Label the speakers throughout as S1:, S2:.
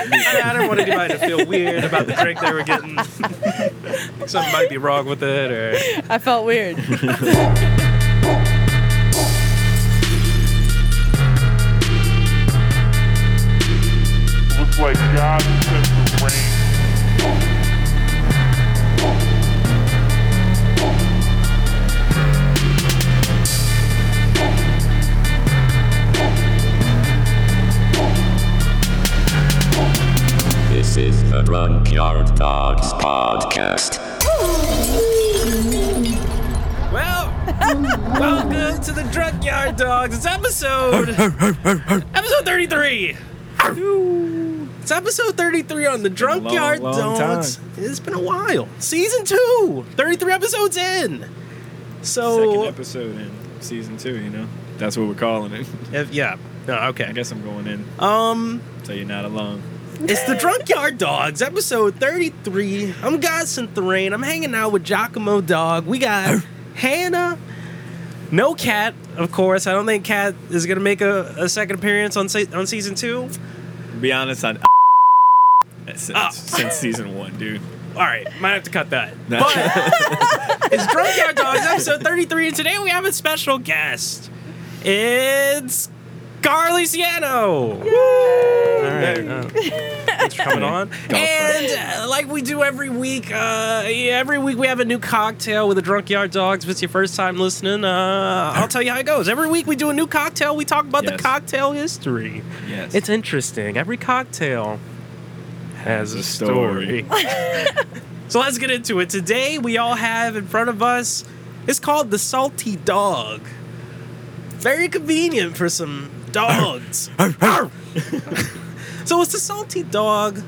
S1: Yeah, I didn't want anybody to feel weird about the drink they were getting. Something might be wrong with it, or
S2: I felt weird.
S3: Looks like God sent the rain.
S4: This is the Drunkyard Dogs Podcast.
S1: well, welcome to the Drunk Yard Dogs. It's episode episode thirty three. It's episode 33 on the Drunk
S5: long,
S1: Yard
S5: long
S1: Dogs.
S5: time.
S1: It's been a while. Season 2, 33 episodes in.
S5: Second
S1: So,
S5: episode in season two, you know? That's what we're calling it.
S1: if, eh, yeah. No,
S5: I
S1: okay.
S5: guess I'm going in.
S1: Um,
S5: So you're not alone.
S1: It's the Drunk Yard Dogs, episode 33. I'm Godson Thrain. I'm hanging out with Giacomo Dog. We got Hannah. No Cat, of course. I don't think Cat is going to make a, a second appearance on se- on season two.
S5: To be honest, I. Since,
S1: Oh.
S5: since season one, dude.
S1: All right, might have to cut that.
S5: No.
S1: But it's Drunk Yard Dogs, episode 33, and today we have a special guest. It's Carly Siano. All right. uh, thanks for coming on.
S5: Go for it.
S1: And uh, like we do every week, uh, yeah, every week we have a new cocktail with the Drunk Yard Dogs. If it's your first time listening, uh, I'll tell you how it goes. Every week we do a new cocktail. We talk about
S5: Yes.
S1: the cocktail history.
S5: Yes.
S1: It's interesting. Every cocktail has a
S5: a
S1: story.
S5: story.
S1: so let's get into it. Today we all have in front of us. It's called the Salty Dog. Very convenient for some dogs. so it's the Salty Dog.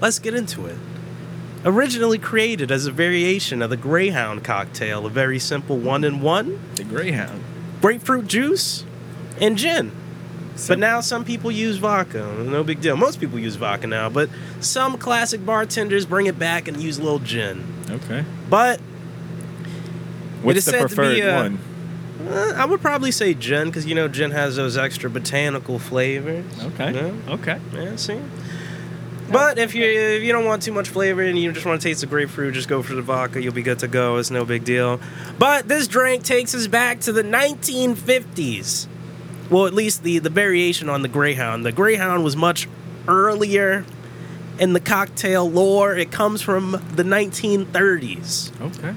S1: Let's get into it. Originally created as a variation of the Greyhound cocktail, a very simple one in one,
S5: the Greyhound.
S1: grapefruit juice, and gin. But now some people use vodka. No big deal. Most people use vodka now, but some classic bartenders bring it back and use a little gin.
S5: Okay.
S1: But
S5: What's
S1: is
S5: the
S1: said to be,
S5: preferred
S1: uh,
S5: one?
S1: uh, I would probably say gin because you know gin has those extra botanical flavors.
S5: Okay.
S1: Yeah,
S5: Okay.
S1: yeah see. But if you if you don't want too much flavor and you just want to taste the grapefruit, just go for the vodka. You'll be good to go. It's no big deal. But this drink takes us back to the 1950s. Well, at least the the variation on the Greyhound. The Greyhound was much earlier in the cocktail lore. It comes from the 1930s.
S5: Okay.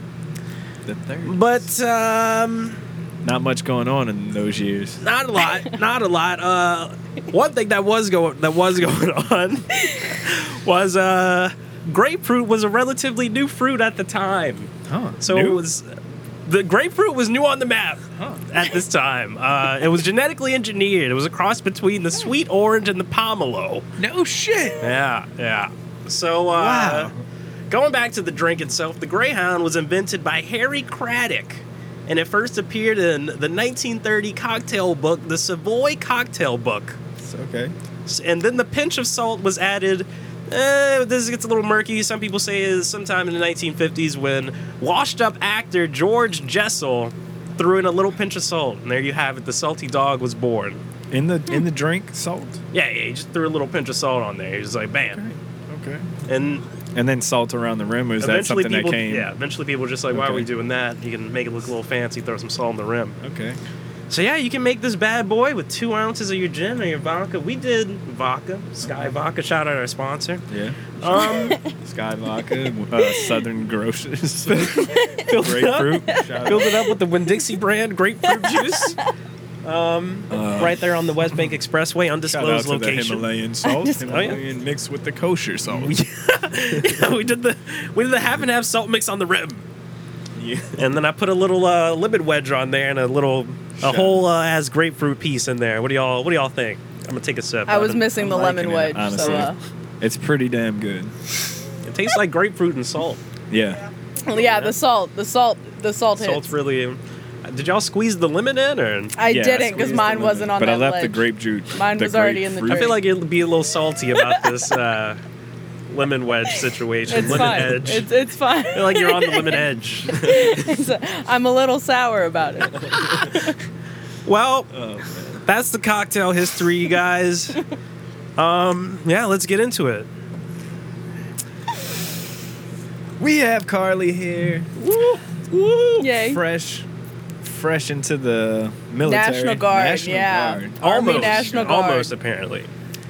S5: The third.
S1: But um,
S5: Not much going on in those years.
S1: not a lot not a lot uh one thing that was going that was going on was uh grapefruit was a relatively new fruit at the time
S5: Huh.
S1: so it
S5: New?
S1: was the grapefruit was new on the map
S5: Huh.
S1: at this time uh it was genetically engineered it was a cross between
S5: Hmm.
S1: the sweet orange and the pomelo
S5: No shit.
S1: yeah, yeah. So, uh,
S5: Wow.
S1: going back to the drink itself, the Greyhound was invented by Harry Craddock, and it first appeared in the 1930 cocktail book, the Savoy Cocktail Book.
S5: It's okay.
S1: S- And then the pinch of salt was added. Eh, this gets a little murky. Some people say is sometime in the 1950s when washed-up actor George Jessel threw in a little pinch of salt, and there you have it. The salty dog was born.
S5: In the in the drink, salt.
S1: Yeah, yeah, he just threw a little pinch of salt on there. He was like, bam,
S5: Okay.
S1: and
S5: And then salt around the rim. Was that something
S1: people,
S5: that came?
S1: Yeah, eventually people were just like, why are
S5: Okay.
S1: we doing that? You can make it look a little fancy, throw some salt on the rim.
S5: Okay.
S1: So yeah, you can make this bad boy with two ounces of your gin or your vodka. We did vodka, Sky Vodka. Shout out our sponsor.
S5: Yeah.
S1: Um,
S5: Sky Vodka, uh, Southern Grocers, grapefruit. Shout out.
S1: filled it up with the Winn Dixie brand grapefruit juice. Um, right there on the West Bank Expressway,
S5: Uh, Shout out
S1: undisclosed
S5: to the
S1: location.
S5: Himalayan salt,
S1: oh, yeah.
S5: Himalayan mixed with the kosher salt.
S1: we did the we did the half and half salt mix on the rim.
S5: Yeah.
S1: And then I put a little uh, lemon wedge on there and a little, a
S5: Shut
S1: whole uh, ass grapefruit piece in there. What do y'all, what do y'all think? I'm gonna take a sip.
S2: I was
S1: don't-
S2: missing the lemon
S5: liking
S2: wedge,
S5: it,
S2: so
S5: honestly.
S2: uh,
S5: It's pretty damn good.
S1: It tastes like grapefruit and salt.
S5: Yeah.
S2: uh, yeah, the salt, the salt, the salt hits.
S1: Salt's really. Did y'all squeeze the lemon in, or
S2: I
S5: Yeah,
S2: didn't because
S5: squeezed the
S2: mine
S5: lemon.
S2: wasn't on
S5: But
S2: that
S5: I left
S2: ledge.
S5: the grape juice.
S2: Mine was already in the
S1: I
S5: grapefruit.
S1: feel like it'd be a little salty about this uh, lemon wedge situation.
S2: It's
S1: lemon
S2: fine.
S1: edge.
S2: It's it's fine.
S1: I feel like you're on the lemon edge.
S2: I'm a little sour about it.
S1: Well,
S5: Oh, man.
S1: that's the cocktail history, you guys. Um, yeah, let's get into it.
S5: We have Carly here. Woo, woo.
S2: Yay.
S5: Fresh, fresh into the military.
S2: National Guard,
S5: National
S2: yeah.
S5: Guard. Uh,
S2: Army
S1: Almost,
S2: National Guard.
S1: almost apparently.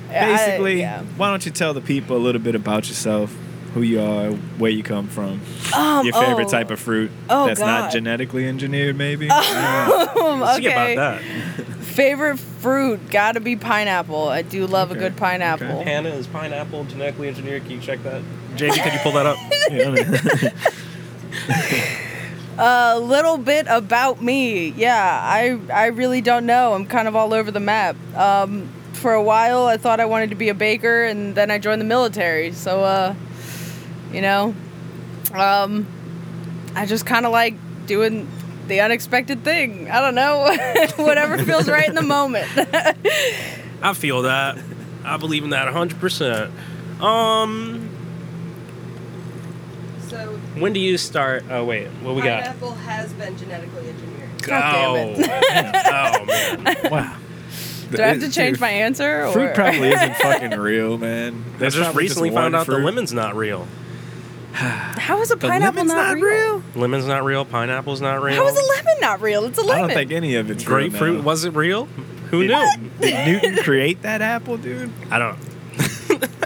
S2: I-
S5: Basically,
S2: yeah.
S5: why don't you tell the people a little bit about yourself, who you are, where you come from,
S2: Um,
S5: your favorite
S2: oh.
S5: type of fruit
S2: Oh,
S5: that's
S2: God.
S5: not genetically engineered, maybe?
S2: Um,
S1: Let's see
S2: okay.
S1: about
S2: Favorite fruit gotta be pineapple. I do love a
S5: Okay.
S2: good pineapple.
S1: that. Hannah is pineapple genetically engineered. Can you check that? JD, can you pull that up?
S5: Yeah.
S2: A little bit about me. Yeah, I I really don't know. I'm kind of all over the map. Um, for a while, I thought I wanted to be a baker, and then I joined the military. So, uh, you know, um, I just kind of like doing the unexpected thing. I don't know, whatever feels right in the moment.
S1: I feel that. I believe in that 100%. Um,
S6: So
S1: when do you start? Oh, wait. What we got?
S6: pineapple has been genetically engineered.
S2: God damn
S1: Oh. oh, man.
S5: wow.
S2: Do I have to change my answer? Or?
S5: Fruit probably isn't fucking real, man.
S1: I
S5: There's
S1: just
S5: probably
S1: recently
S5: one
S1: found out the
S5: fruit.
S1: lemon's not real.
S2: How is a
S5: The
S2: pineapple
S5: lemon's
S2: not,
S5: not
S2: real?
S1: Lemon's not real. Pineapple's not real.
S2: How is a lemon not real? It's a
S5: I
S2: lemon.
S5: don't think any of it's real
S1: Grapefruit
S5: now.
S1: wasn't real? Who
S5: Did-
S1: knew?
S5: Did Newton create that apple, dude?
S1: I don't.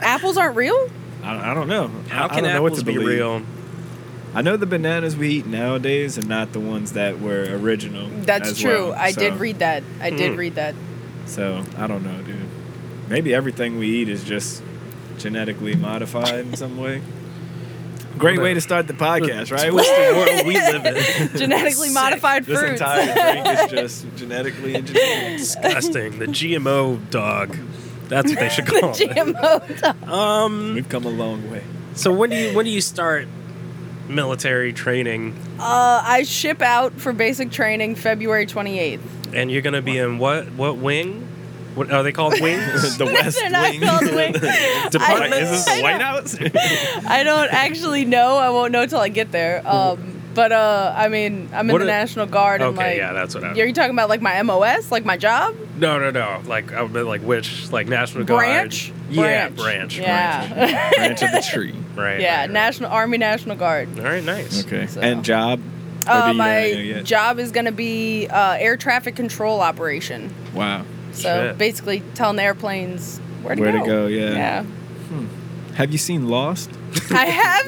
S2: Apples aren't real.
S5: I, I don't know. I,
S1: How
S5: I
S1: can
S5: don't know what
S1: apples
S5: to
S1: be
S5: believe.
S1: real?
S5: I know the bananas we eat nowadays are not the ones that were original.
S2: That's
S5: as
S2: true.
S5: well,
S2: I did
S5: so-
S2: read that. I did
S1: Mm.
S2: read that.
S5: So I don't know, dude. Maybe everything we eat is just genetically modified in some way. Great way to start the podcast, right? What's the world we live in?
S2: Genetically modified
S5: This
S2: fruits.
S5: entire drink is just genetically engineered.
S1: Disgusting. the GMO dog. That's what they should call it.
S2: GMO. dog.
S1: Um.
S2: Mm.
S5: We've come a long way.
S1: So when do you when do you start military training?
S2: Uh, I ship out for basic training February 28th.
S1: And you're gonna be in what what wing? What are they called? Wings.
S5: the West
S2: They're not
S5: Wing.
S2: called wing.
S1: Department-
S2: I-
S5: Is this the White House?
S2: I don't actually know. I won't know till I get there. Um, but uh, I mean, I'm in
S1: Hmm. What
S2: the
S1: are-
S2: National Guard and
S1: okay,
S2: like,
S1: yeah, that's what I.
S2: are you talking about like my MOS, like my job?
S1: no, no, no. Like I would be like which like National
S2: Branch?
S1: Guard. Yeah,
S2: Branch.
S1: branch.
S2: Yeah,
S5: Branch of the tree.
S1: Branch. Right.
S2: yeah,
S1: right, right.
S2: National Army National Guard.
S1: All right. Nice.
S5: Okay.
S2: So-
S5: And job. Or do
S2: Uh,
S5: you
S2: my
S5: not know yet?
S2: job is going to be uh, air traffic control operation.
S5: Wow.
S2: So
S1: Shit.
S2: basically, telling the airplanes where to
S5: Where
S2: go.
S5: to go, yeah.
S2: Yeah.
S5: Have you seen Lost?
S2: I have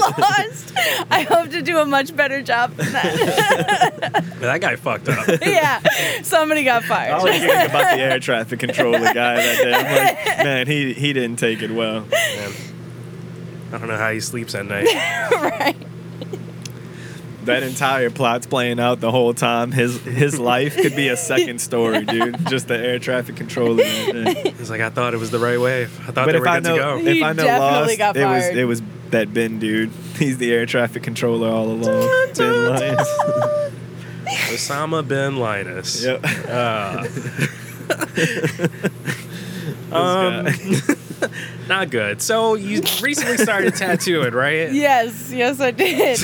S2: Lost. I hope to do a much better job than that.
S1: That guy fucked up.
S2: yeah. Somebody got
S5: I
S2: fired.
S5: was thinking about the air traffic controller guy that day. I'm like, man, he he didn't take it well.
S1: Man. I don't know how he sleeps at night.
S2: right.
S5: That entire plot's playing out the whole time. His his life could be a second story, dude. Just the air traffic controller. But
S1: He's like, I thought it was the right way. I thought they
S5: if
S1: were
S5: I
S1: good to
S5: know
S1: go.
S5: if
S2: He
S5: I know
S2: definitely
S5: Lost,
S2: got
S5: it was
S2: fired.
S5: it was that Ben dude. He's the air traffic controller all along. ben Lyons.
S1: Osama bin Linus.
S5: Yep.
S1: Uh,
S5: This
S1: Um,
S5: guy.
S1: not good. So you recently started tattooing, right?
S2: Yes. Yes, I did.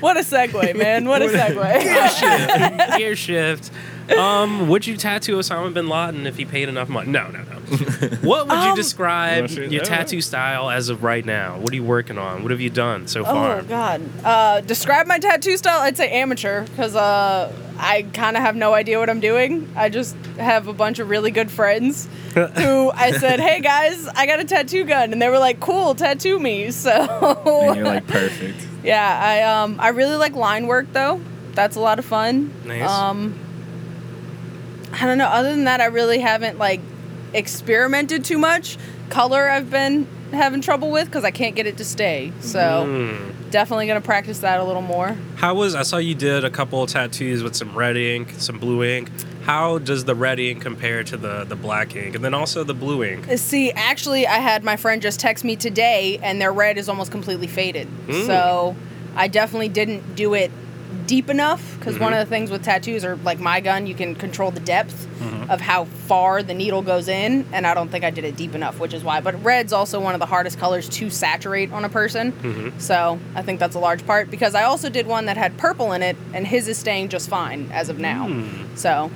S2: what a segue, man. What a segue.
S1: Shift. Gear shift. Um, would you tattoo Osama bin Laden if he paid enough money? No, no, no. What would you
S2: Um,
S1: describe
S5: Well, shit,
S1: your
S5: yeah.
S1: tattoo style as of right now? What are you working on? What have you done so far?
S2: Oh God! Uh, describe my tattoo style. I'd say amateur because uh, I kind of have no idea what I'm doing. I just have a bunch of really good friends who I said, "Hey guys, I got a tattoo gun," and they were like, "Cool, tattoo me." So
S5: and you're like perfect.
S2: yeah, I um, I really like line work though. That's a lot of fun.
S1: Nice.
S2: Um, I don't know. Other than that, I really haven't like experimented too much. Color, I've been having trouble with because I can't get it to stay. So.
S1: Hmm.
S2: Definitely gonna practice that a little more.
S1: How was I saw you did a couple of tattoos with some red ink, some blue ink. How does the red ink compare to the the black ink, and then also the blue ink?
S2: Uh, See, actually, I had my friend just text me today, and their red is almost completely faded.
S1: Mm.
S2: So I definitely didn't do it deep enough because one of the things with tattoos or like my gun, you can control the depth of how far the needle goes in, and I don't think I did it deep enough, which is why. But red's also one of the hardest colors to saturate on a person. So I think that's a large part because I also did one that had purple in it, and his is staying just fine as of now. So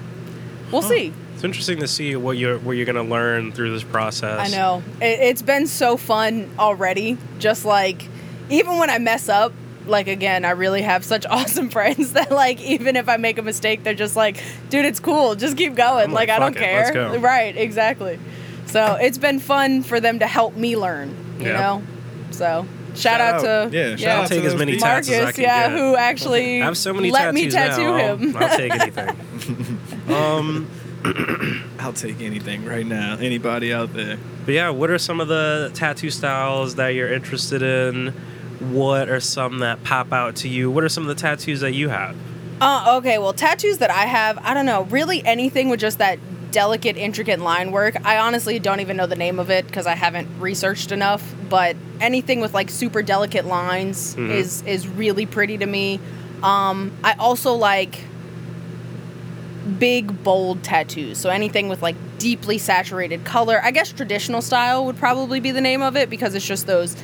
S2: we'll see.
S1: It's interesting to see what you're what you're gonna learn through this process.
S2: I know. It, it's been so fun already. Just like even when I mess up, like again, I really have such awesome friends that like even if I make a mistake, they're just like, dude, it's cool. Just keep going.
S1: I'm like,
S2: Like, I don't
S1: "Fuck it, let's
S2: care.
S1: go."
S2: Right, exactly. So it's been fun for them to help me learn, you
S1: Yeah.
S2: know? So shout, out, to
S5: yeah, shout
S2: yeah,
S5: out
S1: I'll
S5: to
S1: take as
S5: those
S1: many
S5: people.
S1: tats
S2: Marcus,
S1: as I can
S2: yeah,
S1: get.
S2: who actually
S1: I have so many
S2: let me
S1: tattoos now,
S2: tattoo
S1: I'll-
S2: him.
S1: I'll, take anything. um,
S5: I'll take anything right now. Anybody out there?
S1: but yeah, what are some of the tattoo styles that you're interested in? What are some that pop out to you? What are some of the tattoos that you have?
S2: Uh, okay, well, tattoos that I have, I don't know, really anything with just that delicate, intricate line work. I honestly don't even know the name of it because I haven't researched enough, but anything with like super delicate lines
S1: Mhm.
S2: is is really pretty to me. Um, I also like big bold tattoos so anything with like deeply saturated color i guess traditional style would probably be the name of it because it's just those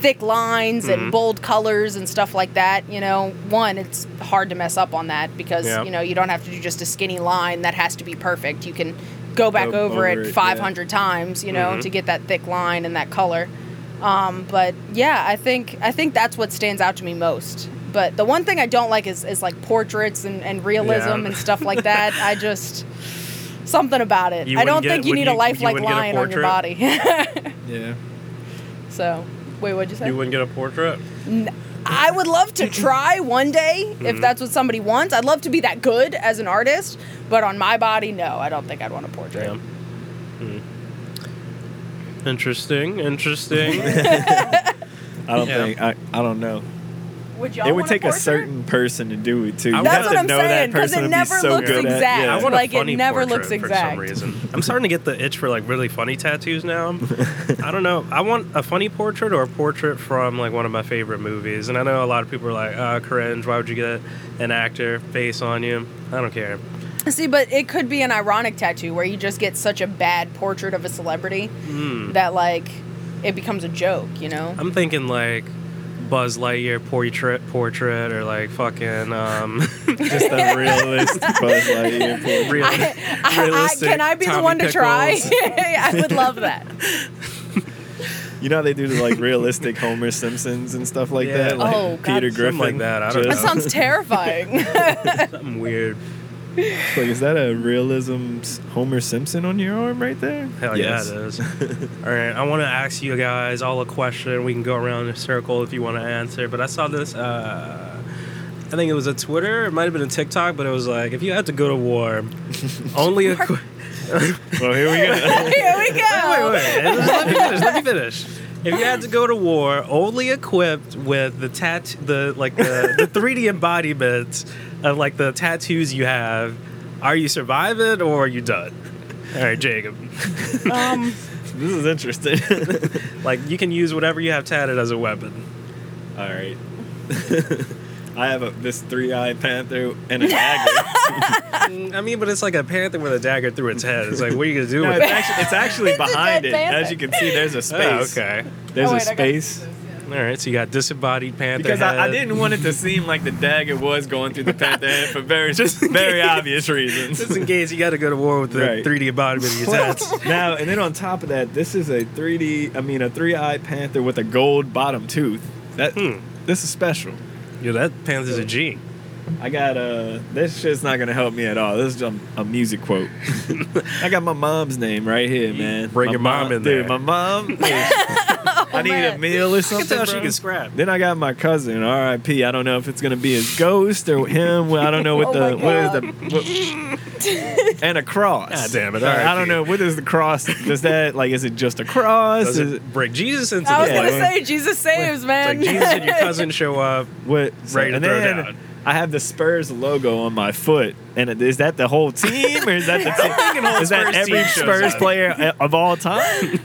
S2: thick lines
S5: Mm-hmm.
S2: and bold colors and stuff like that you know one it's hard to mess up on that because
S1: Yeah.
S2: you know you don't have to do just a skinny line that has to be perfect you can go back
S5: Go
S2: over,
S5: over it,
S2: it
S5: yeah. Mm-hmm.
S2: 500 times you know
S1: Mhm.
S2: to get that thick line and that color um, but yeah, I think I think that's what stands out to me most. But the one thing I don't like is, is like portraits and, and realism
S1: Yeah.
S2: and stuff like that. I just something about it.
S1: You
S2: I don't
S1: wouldn't
S2: think
S1: get-
S2: you
S1: would
S2: need
S1: you-
S2: a
S1: would you
S2: lifelike
S1: wouldn't get a
S2: lion on your body.
S5: Yeah.
S2: so wait, what'd you say?
S1: You wouldn't get a portrait?
S2: I would love to try one day
S1: Mm-hmm.
S2: if that's what somebody wants. I'd love to be that good as an artist, but on my body, no, I don't think I'd want a portrait.
S1: Yeah. Hmm. Interesting, interesting.
S5: I don't
S1: Yeah.
S5: think I, I don't know.
S2: Would y'all
S5: it would
S2: want a
S5: take a,
S2: portrait?
S5: certain person to do it too.
S1: I
S5: You
S1: That's
S5: have
S1: what
S5: to
S2: I'm
S5: know
S2: saying,
S5: that
S2: 'cause
S5: person
S2: it
S5: would
S2: never
S5: be so
S2: looks
S5: good
S2: exact.
S1: I
S5: At, yeah.
S1: want
S2: Like,
S1: a
S2: it
S1: funny
S2: never
S1: portrait
S2: looks
S1: for
S2: exact.
S1: some reason. I'm starting to get the itch for like really funny tattoos now. I don't know. I want a funny portrait or a portrait from like one of my favorite movies. And I know a lot of people are like, uh, cringe. Why would you get an actor face on you? I don't care.
S2: See, but it could be an ironic tattoo where you just get such a bad portrait of a celebrity
S1: Hmm.
S2: that like it becomes a joke, you know?
S1: I'm thinking like Buzz Lightyear portrait, portrait, or like fucking um,
S5: Just a realist Buzz Lightyear portrait.
S1: real,
S2: I,
S1: realistic.
S2: can I be the
S1: Tommy
S2: one to try?
S1: Pickles.
S2: I would love that.
S5: You know how they do the like realistic Homer Simpsons and stuff like
S1: Yeah.
S5: that, like
S2: Oh, God.
S5: Peter
S1: Something
S5: Griffin,
S1: like that, I don't
S2: That
S5: Just-
S2: sounds terrifying.
S1: Something weird.
S5: like, is that a realism s- Homer Simpson on your arm right there?
S1: Hell yeah, it is. all right, I want to ask you guys all a question. We can go around in a circle if you want to answer. But I saw this. Uh, I think it was a Twitter. It might have been a TikTok, but it was like, if you had to go to war, only a. Qu-
S5: Well, here we go.
S2: Here we
S1: wait, wait,
S2: go.
S1: wait. Just let me finish. Let me finish. Oh. If you had to go to war only equipped with the tat, the like the the three D embodiment of like the tattoos you have, are you surviving or are you done? All right, Jacob.
S2: Um,
S5: this is interesting.
S1: Like you can use whatever you have tatted as a weapon.
S5: All right. I have a, this three-eyed panther and a dagger.
S1: I mean, but it's like a panther with a dagger through its head. It's like, what are you gonna do
S5: no,
S1: with
S5: it's
S1: it?
S5: actually, it's actually
S2: It's a
S5: behind it.
S2: dead panther.
S5: As you can see, there's a
S1: Oh,
S5: space.
S1: okay.
S5: There's
S2: Oh,
S5: a
S2: wait, I got
S5: space.
S1: All right. So you got disembodied panther.
S5: Because I, I
S1: head.
S5: didn't want it to seem like the dagger was going through the panther head for very
S1: Just in
S5: very
S1: case.
S5: obvious reasons.
S1: Just in case you got to go to war with the
S5: Right.
S1: 3D embodiment of your tats.
S5: now and then on top of that, this is a 3D. I mean, a three-eyed panther with a gold bottom tooth. That
S1: Hmm.
S5: this is special.
S1: Yo, that panther's a G.
S5: I got uh this shit's not gonna help me at all. This is a, a music quote. I got my mom's name right here, man.
S1: Bring
S5: My
S1: your mom in there.
S5: Dude, my mom. I need a
S2: man.
S5: meal or
S1: I
S5: something.
S1: can tell she
S5: bro.
S1: can scrap.
S5: Then I got my cousin, R.I.P. I don't know if it's gonna be his ghost or him. Well, I don't know what
S2: Oh
S5: the
S2: my
S5: what is
S2: God.
S5: the what, and a cross.
S1: God damn it,
S5: I
S1: R.I.P..
S5: don't know what is the cross. Does that like is it just a cross?
S1: Does
S5: Is
S1: it bring Jesus into
S2: I was
S1: the
S2: gonna
S1: play?
S5: Yeah.
S2: say Jesus saves,
S1: It's
S2: man.
S1: like Jesus and your cousin show up.
S5: What?
S1: Ready to
S5: and
S1: throw
S5: then
S1: down.
S5: I have the Spurs logo on my foot, and it- is that the whole team, or is that the team?
S1: whole
S5: is that
S1: Spurs
S5: every
S1: team shows
S5: Spurs
S1: up.
S5: player uh, of all time?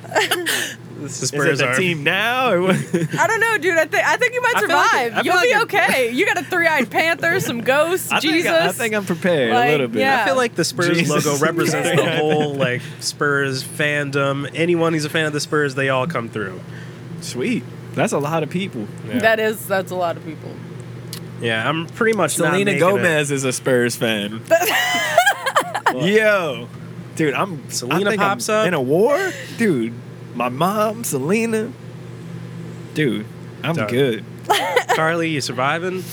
S1: This is
S5: Is
S1: Spurs
S5: it the
S1: are.
S5: team now? Or what?
S2: I don't know, dude. I think I think you might
S1: I feel like
S2: survive.
S1: it- I feel
S2: You'll be
S1: like it-
S2: okay. You got a three-eyed panther, some ghosts,
S5: I
S2: Jesus.
S5: think I, I think I'm prepared
S2: Like,
S5: a little bit.
S2: yeah.
S1: I feel like the Spurs
S5: Jesus.
S1: logo represents the whole like Spurs fandom. Anyone who's a fan of the Spurs, they all come through.
S5: Sweet. That's a lot of people.
S1: Yeah,
S2: That is that's a lot of people.
S1: yeah I'm pretty much not making
S5: Selena
S1: it.
S5: Gomez is a Spurs fan. Yo, dude, I'm
S1: Selena
S5: I think
S1: pops
S5: I'm
S1: up.
S5: in a war, dude. My mom, Selena, dude. I'm
S1: Sorry.
S5: good.
S1: Charlie, you surviving?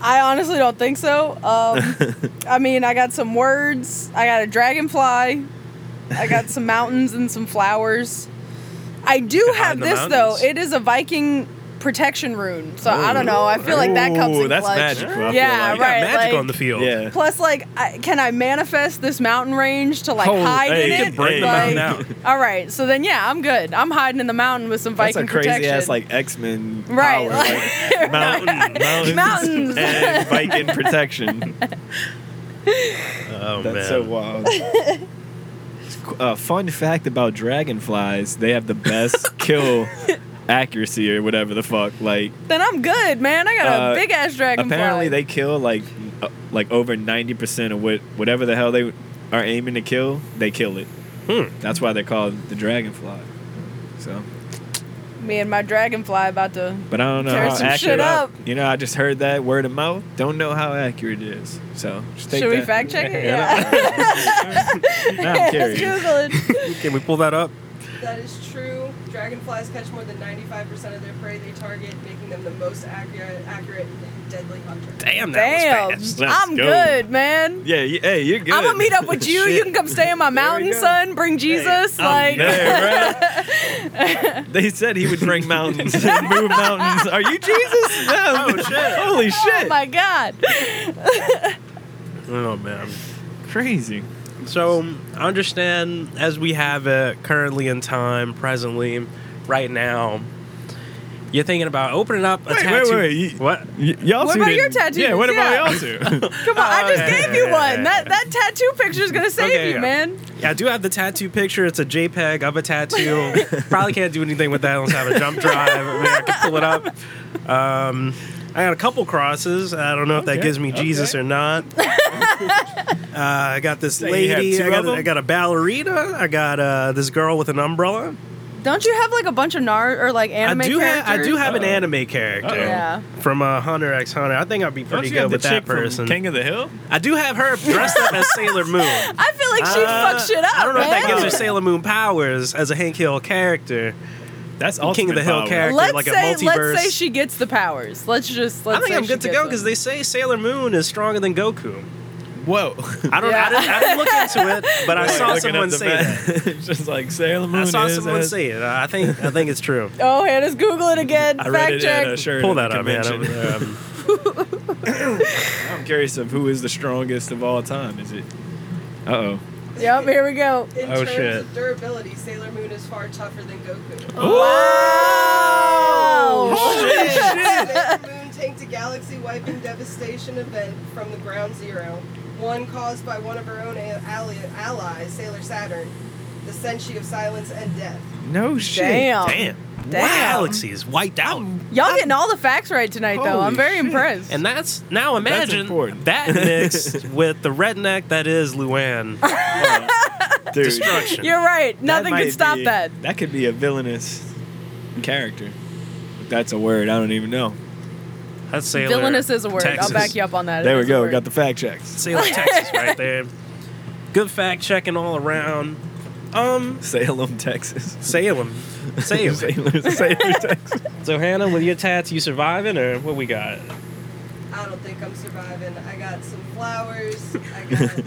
S2: I honestly don't think so. Um, I mean, I got some words. I got a dragonfly. I got some mountains and some flowers. I do
S1: Hide in
S2: have
S1: the
S2: this though.
S1: mountains.
S2: It is a Viking protection rune, so I don't know. I feel like that comes
S5: Ooh,
S2: in
S5: that's
S2: clutch.
S5: magical, I feel like.
S2: yeah,
S1: You
S5: You got
S1: got
S2: right.
S1: magic
S2: like-
S1: on the field.
S5: Yeah.
S2: Plus, like, I, can I manifest this mountain range to like
S5: Oh,
S2: hide
S5: hey,
S2: in
S5: you
S2: it?
S5: can break the
S2: like,
S1: mountain out.
S2: All right, so then yeah, I'm good. I'm hiding in the mountain with some
S5: That's
S2: Viking
S5: a crazy
S2: protection.
S5: ass like X Men.
S2: Right,
S5: Power,
S2: like-
S5: like, mountain, mountains,
S2: Mountains.
S5: and Viking protection.
S1: Oh
S5: That's
S1: man.
S5: so wild. uh, fun fact about dragonflies: they have the best kill accuracy or whatever the fuck. Like
S2: then I'm good, man. I got a
S5: Uh,
S2: big ass dragonfly.
S5: apparently they kill like uh, like over ninety percent of what whatever the hell they are aiming to kill, they kill it.
S1: Hmm.
S5: That's why they're called the dragonfly. So,
S2: Me and my dragonfly about to.
S5: but I don't know
S2: Tear
S5: how
S2: some
S5: accurate.
S2: shit up.
S5: You know, I just heard that word of mouth. Don't know how accurate it is. So, just take
S2: Should we
S5: that.
S2: fact check it?
S5: Now I'm curious.
S2: Google it.
S1: Can we pull that up?
S6: That is true. Dragonflies catch more than 95% of their prey they target, making them the most accurate, accurate and deadly hunter.
S1: Damn, that
S2: Damn,
S1: was fast.
S5: Let's
S2: I'm
S5: go.
S2: good, man.
S5: Yeah, you, hey, you're good.
S2: I'm gonna meet up with you.
S5: Shit.
S2: You can come stay in my mountain,
S5: go.
S2: son. Bring Jesus. like,
S5: Yeah, right? they said he would bring mountains and move mountains. Are you Jesus? No. Oh, shit. Holy
S2: oh
S5: shit.
S2: my god.
S1: Oh man.
S5: Crazy.
S1: So I understand as we have it currently in time, presently, right now. You're thinking about opening up a
S5: Wait, wait,
S1: tattoo.
S5: wait, you-
S1: What?
S5: Y- y'all
S2: What
S5: two
S2: about your
S5: didn't-
S2: tattoos?
S5: Yeah, what
S2: Yeah.
S5: about y'all two?
S2: Come on, I just
S1: Oh, yeah,
S2: gave you
S1: yeah, yeah,
S2: one. That that tattoo picture is gonna save
S1: Okay,
S2: you,
S1: yeah.
S2: man.
S1: Yeah, I do have the tattoo picture. It's a JPEG of a tattoo. Probably can't do anything with that unless I have a jump drive. I mean, I can pull it up. Um, I got a couple crosses. I don't know if that
S5: Okay,
S1: gives me Jesus
S5: okay.
S1: or not. uh, I got this
S5: So you have
S1: lady.
S5: two
S1: I got,
S5: of
S1: a-
S5: them?
S1: I got a ballerina. I got uh, this girl with an umbrella.
S2: Don't you have like a bunch of nar or like anime
S1: I do have.
S2: characters?
S1: I do have an
S5: Uh-oh.
S1: anime character.
S5: Uh-oh.
S2: Yeah.
S1: From uh, Hunter X Hunter, I think I'd be pretty good with that person.
S5: King of the Hill?
S1: I do have her dressed up as Sailor Moon.
S2: I feel like she'd
S1: Uh,
S2: fuck shit up.
S1: I don't know
S2: man.
S1: if that gives her Sailor Moon powers as a Hank Hill character.
S5: That's
S1: King of
S5: Ultimate
S1: the Hill
S5: Power.
S1: character.
S2: Let's
S1: like a
S2: say
S1: multiverse.
S2: let's say she gets the powers. Let's just let's
S1: I think
S2: say
S1: I'm
S2: she
S1: good to
S2: gets
S1: go
S2: them.
S1: because they say Sailor Moon is stronger than Goku.
S5: Whoa.
S1: I don't. I,
S2: Yeah.
S1: didn't, I didn't look into it, but I saw someone say that.
S5: that. Just like Sailor Moon.
S1: I saw
S5: is
S1: someone
S5: as-
S1: say it. I think. I think it's true.
S2: Oh, Hannah's Google it again.
S5: I
S2: Fact
S5: read it
S2: check.
S5: in a shirt.
S1: Pull
S5: at
S1: that
S5: the
S1: up, man.
S5: convention.
S1: Um,
S5: I'm curious of who is the strongest of all time. Is it? Uh oh.
S2: Yep, here we go.
S6: In
S1: Oh,
S6: terms
S1: shit.
S6: of durability, Sailor Moon is far tougher than Goku.
S5: Oh,
S1: Oh,
S2: Wow.
S6: Sailor Moon tanked a galaxy-wiping devastation event from the ground zero, one caused by one of her own a- ally- allies, Sailor Saturn, the Senshi of Silence and Death.
S5: No shit.
S2: Damn.
S1: damn.
S2: Oh. Damn. Oh,
S1: Galaxy is wiped out.
S2: Y'all getting all the facts right tonight, though. I'm
S5: Holy
S2: very
S5: shit.
S2: impressed.
S1: And that's now imagine
S5: important.
S1: that mixed with the redneck that is Luann.
S5: Dude,
S1: Destruction.
S2: You're right.
S5: that
S2: Nothing can
S5: might
S2: stop
S5: be-
S2: that.
S5: That could be a villainous character. That's a word. I don't even know.
S1: That's Sailor.
S2: Villainous is a word.
S1: Texas.
S2: I'll back you up on that.
S5: there
S2: It
S5: we
S2: is a
S5: go.
S2: word.
S5: We got the fact checks.
S1: Sailor Texas right there. Good fact checking all around. Um,
S5: Salem, Texas.
S1: Salem. Salem.
S5: Sailor, Sailor, Texas.
S1: so Hannah, with your tats, you surviving or what we got?
S6: I don't think I'm surviving. I got some flowers. I got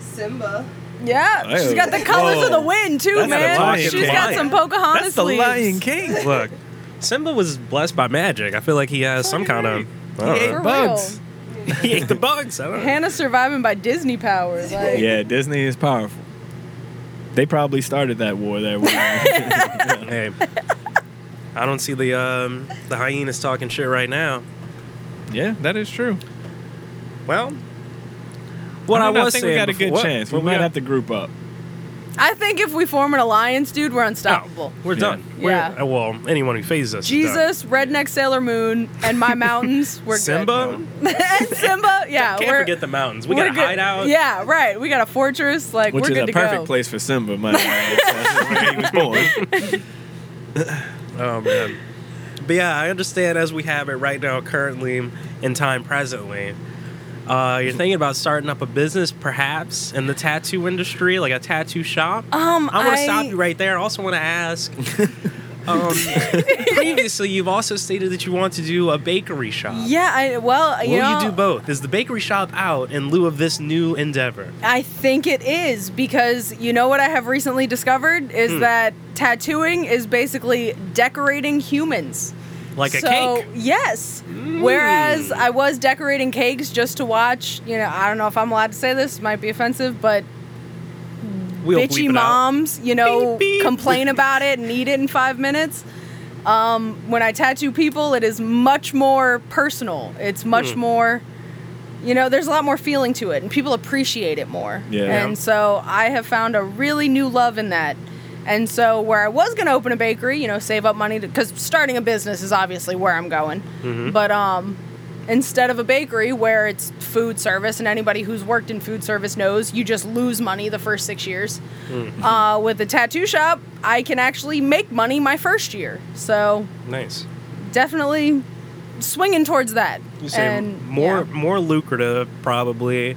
S6: Simba.
S2: Yeah, she's got the
S5: Whoa.
S2: colors of the wind too,
S5: That's
S1: the
S2: man.
S1: Lion
S2: She's
S1: King.
S2: got some Pocahontas
S5: That's the
S2: leaves.
S5: Lion King.
S1: Look, Simba was blessed by magic. I feel like he has some kind of. I don't
S5: He
S1: know.
S2: For
S5: ate bugs.
S2: real.
S1: He ate the bugs. I don't know.
S2: Hannah's surviving by Disney powers. Like,
S5: Yeah, Disney is powerful. They probably started that war that way.
S1: Hey, I don't see the um, the hyenas talking shit right now.
S5: yeah, that is true.
S1: Well, what I,
S5: mean,
S1: was
S5: think
S1: saying
S5: we got a good
S1: before-
S5: chance. We
S1: what
S5: might
S1: got-
S5: have to group up.
S2: I think if we form an alliance, dude, we're
S1: No,
S2: unstoppable.
S1: we're
S5: Yeah.
S1: done.
S2: Yeah.
S1: We're, uh, well, anyone who phases us. is done.
S2: Jesus, redneck Sailor Moon, and my mountains. We're good.
S1: Simba.
S2: and Simba. Yeah,
S1: Can't
S2: we're,
S1: forget the mountains. We
S2: we're
S1: got a
S2: good.
S1: hideout.
S2: Yeah, right. We got a fortress. Like
S5: Which
S2: we're
S5: is
S2: good
S5: a
S2: to
S5: perfect
S2: go.
S5: place for Simba, my That's where he was born.
S1: Oh man. But yeah, I understand as we have it right now, currently in time, presently. Uh, you're thinking about starting up a business, perhaps in the tattoo industry, like a tattoo shop.
S2: Um,
S1: I want to
S2: I-
S1: stop you right there. I also want to ask, Um, previously, you've also stated that you want to do a bakery shop.
S2: Yeah, I, well,
S1: Will
S2: you know,
S1: you do both? Is the bakery shop out in lieu of this new endeavor?
S2: I think it is because you know what I have recently discovered is
S1: Hmm.
S2: that tattooing is basically decorating humans.
S1: Like a
S2: so,
S1: cake?
S2: Yes. Whereas I was decorating cakes just to watch, you know, I don't know if I'm allowed to say this, might be offensive, but
S1: We'll bleep
S2: bitchy
S1: it out.
S2: moms, you know,
S1: Beep, beep.
S2: complain about it and eat it in five minutes. Um, when I tattoo people, it is much more personal. It's much
S1: Hmm.
S2: more, you know, there's a lot more feeling to it, and people appreciate it more.
S5: Yeah.
S2: And so I have found a really new love in that. And so where I was gonna open a bakery, you know, save up money because starting a business is obviously where I'm going.
S1: Mm-hmm.
S2: But um, instead of a bakery where it's food service, and anybody who's worked in food service knows you just lose money the first six years.
S1: Mm.
S2: Uh, with the tattoo shop, I can actually make money my first year. So
S1: Nice.
S2: definitely swinging towards that.
S1: You say more
S2: yeah.
S1: more lucrative probably,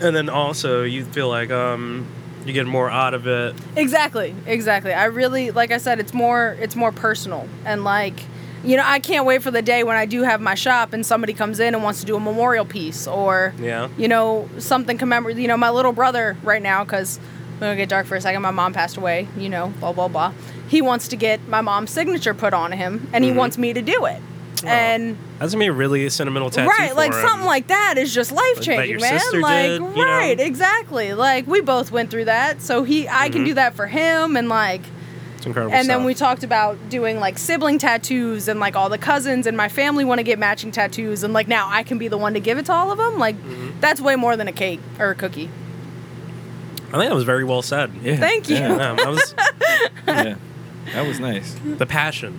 S1: and then also you feel like um you get more out of it.
S2: Exactly, exactly. I really like I said it's more it's more personal and like you know, I can't wait for the day when I do have my shop and somebody comes in and wants to do a memorial piece or
S1: Yeah.
S2: you know, something commemorate, you know, my little brother right now cuz we're going to get dark for a second. My mom passed away, you know, blah blah blah. He wants to get my mom's signature put on him and he wants me to do it. And
S1: That's gonna be a really sentimental tattoo.
S2: right,
S1: for
S2: like
S1: him.
S2: something like that is just life
S1: Like that your
S2: changing, man.
S1: sister
S2: like
S1: did, you know?
S2: right, exactly. Like we both went through that, so he, I
S1: Mm-hmm.
S2: can do that for him, and like,
S1: It's incredible.
S2: and then
S1: stuff.
S2: we talked about doing like sibling tattoos, and like all the cousins and my family want to get matching tattoos, and like now I can be the one to give it to all of them. Like
S1: Mm-hmm.
S2: that's way more than a cake or a cookie.
S1: I think that was very well said.
S5: Yeah,
S2: Thank you.
S5: Yeah,
S1: Um, that was
S5: yeah. That was nice.
S1: the passion.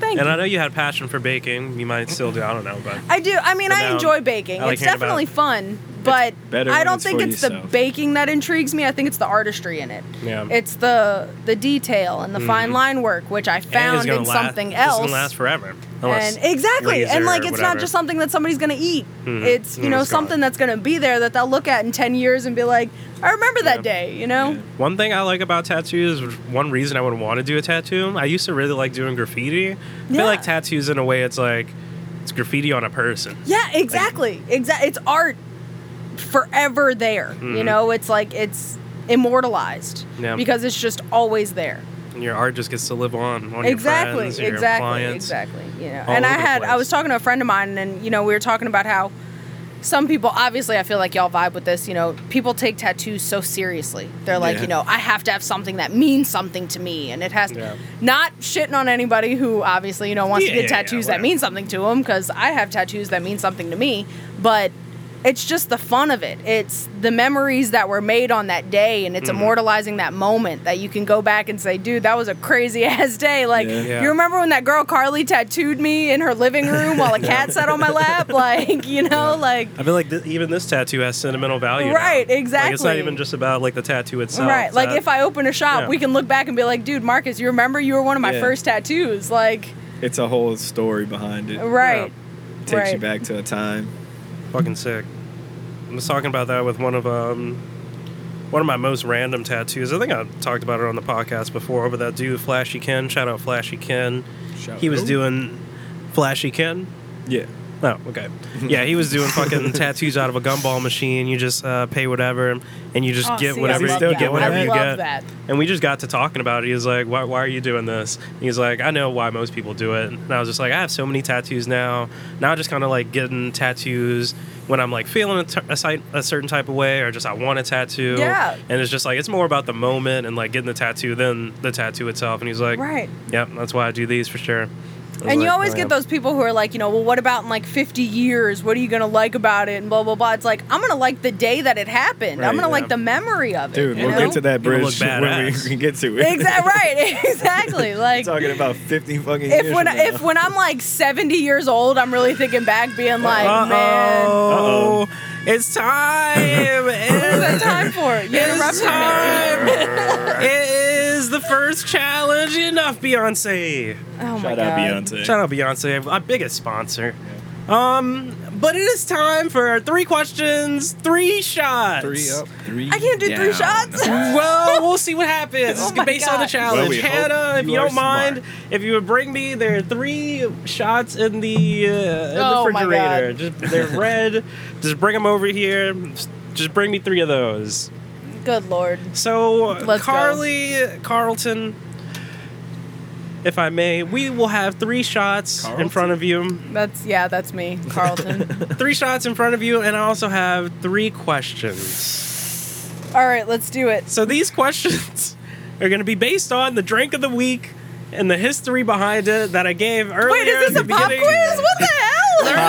S2: Thank
S1: And
S2: you.
S1: I know you had passion for baking. You might still do. I don't know, but
S2: I do. I mean,
S1: But
S2: I
S1: now
S2: enjoy baking.
S1: I like
S2: it's
S1: hearing about-
S2: definitely fun, but
S5: better
S2: I
S5: when
S2: don't
S5: it's
S2: think
S5: for
S2: it's the
S5: yourself.
S2: baking that intrigues me. I think it's the artistry in it.
S1: Yeah. Mm-hmm.
S2: It's the the detail and the fine line work, which I
S1: And it's
S2: found
S1: gonna
S2: in
S1: last-
S2: something
S1: It's
S2: else.
S1: gonna last forever. Unless
S2: and exactly,
S1: laser
S2: and like
S1: or
S2: it's
S1: whatever.
S2: not just something that somebody's gonna eat. It's you
S1: Mm,
S2: know
S1: it's gone.
S2: something that's gonna be there that they'll look at in ten years and be like, I remember that day. You know.
S1: One thing I like about tattoos, which one reason I would want to do a tattoo, I used to really like doing graffiti. I
S2: Yeah.
S1: feel like tattoos in a way it's like it's graffiti on a person.
S2: Yeah, exactly. Exactly. It's art forever there. You know, it's like it's immortalized
S1: Mm-hmm. Yeah.
S2: because it's just always there.
S1: And your art just gets to live on on
S2: exactly,
S1: your friends, your
S2: exactly,
S1: clients.
S2: exactly. You know,
S1: all
S2: and I
S1: over the
S2: had I
S1: place.
S2: was talking to a friend of mine, and you know, we were talking about how some people obviously I feel like y'all vibe with this. You know, people take tattoos so seriously. They're like,
S5: Yeah.
S2: you know, I have to have something that means something to me, and it has
S1: Yeah.
S2: not shitting on anybody who obviously you know wants
S1: Yeah,
S2: to
S1: yeah,
S2: get
S1: yeah,
S2: tattoos that
S1: whatever.
S2: mean something to them because I have tattoos that mean something to me, but. It's just the fun of it. It's the memories that were made on that day, and it's
S5: Mm-hmm.
S2: immortalizing that moment that you can go back and say, "Dude, that was a crazy ass day." Like,
S5: Yeah.
S1: Yeah.
S2: you remember when that girl Carly tattooed me in her living room while a cat sat on my lap? Like, you know, like
S1: I feel like th- even this tattoo has sentimental value. now.
S2: Right,
S1: Like it's not
S2: exactly.
S1: even just about like the tattoo itself.
S2: right. Like if I open a shop,
S1: yeah.
S2: we can look back and be like, dude, Marcus, you remember you were one of my
S5: Yeah.
S2: first tattoos. Like
S5: It's a whole story behind it.
S2: right.
S5: Takes you
S2: right.
S5: back to a time.
S1: fucking sick. I was talking about that with one of um one of my most random tattoos. I think I talked about it on the podcast before, but that dude Flashy Ken, shout out Flashy Ken.
S5: Shout
S1: he was
S5: out.
S1: doing Flashy Ken.
S5: Yeah.
S1: Oh, okay. Yeah, he was doing fucking tattoos out of a gumball machine. You just uh, pay whatever, and you just
S2: Oh,
S1: get
S2: see, I
S1: whatever you
S2: love
S1: get,
S2: that.
S1: whatever
S5: I
S1: you
S2: love
S1: get.
S2: that.
S1: And we just got to talking about it. He was like, why, "Why are you doing this?" And he's like, "I know why most people do it." And I was just like, "I have so many tattoos now. Now I just kind of like getting tattoos when I'm like feeling a, t- a, si- a certain type of way, or just I want a tattoo.
S2: Yeah.
S1: And it's just like it's more about the moment and like getting the tattoo than the tattoo itself. And he's like,
S2: Right.
S1: Yep, that's why I do these for sure." I was
S2: And you
S1: like,
S2: always
S1: "Oh, yeah."
S2: get those people who are like, you know, well, what about in like 50 years? What are you going to like about it? And blah, blah, blah. It's like, I'm going to like the day that it happened. I'm
S5: Right,
S2: going to like
S1: yeah.
S2: the memory of it.
S5: Dude,
S2: you
S5: we'll
S2: know?
S5: get to that
S1: You're gonna
S5: bridge
S1: look
S5: when we
S1: badass.
S5: can get to it.
S2: Exactly. Right. Exactly. Like,
S5: Talking about 50 fucking years.
S2: if when
S5: from now.
S2: if when I'm like 70 years old, I'm really thinking back, being like, man,
S1: Uh-oh. It's time.
S2: what is
S1: It's
S2: that time for? You interrupted me.
S1: it is the first challenge. Enough, Beyonce.
S2: Oh my
S5: Shout
S2: god.
S5: out Beyonce.
S1: Shout out Beyonce, our biggest sponsor. Um, but it is time for three questions, three shots.
S7: Three up, three.
S2: I can't do three
S7: down.
S2: shots.
S1: Well, we'll see what happens.
S2: Oh
S1: It's
S2: my
S1: based on the
S2: God.
S1: challenge.
S5: Well, we hope
S1: Hannah, if
S5: you
S1: you
S5: are
S1: don't mind,
S5: smart.
S1: if you would bring me there are three shots in the, uh, in the
S2: Oh my
S1: refrigerator.
S2: God.
S1: Just they're red. Just bring them over here. Just bring me three of those.
S2: Good lord.
S1: So,
S2: Let's go.
S1: Carly Carlton, if I may, we will have three shots in
S5: Carlton?
S1: front of you.
S2: That's yeah, that's me, Carlton.
S1: Three shots in front of you, and I also have three questions.
S2: All right, let's do it.
S1: So these questions are going to be based on the drink of the week and the history behind it that I gave earlier.
S2: Wait, is
S1: at
S2: this
S1: the
S2: a pop quiz?
S1: beginning-
S2: What the hell?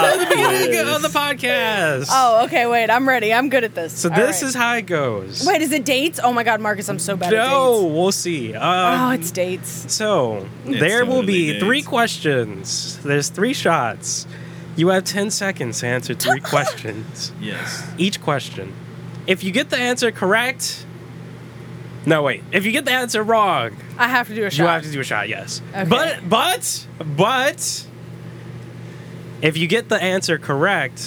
S1: At the beginning of the podcast.
S2: Oh, okay, wait. I'm ready. I'm good at this.
S1: So
S2: All
S1: this
S2: right.
S1: is how it goes.
S2: Wait, is it dates? Oh my god, Marcus, I'm so bad
S1: no,
S2: at dates.
S1: we'll see. Um,
S2: Oh, it's dates.
S1: So
S5: It's
S1: there will
S5: totally
S1: be
S5: dates.
S1: three questions. There's three shots. You have ten seconds to answer three questions.
S5: Yes.
S1: Each question. If you get the answer correct, no wait. If you get the answer wrong,
S2: I have to do a shot.
S1: you have to do a shot. Yes.
S2: Okay.
S1: But but but if you get the answer correct,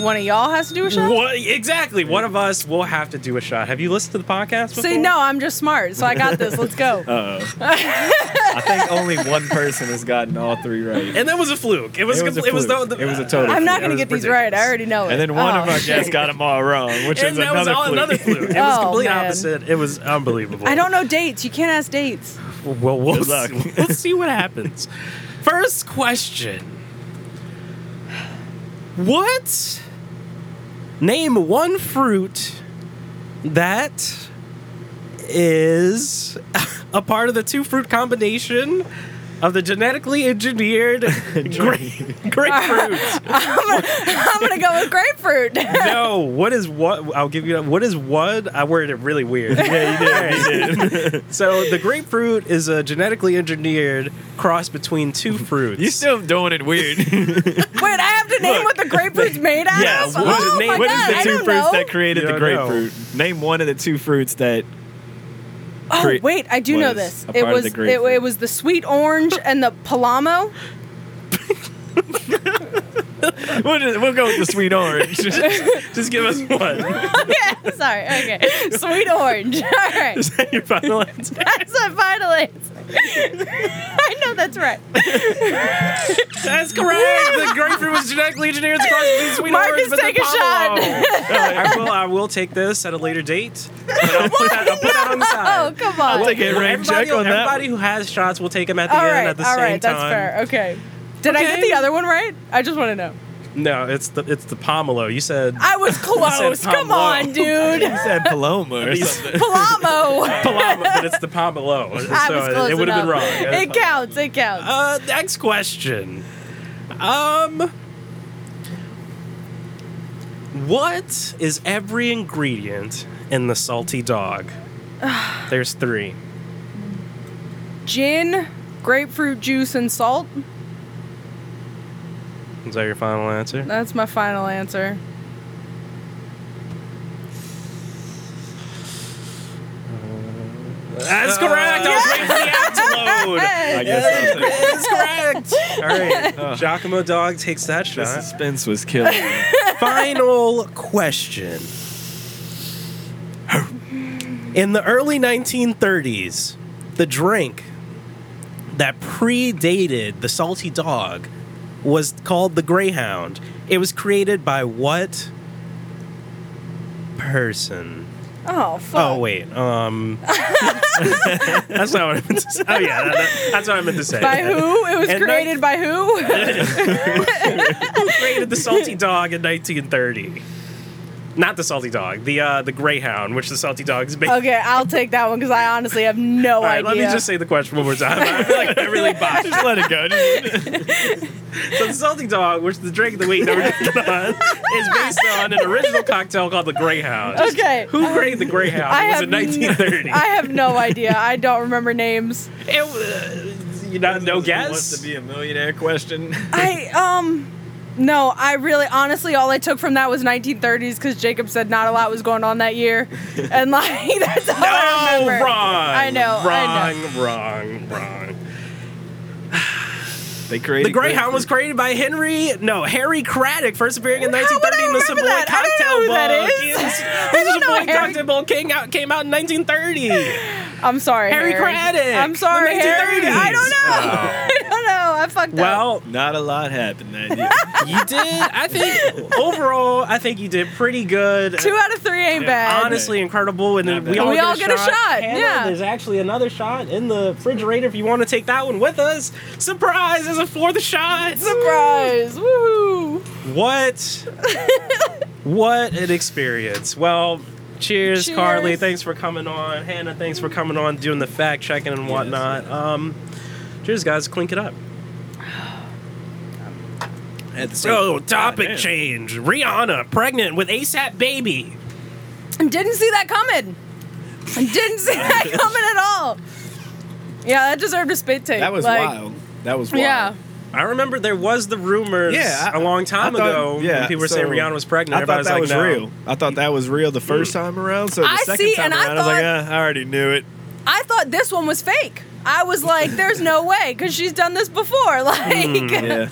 S2: One of y'all has to do a shot?
S1: what exactly? One of us will have to do a shot. Have you listened to the podcast before?
S2: See, no, I'm just smart, so I got this. Let's go.
S5: Uh oh. I think only one person has gotten all three right.
S1: And that was a fluke. It was.
S5: It was a
S1: compl- It was,
S5: fluke.
S1: the- the-
S5: It was a total
S2: I'm not
S5: It
S2: going
S5: was
S2: to get these right.
S5: ridiculous.
S2: I already know it.
S5: And then one
S2: Oh,
S5: of our guests
S2: shit.
S5: got them all wrong, which
S1: and
S5: is
S1: that was
S5: another
S1: all
S5: fluke.
S1: another fluke. It was
S2: Oh,
S1: complete
S2: man.
S1: opposite. It was unbelievable.
S2: I don't know dates. You can't ask dates.
S1: Well, we'll
S5: Good luck.
S1: see, we'll see what happens. First question: What? Name one fruit that is a part of the two fruit combination of the genetically engineered grape, grapefruit.
S2: I'm going to go with grapefruit.
S1: no, what is what? I'll give you that. What is what? I worded it really weird.
S5: Yeah, you did. You, did.
S1: So the grapefruit is a genetically engineered cross between two fruits.
S5: you still doing it weird.
S2: Wait, I have to name what the grapefruit's made out
S1: yeah,
S2: of?
S1: what is
S2: oh
S1: it- what
S2: my
S5: what
S1: is
S2: god,
S5: is the
S2: I
S5: two
S2: don't
S5: fruits
S2: know.
S5: that created
S1: You
S5: the
S1: don't know.
S5: grapefruit? Name one of the two fruits that.
S2: Oh
S5: cre-
S2: wait, I do know
S5: was
S2: this.
S5: a
S2: It
S5: part of
S2: was
S5: the
S2: it,
S5: grapefruit.
S2: it was the sweet orange and the palamo.
S5: We'll, just, we'll go with the sweet orange.
S1: Just give us one.
S2: yeah, sorry. Okay, sweet orange. All right,
S1: Is that your final answer?
S2: that's a final answer. I know that's right.
S1: That's correct. the grapefruit was genetically engineered to cross between sweet
S2: Marcus,
S1: orange, but
S2: take a shot.
S1: I will. I will take this at a later date. But I'll put that, I'll put that on the
S2: Oh
S1: side.
S2: come on.
S5: I'll take it. Rain
S1: everybody,
S5: check on that
S1: everybody who has shots will take them at the
S2: all
S1: end
S2: right,
S1: at the
S2: all
S1: same
S2: right.
S1: time.
S2: That's fair. Okay. Did I get
S1: Okay.
S2: the other one right? I just want to know.
S1: No, it's the it's the pomelo. You said
S2: I was close. Come
S1: palamo.
S2: on, dude.
S5: You said Paloma or something.
S2: Palamo.
S1: palamo, but it's the pomelo.
S2: I was
S1: so
S2: close
S1: it, would have been wrong.
S2: enough. It counts. It counts.
S1: Uh, next question. Um, what is every ingredient in the salty dog? There's three.
S2: Gin, grapefruit juice, and salt.
S1: Is that your final answer?
S2: That's my final answer.
S1: That's correct. I was waiting for the antelope.
S5: I guess I'm saying.
S1: That's correct. All right, Giacomo dog takes that
S5: The
S1: shot.
S5: suspense was killing me.
S1: Final question. In the early 1930s, the drink that predated the salty dog was called the Greyhound. It was created by what person?
S2: Oh fuck.
S1: Oh wait, um, that's not what I meant to say. Oh yeah, that- that- that's what I meant to say.
S2: By who? It was
S1: And
S2: created by who?
S1: created the salty dog in 1930. Not the salty dog, the uh, the greyhound, which the salty dog is based.
S2: okay, I'll take that one because I honestly have no
S1: All right,
S2: idea.
S1: let me just say the question one more time. I feel like I really botched.
S5: Just let it go. Just-
S1: So the salty dog, which the drink of the week that we're drinking on, is based on an original cocktail called the greyhound. Just
S2: Okay.
S1: Who created the greyhound?
S2: I
S1: it was
S2: have
S1: in 1930.
S2: N- I have no idea. I don't remember names.
S1: It was- you not, no
S5: Wants
S1: guess.
S5: to be a millionaire question.
S2: I um no, I really honestly all I took from that was 1930s because Jacob said not a lot was going on that year, and like that's all I
S1: No,
S2: remember.
S1: Oh, wrong.
S2: I know,
S1: Wrong,
S2: I
S1: wrong, wrong.
S5: They created
S1: The Greyhound was created by Henry, no, Harry Craddock, first appearing in
S2: would
S1: 1930
S2: I
S1: in the
S2: remember
S1: Savoy
S2: that? I don't know
S1: Cocktail
S2: who
S1: Book.
S2: that is.
S1: Yes.
S2: I
S1: The
S2: don't know
S1: Savoy
S2: Harry-
S1: Cocktail Book came out, came out in 1930.
S2: I'm sorry,
S1: Harry
S2: Harry.
S1: Craddock,
S2: I'm sorry,
S1: the
S2: Harry.
S1: 1930s.
S2: I don't know. I don't know. I fucked up.
S1: well,
S5: not a lot happened that year.
S1: you did. I think overall, I think you did pretty good.
S2: two out of three ain't bad.
S1: Honestly, incredible, and then
S5: Not
S1: we
S5: bad.
S1: all,
S2: We
S1: get,
S2: all
S1: a
S2: get a
S1: shot.
S2: shot,
S1: Hannah,
S2: yeah.
S1: there's actually another shot in the refrigerator if you want to take that one with us. Surprise! There's a fourth shot.
S2: Surprise! Woohoo!
S1: What? what an experience. Well, cheers,
S2: Cheers.
S1: Carly. Thanks for coming on. Hannah, thanks for coming on, doing the fact checking and whatnot. Um, cheers, guys. Clink it up.
S5: At the same- Oh,
S1: So, Oh, topic
S5: Goddamn.
S1: change. Rihanna pregnant with ASAP baby.
S2: Didn't see that coming. Didn't see that coming at all. Yeah, that deserved a spit take.
S5: That was
S2: like,
S5: wild. That was wild.
S2: Yeah.
S1: I remember there was the rumors
S5: Yeah,
S1: a
S5: I-
S1: long time
S5: I thought-
S1: ago when people were saying
S5: so
S1: Rihanna was pregnant.
S5: I thought
S1: Everybody
S5: that
S1: was
S5: was
S1: like, no.
S5: real. I thought that was real the first time around. So the
S2: I
S5: second
S2: see,
S5: time
S2: and I
S5: around, I, was like,
S2: thought-
S5: eh, I already knew it.
S2: I thought this one was fake. I was like, there's no way, because she's done this before. Like,
S5: Hmm, Yeah.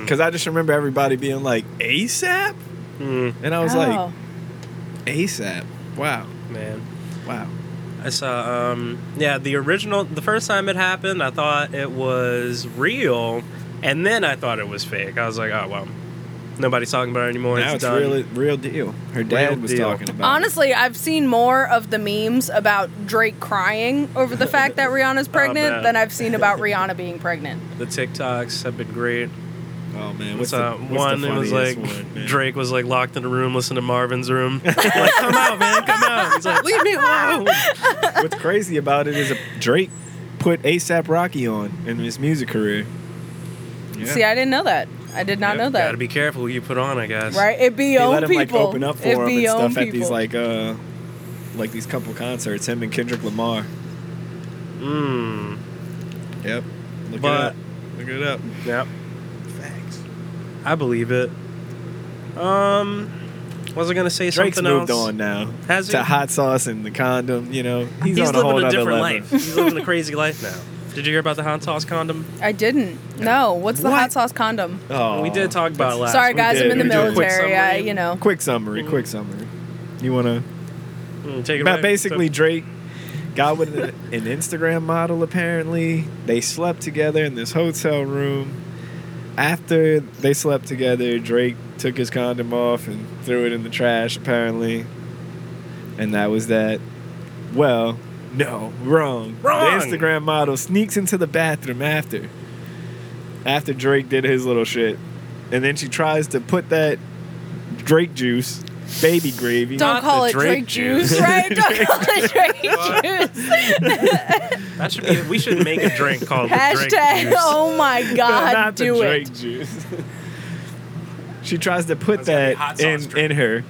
S5: Because I just remember everybody being like, ASAP?
S1: Mm,
S5: And I was
S2: Oh.
S5: like, ASAP. Wow.
S1: man.
S5: Wow.
S1: I saw, um, yeah, the original, the first time it happened, I thought it was real, and then I thought it was fake. I was like, oh, well, nobody's talking about it anymore.
S5: now
S1: it's
S5: it's
S1: done.
S5: real, real deal. Her dad was
S1: deal.
S5: talking about it.
S2: honestly, I've seen more of the memes about Drake crying over the fact that Rihanna's pregnant
S1: man.
S2: than I've seen about Rihanna being pregnant.
S1: The TikToks have been great.
S5: Oh, man.
S1: What's
S5: What's the,
S1: uh,
S5: what's
S1: one?
S5: the
S1: It was like
S5: funniest one, man?
S1: Drake was like locked in a room, listening to Marvin's room. like, come out, man, come out. He's like, leave me alone.
S5: What's crazy about it is a, Drake put ASAP Rocky on in his music career. Yeah.
S2: See, I didn't know that. I did not
S5: Yeah,
S2: know
S1: Gotta
S2: that.
S1: be careful who you put on, I guess.
S2: right? It'd be
S5: they
S2: own
S5: let him
S2: people.
S5: like open up for
S2: It'd
S5: him
S2: be
S5: and
S2: own
S5: stuff at
S2: people.
S5: these like uh like these couple concerts. Him and Kendrick Lamar.
S1: Mm.
S5: Yep. Look
S1: But-
S5: it up. Look it up.
S1: Yep.
S5: Facts.
S1: I believe it. Um, was I gonna say
S5: Drake's
S1: something
S5: moved
S1: else?
S5: on now
S1: Has he?
S5: to hot sauce and the condom. You know, he's,
S1: He's
S5: on a whole
S1: living a
S5: other
S1: different
S5: level.
S1: life. He's living a crazy life now. Did you hear about the hot sauce condom?
S2: I didn't. No. What's the
S5: What?
S2: hot sauce condom?
S5: Oh,
S1: we did talk about it last.
S2: Sorry,
S1: week.
S2: guys. I'm
S5: did.
S2: in the
S5: We did.
S2: military. I,
S1: Quick
S2: you know.
S5: Quick summary.
S1: Mm-hmm.
S5: Quick summary. You want to?
S1: Mm, take it
S5: But
S1: away.
S5: basically, Drake got with a- an Instagram model. Apparently, they slept together in this hotel room. After they slept together, Drake took his condom off and threw it in the trash. Apparently, and that was that. Well, no, wrong.
S1: Wrong!
S5: The Instagram model sneaks into the bathroom after. After Drake did his little shit, and then she tries to put that Drake juice, baby gravy.
S2: Don't
S1: Not
S2: call
S1: the
S2: it
S1: Drake
S2: Drake,
S1: juice.
S2: juice, right? Don't call it Drake juice.
S1: that should be. We should make a drink called the Drake
S2: Hashtag.
S1: Juice.
S2: Oh my
S5: No,
S2: God.
S5: not
S2: do
S5: the
S2: it.
S5: Drake juice. she tries to put
S1: That's gotta be hot
S5: that
S1: sauce
S5: in,
S1: drink.
S5: in her,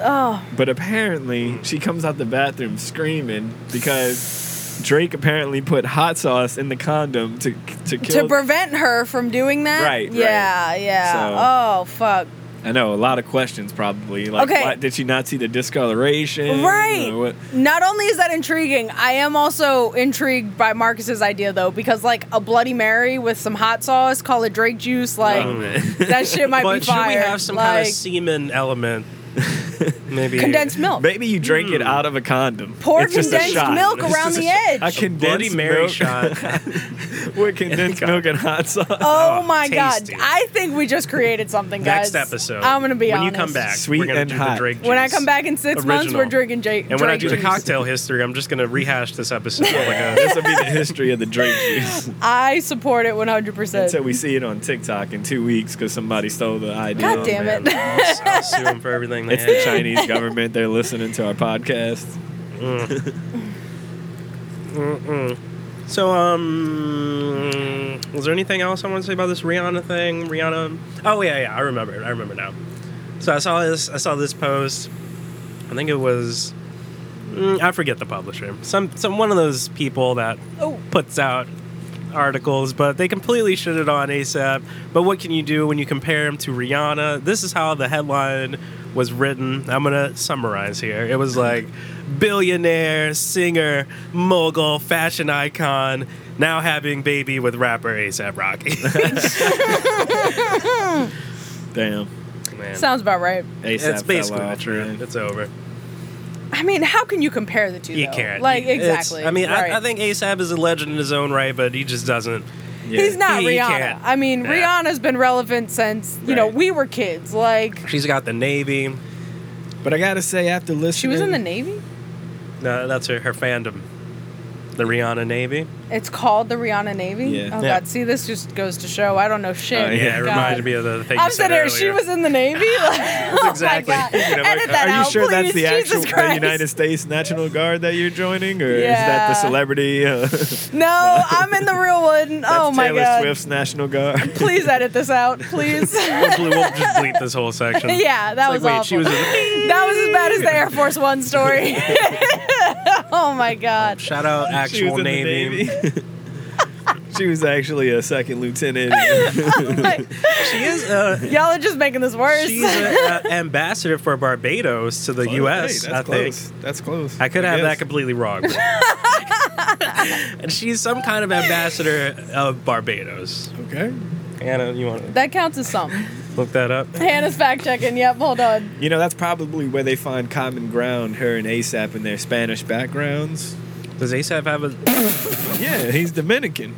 S2: Oh.
S5: but apparently she comes out the bathroom screaming because Drake apparently put hot sauce in the condom to to kill.
S2: To prevent her from doing that.
S5: Right, right.
S2: Yeah. Yeah. Oh fuck.
S5: I know a lot of questions probably. Like,
S2: Okay.
S5: why, did she not see the
S1: eh,
S5: discoloration?
S2: Right.
S5: Or what?
S2: Not only is that intriguing, I am also intrigued by Marcus's idea though, because like a Bloody Mary with some hot sauce, call it Drake juice, like
S1: Oh, man.
S2: that shit might
S1: but
S2: be
S1: should
S2: fire.
S1: we have some
S2: like,
S1: kind of semen element? Maybe
S2: condensed milk?
S5: Maybe you drink it out of a condom.
S2: Pour
S5: It's just a
S2: condensed
S5: shot.
S2: milk
S1: It's
S2: around
S1: just Hmm.
S2: the
S1: a sh-
S2: edge.
S5: A
S1: Bloody
S5: condensed
S1: Mary
S5: milk
S1: shot.
S5: with condensed
S1: condom.
S5: milk and hot sauce.
S2: Oh,
S1: Oh,
S2: my
S1: tasty.
S2: god! I think we just created something, guys.
S1: Next episode.
S2: I'm gonna be
S1: when
S2: honest.
S1: you come back.
S5: Sweet
S1: we're gonna
S5: and
S1: do the
S5: hot.
S1: Drake
S2: When I
S1: juice.
S2: come back in six months,
S1: Original.
S2: we're drinking Jake.
S1: And when I do the
S2: juice.
S1: cocktail history, I'm just gonna rehash this episode. like a,
S5: this will be the history of the Drake juice.
S2: I support it 100. percent
S5: Until we see it on TikTok in two weeks because somebody stole the idea.
S2: God damn
S1: man,
S2: it!
S1: I'll, I'll sue him for everything. They
S5: It's the
S1: had.
S5: Chinese government. They're listening to our podcast.
S1: So, um, was there anything else I want to say about this Rihanna thing? Rihanna. Oh yeah, yeah, I remember. I remember now. So I saw this. I saw this post. I think it was. mm, I forget the publisher. Some some one of those people that
S2: Oh.
S1: puts out articles, but they completely shit it on ASAP. But what can you do when you compare him to Rihanna? This is how the headline was written. I'm gonna summarize here. It was like billionaire, singer, mogul, fashion icon now having baby with rapper ASAP Rocky.
S5: Damn.
S1: Man,
S2: Sounds about right.
S5: ASAP
S1: it's basically
S5: fell off,
S1: true.
S5: man.
S1: It's over.
S2: I mean, how can you compare the two?
S1: You
S2: though?
S1: can't.
S2: Like
S1: It's-
S2: exactly.
S1: I mean,
S2: Right.
S1: I, I think ASAP is a legend in his own right, but he just doesn't.
S5: Yeah.
S2: he's not
S1: He- he
S2: Rihanna.
S1: can't.
S2: I mean,
S1: Nah.
S2: Rihanna's been relevant since you know
S5: Right.
S2: we were kids. Like
S1: She's got the Navy.
S5: But I gotta say, after listening,
S2: she was in the
S1: Mm.
S2: Navy.
S1: No, that's her, her fandom. The Rihanna Navy.
S2: It's called the Rihanna Navy.
S5: Yeah.
S2: Oh
S1: Yeah.
S2: God! See, this just goes to show I don't know shit.
S5: Oh,
S1: Uh, Yeah, it
S2: God.
S1: reminded me of the thing you
S2: I'm
S1: said
S2: sitting here. She
S1: earlier.
S2: was in the Navy. Like, oh
S1: exactly.
S2: My God.
S1: You know,
S2: Edit
S1: like,
S2: that
S5: Are you
S2: out,
S5: sure that's
S2: please.
S5: the
S2: Jesus
S5: actual the
S2: Christ.
S5: United States National Guard that you're joining, or is that the
S2: Yeah.
S5: celebrity? Uh,
S2: No, I'm in the real one.
S5: that's
S2: Oh my
S5: Taylor
S2: God!
S5: Swift's National Guard.
S2: Please edit this out, please.
S1: We'll ble- we'll just bleep this whole section.
S2: yeah, that
S1: Like,
S2: was
S1: wait,
S2: awful.
S1: she was in-
S2: That was as bad as the Air Force One story. oh my god.
S1: Shout out
S5: she was
S1: actual
S5: in
S1: Navy.
S5: the Navy. she was actually a second lieutenant.
S2: Like,
S1: She is a,
S2: y'all are just making this worse.
S1: Oh, she's an ambassador for Barbados to the U.S.
S5: Hey,
S1: I
S5: that's
S1: think.
S5: close. That's close.
S1: I could have
S5: guess.
S1: that completely wrong. but- and she's some kind of ambassador of Barbados.
S5: Okay.
S1: Anna, you want to
S2: that counts as something.
S1: look that up?
S2: Hannah's fact checking. Yep, hold on.
S5: You know, that's probably where they find common ground, her and ASAP in their Spanish backgrounds.
S1: Does ASAP have a?
S5: Yeah, he's Dominican.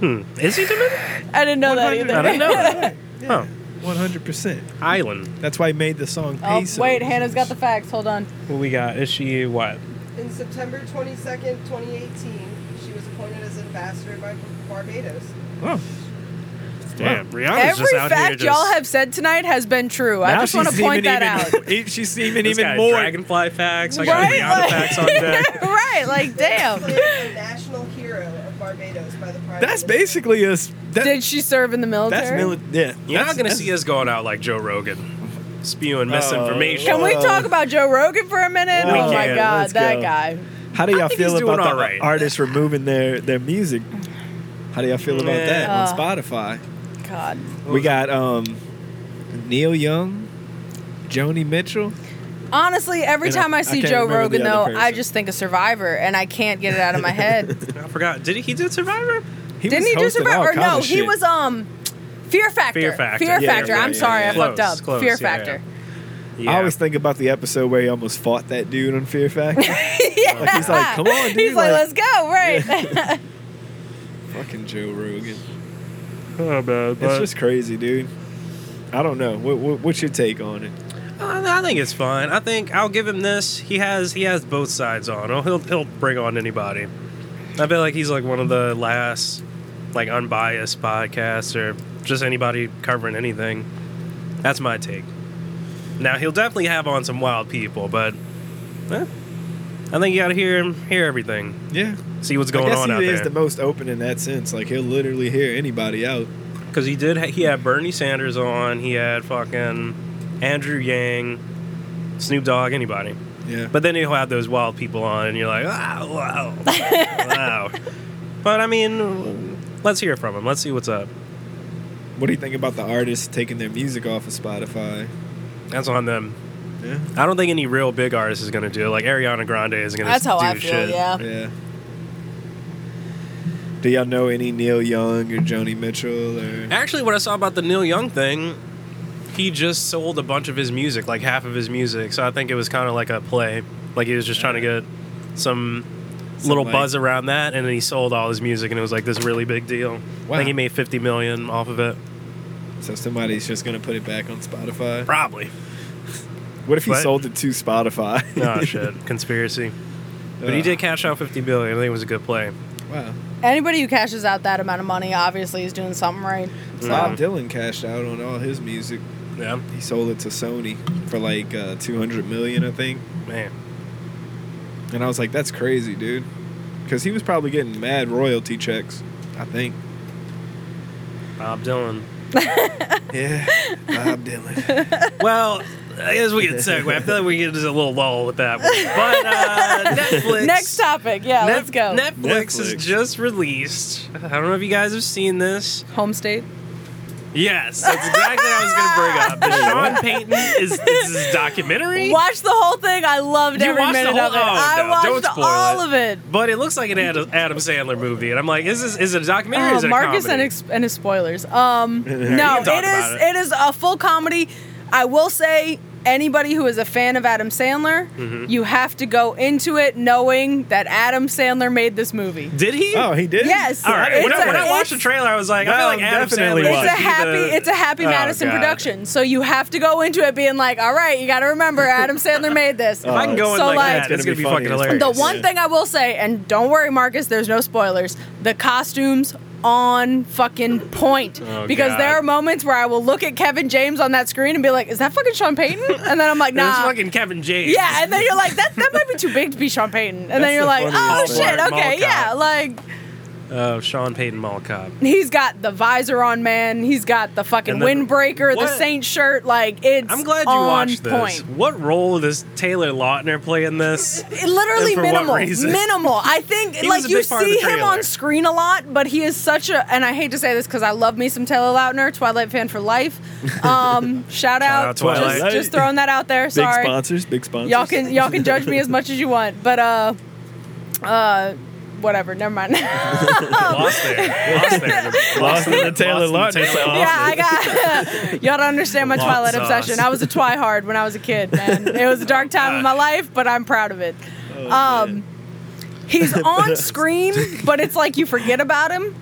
S1: Hmm, is he Dominican?
S2: I didn't know that either.
S1: I don't know.
S5: Yeah, 100%.
S1: Oh, Island.
S5: That's why he made the song
S2: Oh,
S5: Pesos.
S2: wait, Hannah's got the facts. Hold on.
S1: What we got? Is she what?
S6: In September 22nd, 2018, she was appointed as ambassador by Barbados.
S5: Oh,
S1: Damn, Rihanna's
S2: Every
S1: just out here.
S2: fact
S1: Just,
S2: y'all have said tonight has been true. I
S5: now
S2: just want
S5: she's
S2: to point
S5: seeming
S2: that out.
S5: even, out. She's seeming
S1: This
S5: even
S1: guy
S5: more.
S1: dragonfly facts. I got
S2: Right?
S1: Rihanna facts on deck.
S2: right, like, damn.
S6: Declared a national hero of Barbados by the Prime
S5: That's
S6: Minister.
S5: basically a. s- That,
S2: Did she serve in the military?
S5: that's mili- Yeah.
S1: You're
S5: that's-
S1: not gonna
S5: that's-
S1: see us going out like Joe Rogan,
S5: Uh,
S1: spewing misinformation.
S2: Can we
S5: Oh.
S2: talk about Joe Rogan for a minute?
S5: We
S2: oh my
S1: can.
S2: god,
S5: Let's
S2: that
S5: go.
S2: guy.
S5: How do y'all
S1: think he's
S5: feel
S1: doing
S5: about the
S1: all right.
S5: artists removing their, their music? How do y'all feel about
S1: Yeah.
S5: that
S2: Uh.
S5: on Spotify?
S2: God.
S5: We got um, Neil Young, Joni Mitchell.
S2: Honestly, every
S5: And I-
S2: time I,
S5: I
S2: see
S5: can't
S2: Joe
S5: remember
S2: Rogan
S5: the
S2: though,
S5: other
S2: I
S5: person.
S2: just think of Survivor and I can't get it out of my head.
S1: I forgot. Did he, he did Survivor?
S5: He
S2: Didn't
S5: was
S2: he do
S5: hosting all
S2: Survivor? Or
S5: kinda
S2: no, he
S5: shit.
S2: was um Fear Factor.
S1: Fear Factor.
S2: Fear
S5: Yeah,
S2: Factor.
S5: yeah,
S2: I'm
S5: yeah,
S2: sorry,
S5: yeah.
S2: I fucked
S1: Close,
S2: up.
S1: close,
S2: Fear
S1: yeah,
S2: Factor.
S1: Yeah.
S5: I always think about the episode where he almost fought that dude on Fear Factor. Like, he's like, come on, dude.
S2: He's like, let's go, right?
S5: Fucking Joe Rogan.
S1: Oh, bad,
S5: It's just crazy, dude. I don't know. What, what, what's your take on it?
S1: I I think it's fine. I think I'll give him this. He has he has both sides on. Oh, He'll he'll bring on anybody. I feel like he's like one of the last like unbiased podcasts or just anybody covering anything. That's my take. Now he'll definitely have on some wild people, but eh, I think you gotta hear hear everything,
S5: Yeah.
S1: see what's
S5: I
S1: going
S5: guess
S1: on
S5: he
S1: out
S5: is
S1: there.
S5: the most open in that sense. Like he'll literally hear anybody out.
S1: Because he did, ha- he had Bernie Sanders on, he had fucking Andrew Yang, Snoop Dogg, anybody.
S5: Yeah. But
S1: But then he'll have those wild people on, and you're like, wow, wow, wow. But I mean, let's hear from him. Let's see what's up.
S5: what do you think about the artists taking their music off of Spotify?
S1: That's on them.
S5: Yeah.
S1: I don't think any real big artist is gonna do it. Like Ariana Grande is gonna
S2: That's
S1: do
S2: how I feel,
S1: shit.
S2: yeah.
S5: Yeah. Do y'all know any Neil Young or Joni Mitchell or?
S1: Actually, what I saw about the Neil Young thing, he just sold a bunch of his music, like half of his music. So I think it was kind of like a play. Like he was just trying to get some, little
S5: like-
S1: buzz around that, and then he sold all his music, and it was like this really big deal. I
S5: Wow.
S1: think he made fifty million off of it.
S5: So somebody's just gonna put it back on Spotify.
S1: Probably.
S5: What if he
S1: But-
S5: sold it to Spotify?
S1: Oh shit, conspiracy. But he
S5: Ugh.
S1: did cash out fifty billion. I think it was a good play.
S5: Wow.
S2: Anybody who cashes out that amount of money obviously is doing something right.
S5: Bob Dylan cashed out on all his music.
S1: Yeah,
S5: He sold it to Sony for like uh, 200 million, I think.
S1: man.
S5: And I was like, that's crazy, dude. Because he was probably getting mad royalty checks, I think.
S1: Bob Dylan.
S5: Yeah, Bob Dylan.
S1: Well, I guess we can segue. I feel like we get just a little lull with that. One. But uh, Netflix.
S2: Next topic, yeah,
S1: Net-
S2: let's go.
S1: Netflix, has
S5: Netflix.
S1: just released. I don't know if you guys have seen this.
S2: Home state.
S1: Yes, that's exactly what I was going to bring up. The Sean Payton is this is documentary,
S2: Watch the whole thing. I loved
S1: You
S2: every
S1: watched the
S2: minute
S1: whole-
S2: of it.
S1: oh,
S2: I
S1: no, don't
S2: watched
S1: spoil
S2: all
S1: it.
S2: of it.
S1: but it looks like an Adam, Adam Sandler movie, and I'm like, is this is it a documentary? or
S2: Uh,
S1: is it a
S2: Marcus and,
S1: comedy?
S2: ex- and his spoilers. Um, no,
S1: can talk
S2: it is
S1: about it.
S2: it is a full comedy. I will say anybody who is a fan of Adam Sandler,
S1: Mm-hmm.
S2: you have to go into it knowing that Adam Sandler made this movie.
S1: did he?
S5: Oh, he did.
S2: Yes.
S1: All right. When,
S2: It's
S1: I,
S2: a-
S1: when I watched the
S2: it's-
S1: trailer, I was like, I feel
S5: No,
S1: like Adam
S5: definitely
S1: Sandler.
S5: was.
S1: would
S2: It's a
S1: be
S2: happy
S1: the-
S2: it's a happy
S1: Oh,
S2: Madison
S1: God.
S2: production. So you have to go into it being like, all right, you got to remember Adam Sandler made this.
S1: If I can go in
S2: So,
S1: like,
S2: like-
S1: that, it's gonna be,
S5: funny.
S1: fucking hilarious.
S2: The one
S5: Yeah.
S2: thing I will say, and don't worry, Marcus, there's no spoilers. The costumes on fucking point
S1: Oh,
S2: because
S1: God.
S2: there are moments where I will look at Kevin James on that screen and be like, "Is that fucking Sean Payton?" And then I'm like,
S1: It was
S2: "Nah."
S1: fucking Kevin James.
S2: uh, yeah, and then you're like, "That that might be too big to be Sean Payton." And
S5: That's
S2: then you're
S5: the
S2: like, "Oh
S5: funniest
S2: shit,
S1: part. Mall
S2: okay,
S1: cop.
S2: yeah." Like
S1: Oh, Sean Payton Mall Cop.
S2: he's got the visor on, man. He's got the fucking
S1: And then-
S2: windbreaker, the
S1: what-
S2: Saint shirt. Like it's
S1: I'm glad you
S2: on
S1: watched this.
S2: point.
S1: What role does Taylor Lautner play in this?
S2: It- literally
S1: And for what
S2: minimal
S1: reason?
S2: minimal i think
S1: He was
S2: like
S1: a
S2: you
S1: big part of
S2: see
S1: the
S2: him on
S1: trailer.
S2: screen a lot but he is such a and i hate to say this because i love me some taylor lautner twilight fan for life um shout,
S1: out
S2: out,
S1: Twilight.
S2: Just, just throwing that out there
S5: Big
S2: sorry
S5: sponsors. Big sponsors.
S2: y'all can y'all can judge me as much as you want but uh uh whatever never mind yeah
S1: Lost there. Lost there.
S5: Lost in the Taylor
S1: Lost in the
S5: Lautner
S1: Taylor
S5: sauce.
S2: i got y'all don't understand my
S1: Lots
S2: twilight
S1: of
S2: obsession
S1: sauce.
S2: i was a twihard when i was a kid man it was a dark time in my life but i'm proud of it
S1: Oh,
S2: um he's on screen, but it's like you forget about him,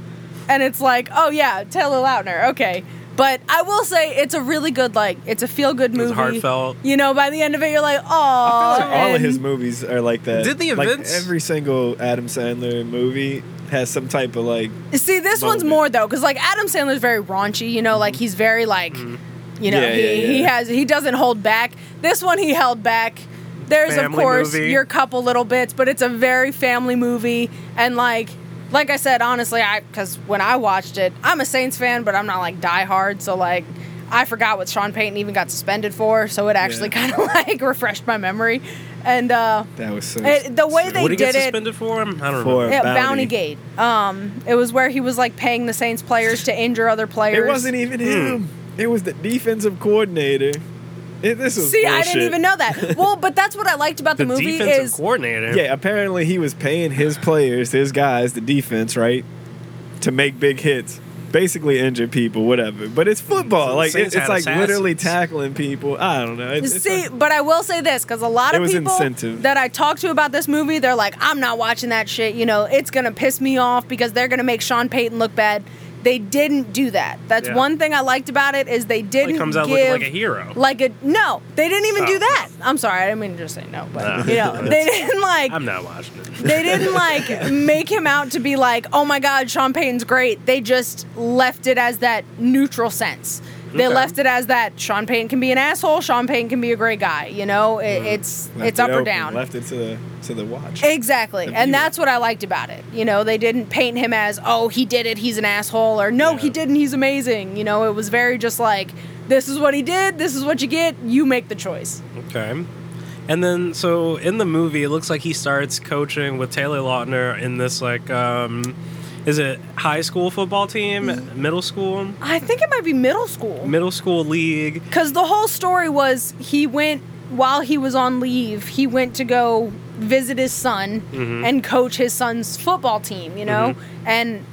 S2: and it's like, oh yeah, Taylor Lautner, okay. But I will say it's a really good like it's a feel good movie.
S1: heartfelt.
S2: You know, by the end of it, you're like, oh.
S5: I feel like all of his movies are like that.
S1: Did the
S5: Like,
S1: events-
S5: every single Adam Sandler movie has some type of like.
S2: See, this
S5: Little
S2: one's
S5: bit.
S2: more though, because like Adam Sandler's very raunchy. You know, like he's very like, you know,
S5: Mm-hmm. Yeah,
S2: he,
S5: yeah,
S2: he
S5: yeah.
S2: has he doesn't hold back. This one he held back. There's
S1: Family
S2: of course
S1: movie.
S2: your couple little bits, but it's a very family movie, and like like I said, honestly, I because when I watched it, I'm a Saints fan, but I'm not like diehard, so like. I forgot what Sean Payton even got suspended for, so it actually
S5: Yeah.
S2: kind of like refreshed my memory. And uh,
S5: That was so.
S2: it, the way they
S1: What did he
S2: did
S1: get
S2: it,
S1: suspended for? Him? I don't
S5: For-
S1: remember.
S2: yeah,
S5: Bounty.
S2: Bounty Gate. Um, it was where he was like paying the Saints players to injure other players.
S5: It wasn't even
S2: Hmm.
S5: him. It was the defensive coordinator. It, this was
S2: See, I didn't
S5: bullshit.
S2: even know that. Well, but that's what I liked about the,
S1: The
S2: movie
S1: defensive
S2: is
S1: coordinator.
S5: Yeah, apparently he was paying his players, his guys, the defense, right, to make big hits, basically injure people, whatever. But it's football.
S1: So
S5: like
S1: the Saints
S5: it's, it's
S1: had
S5: like literally
S1: assassins.
S5: tackling people. I don't know. It's, it's
S2: See, but I will say this because a lot
S5: It
S2: of
S5: was
S2: people
S5: incentive.
S2: that I talk to about this movie, they're like, "I'm not watching that shit." You know, it's gonna piss me off because they're gonna make Sean Payton look bad. They didn't do that. That's
S1: Yeah.
S2: one thing I liked about it is they didn't
S1: he comes out
S2: give
S1: looking like a hero.
S2: like a no. They didn't even
S1: Oh.
S2: do that. I'm sorry, I didn't mean to just say no, but
S1: Nah.
S2: you know, they didn't like.
S1: I'm not watching it.
S2: They didn't like make him out to be like, oh my God, Sean Payton's great. They just left it as that neutral sense. They
S1: Okay.
S2: left it as that Sean Payton can be an asshole, Sean Payton can be a great guy. You know, it, it's
S5: Mm-hmm. left
S2: it's
S5: it
S2: up or
S5: open,
S2: down.
S5: Left it to the to the watch.
S2: Exactly.
S5: The
S2: And
S5: viewer.
S2: that's what I liked about it. You know, they didn't paint him as, oh, he did it, he's an asshole, or no, he
S1: Yeah.
S2: didn't, he's amazing. You know, it was very just like, this is what he did, this is what you get, you make the choice.
S1: Okay. And then, so in the movie, it looks like he starts coaching with Taylor Lautner in this like, um, is it high school football
S5: Mm-hmm.
S1: team, middle school,
S2: I think it might be middle school.
S1: middle school league?
S2: Because the whole story was he went while he was on leave. He went to go visit his son
S5: Mm-hmm.
S2: and coach his son's football team. You know, and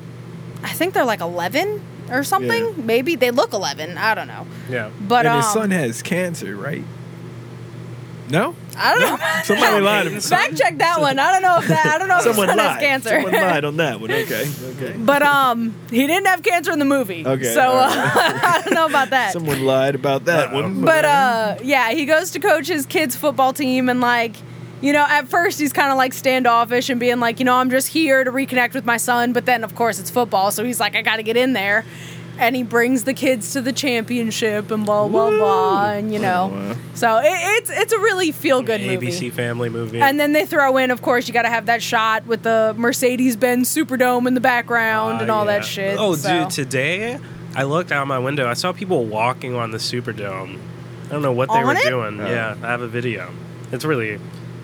S2: I think they're like eleven or something.
S5: Yeah.
S2: Maybe they look eleven. I don't know.
S1: Yeah.
S2: But
S5: and
S2: um,
S5: his son has cancer, right? No,
S2: I don't know.
S5: somebody lied. to me.
S2: Fact check that one. I don't know if that. I don't know if
S5: Someone
S2: his son
S5: lied.
S2: has cancer.
S5: Someone lied on that one. Okay, okay.
S2: But um, he didn't have cancer in the movie.
S5: Okay,
S2: So
S5: all
S2: uh,
S5: right.
S2: I don't know about that.
S5: Someone lied about that one.
S2: But uh, yeah, he goes to coach his kids' football team, and like, you know, at first he's kind of like standoffish and being like, you know, I'm just here to reconnect with my son. But then, of course, it's football, so he's like, I got to get in there. And he brings the kids to the championship and blah blah blah, and you know,
S5: Oh, wow.
S2: so it, it's it's a really feel good movie.
S1: ABC Family movie.
S2: And then they throw in, of course, you got to have that shot with the Mercedes Benz Superdome in the background and
S1: Uh,
S2: all
S1: yeah.
S2: that shit.
S1: Oh,
S2: so.
S1: dude, today I looked out my window. I saw people walking on the Superdome. I don't know what they
S2: On
S1: were
S2: it?
S1: doing.
S5: Oh.
S1: Yeah, I have a video. It's really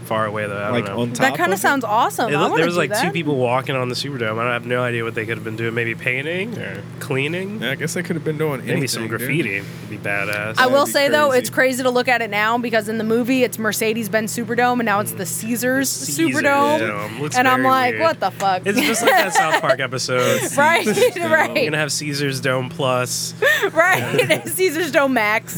S1: far away though. I don't
S5: like
S1: know.
S5: on top.
S2: That kind
S5: of
S2: of
S5: it?
S2: sounds awesome.
S1: It
S2: Oh, I
S1: looked-
S2: want
S1: there
S2: to
S1: was
S2: do
S1: like
S2: that.
S1: two people walking on the Superdome. I have no idea what they could have been doing. Maybe painting or cleaning.
S5: Yeah, I guess they could have been doing
S1: Maybe
S5: anything,
S1: some
S5: dude.
S1: graffiti would be badass.
S2: I
S5: That'd
S2: will
S5: be
S2: say though,
S5: crazy.
S2: it's crazy to look at it now because in the movie it's Mercedes-Benz Superdome and now it's the Caesars,
S1: Caesar's
S2: Superdome,
S1: Dome. Looks
S2: and I'm
S1: very
S2: like,
S1: weird.
S2: what the fuck?
S1: It's just like that South Park episode.
S2: right,
S5: Dome.
S1: We're
S2: right,
S1: gonna have Caesar's Dome Plus.
S2: right. Caesars Dome Max.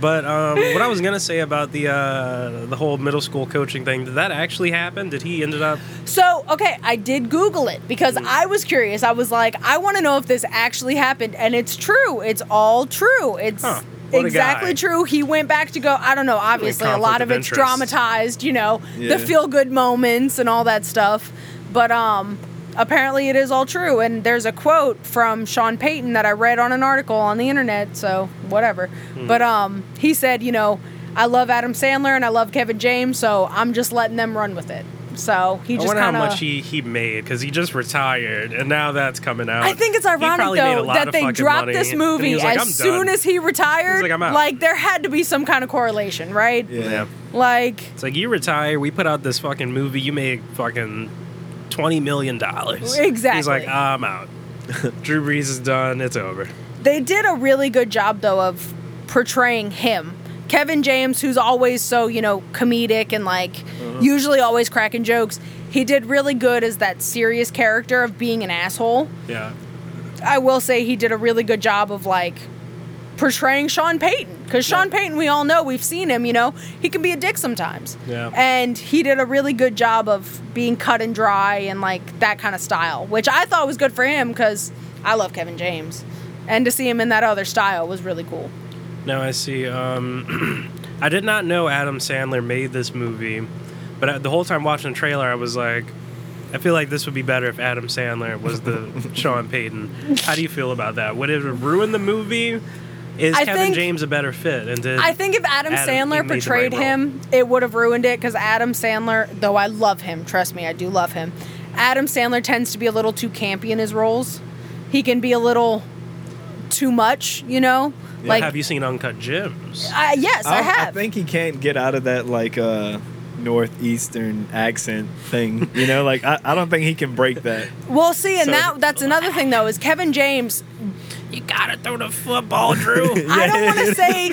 S1: But um, what I was gonna say about the uh, the whole middle school coaching thing did that actually happen? Did he ended up?
S2: So, okay, I did Google it because
S1: Mm.
S2: I was curious. I was like, I want to know if this actually happened. And it's true. It's all true. It's
S1: Huh. What a guy.
S2: exactly true. He went back to go, I don't know, obviously, a lot
S1: conflict
S2: of
S1: of
S2: it's
S1: interest.
S2: dramatized, you know,
S5: Yeah.
S2: the feel good moments and all that stuff. But um, apparently, it is all true. And there's a quote from Sean Payton that I read on an article on the internet. So, whatever.
S1: Hmm.
S2: But um, he said, you know, I love Adam Sandler and I love Kevin James, so I'm just letting them run with it. So he
S1: I
S2: just
S1: wonder
S2: kind
S1: how
S2: of.
S1: much he, he made because he just retired and now that's coming out.
S2: I think it's
S1: um, He
S2: ironic
S1: probably made a
S2: though
S1: lot
S2: that
S1: of
S2: they
S1: fucking
S2: dropped
S1: money,
S2: this
S1: and he was
S2: movie
S1: like,
S2: as
S1: "I'm
S2: soon
S1: done."
S2: as he retired.
S1: like, "I'm out."
S2: there had to be some kind of correlation, right?
S5: Yeah.
S1: Yeah.
S2: Like
S1: It's like you retire, we put out this fucking movie, you made fucking twenty million dollars. He's
S2: Exactly.
S1: like, I'm out. Drew Brees is done. It's over.
S2: they did a really good job though of portraying him. Kevin James, who's always so, you know, comedic and like
S1: Uh-huh.
S2: usually always cracking jokes, he did really good as that serious character of being an asshole.
S1: Yeah.
S2: I will say he did a really good job of like portraying Sean Payton because Sean Payton, we all know, we've seen him. You know, he can be a dick sometimes.
S1: Yeah.
S2: And he did a really good job of being cut and dry and like that kind of style, which I thought was good for him because I love Kevin James, and to see him in that other style was really cool.
S1: Now I see. Um, I did not know Adam Sandler made this movie, but I, the whole time watching the trailer, I was like, I feel like this would be better if Adam Sandler was the Sean Payton. How do you feel about that? Would it ruin the movie? Is
S2: I
S1: Kevin
S2: think-
S1: James a better fit? And did
S2: I think if Adam,
S1: Adam- he
S2: Sandler
S1: made the
S2: portrayed
S1: right
S2: him, it would have ruined it because Adam Sandler, though I love him, trust me, I do love him. Adam Sandler tends to be a little too campy in his roles. He can be a little too much, you know. like,
S1: have you Oh, seen Uncut Gems?
S2: I, yes, I,
S5: I,
S2: have.
S5: I think he can't get out of that like uh, northeastern accent thing. You know, like I, I don't think he can break that.
S2: Well, see, and
S1: So-
S2: that that's another thing though is Kevin James.
S1: You gotta throw the football, Drew.
S2: I don't want to say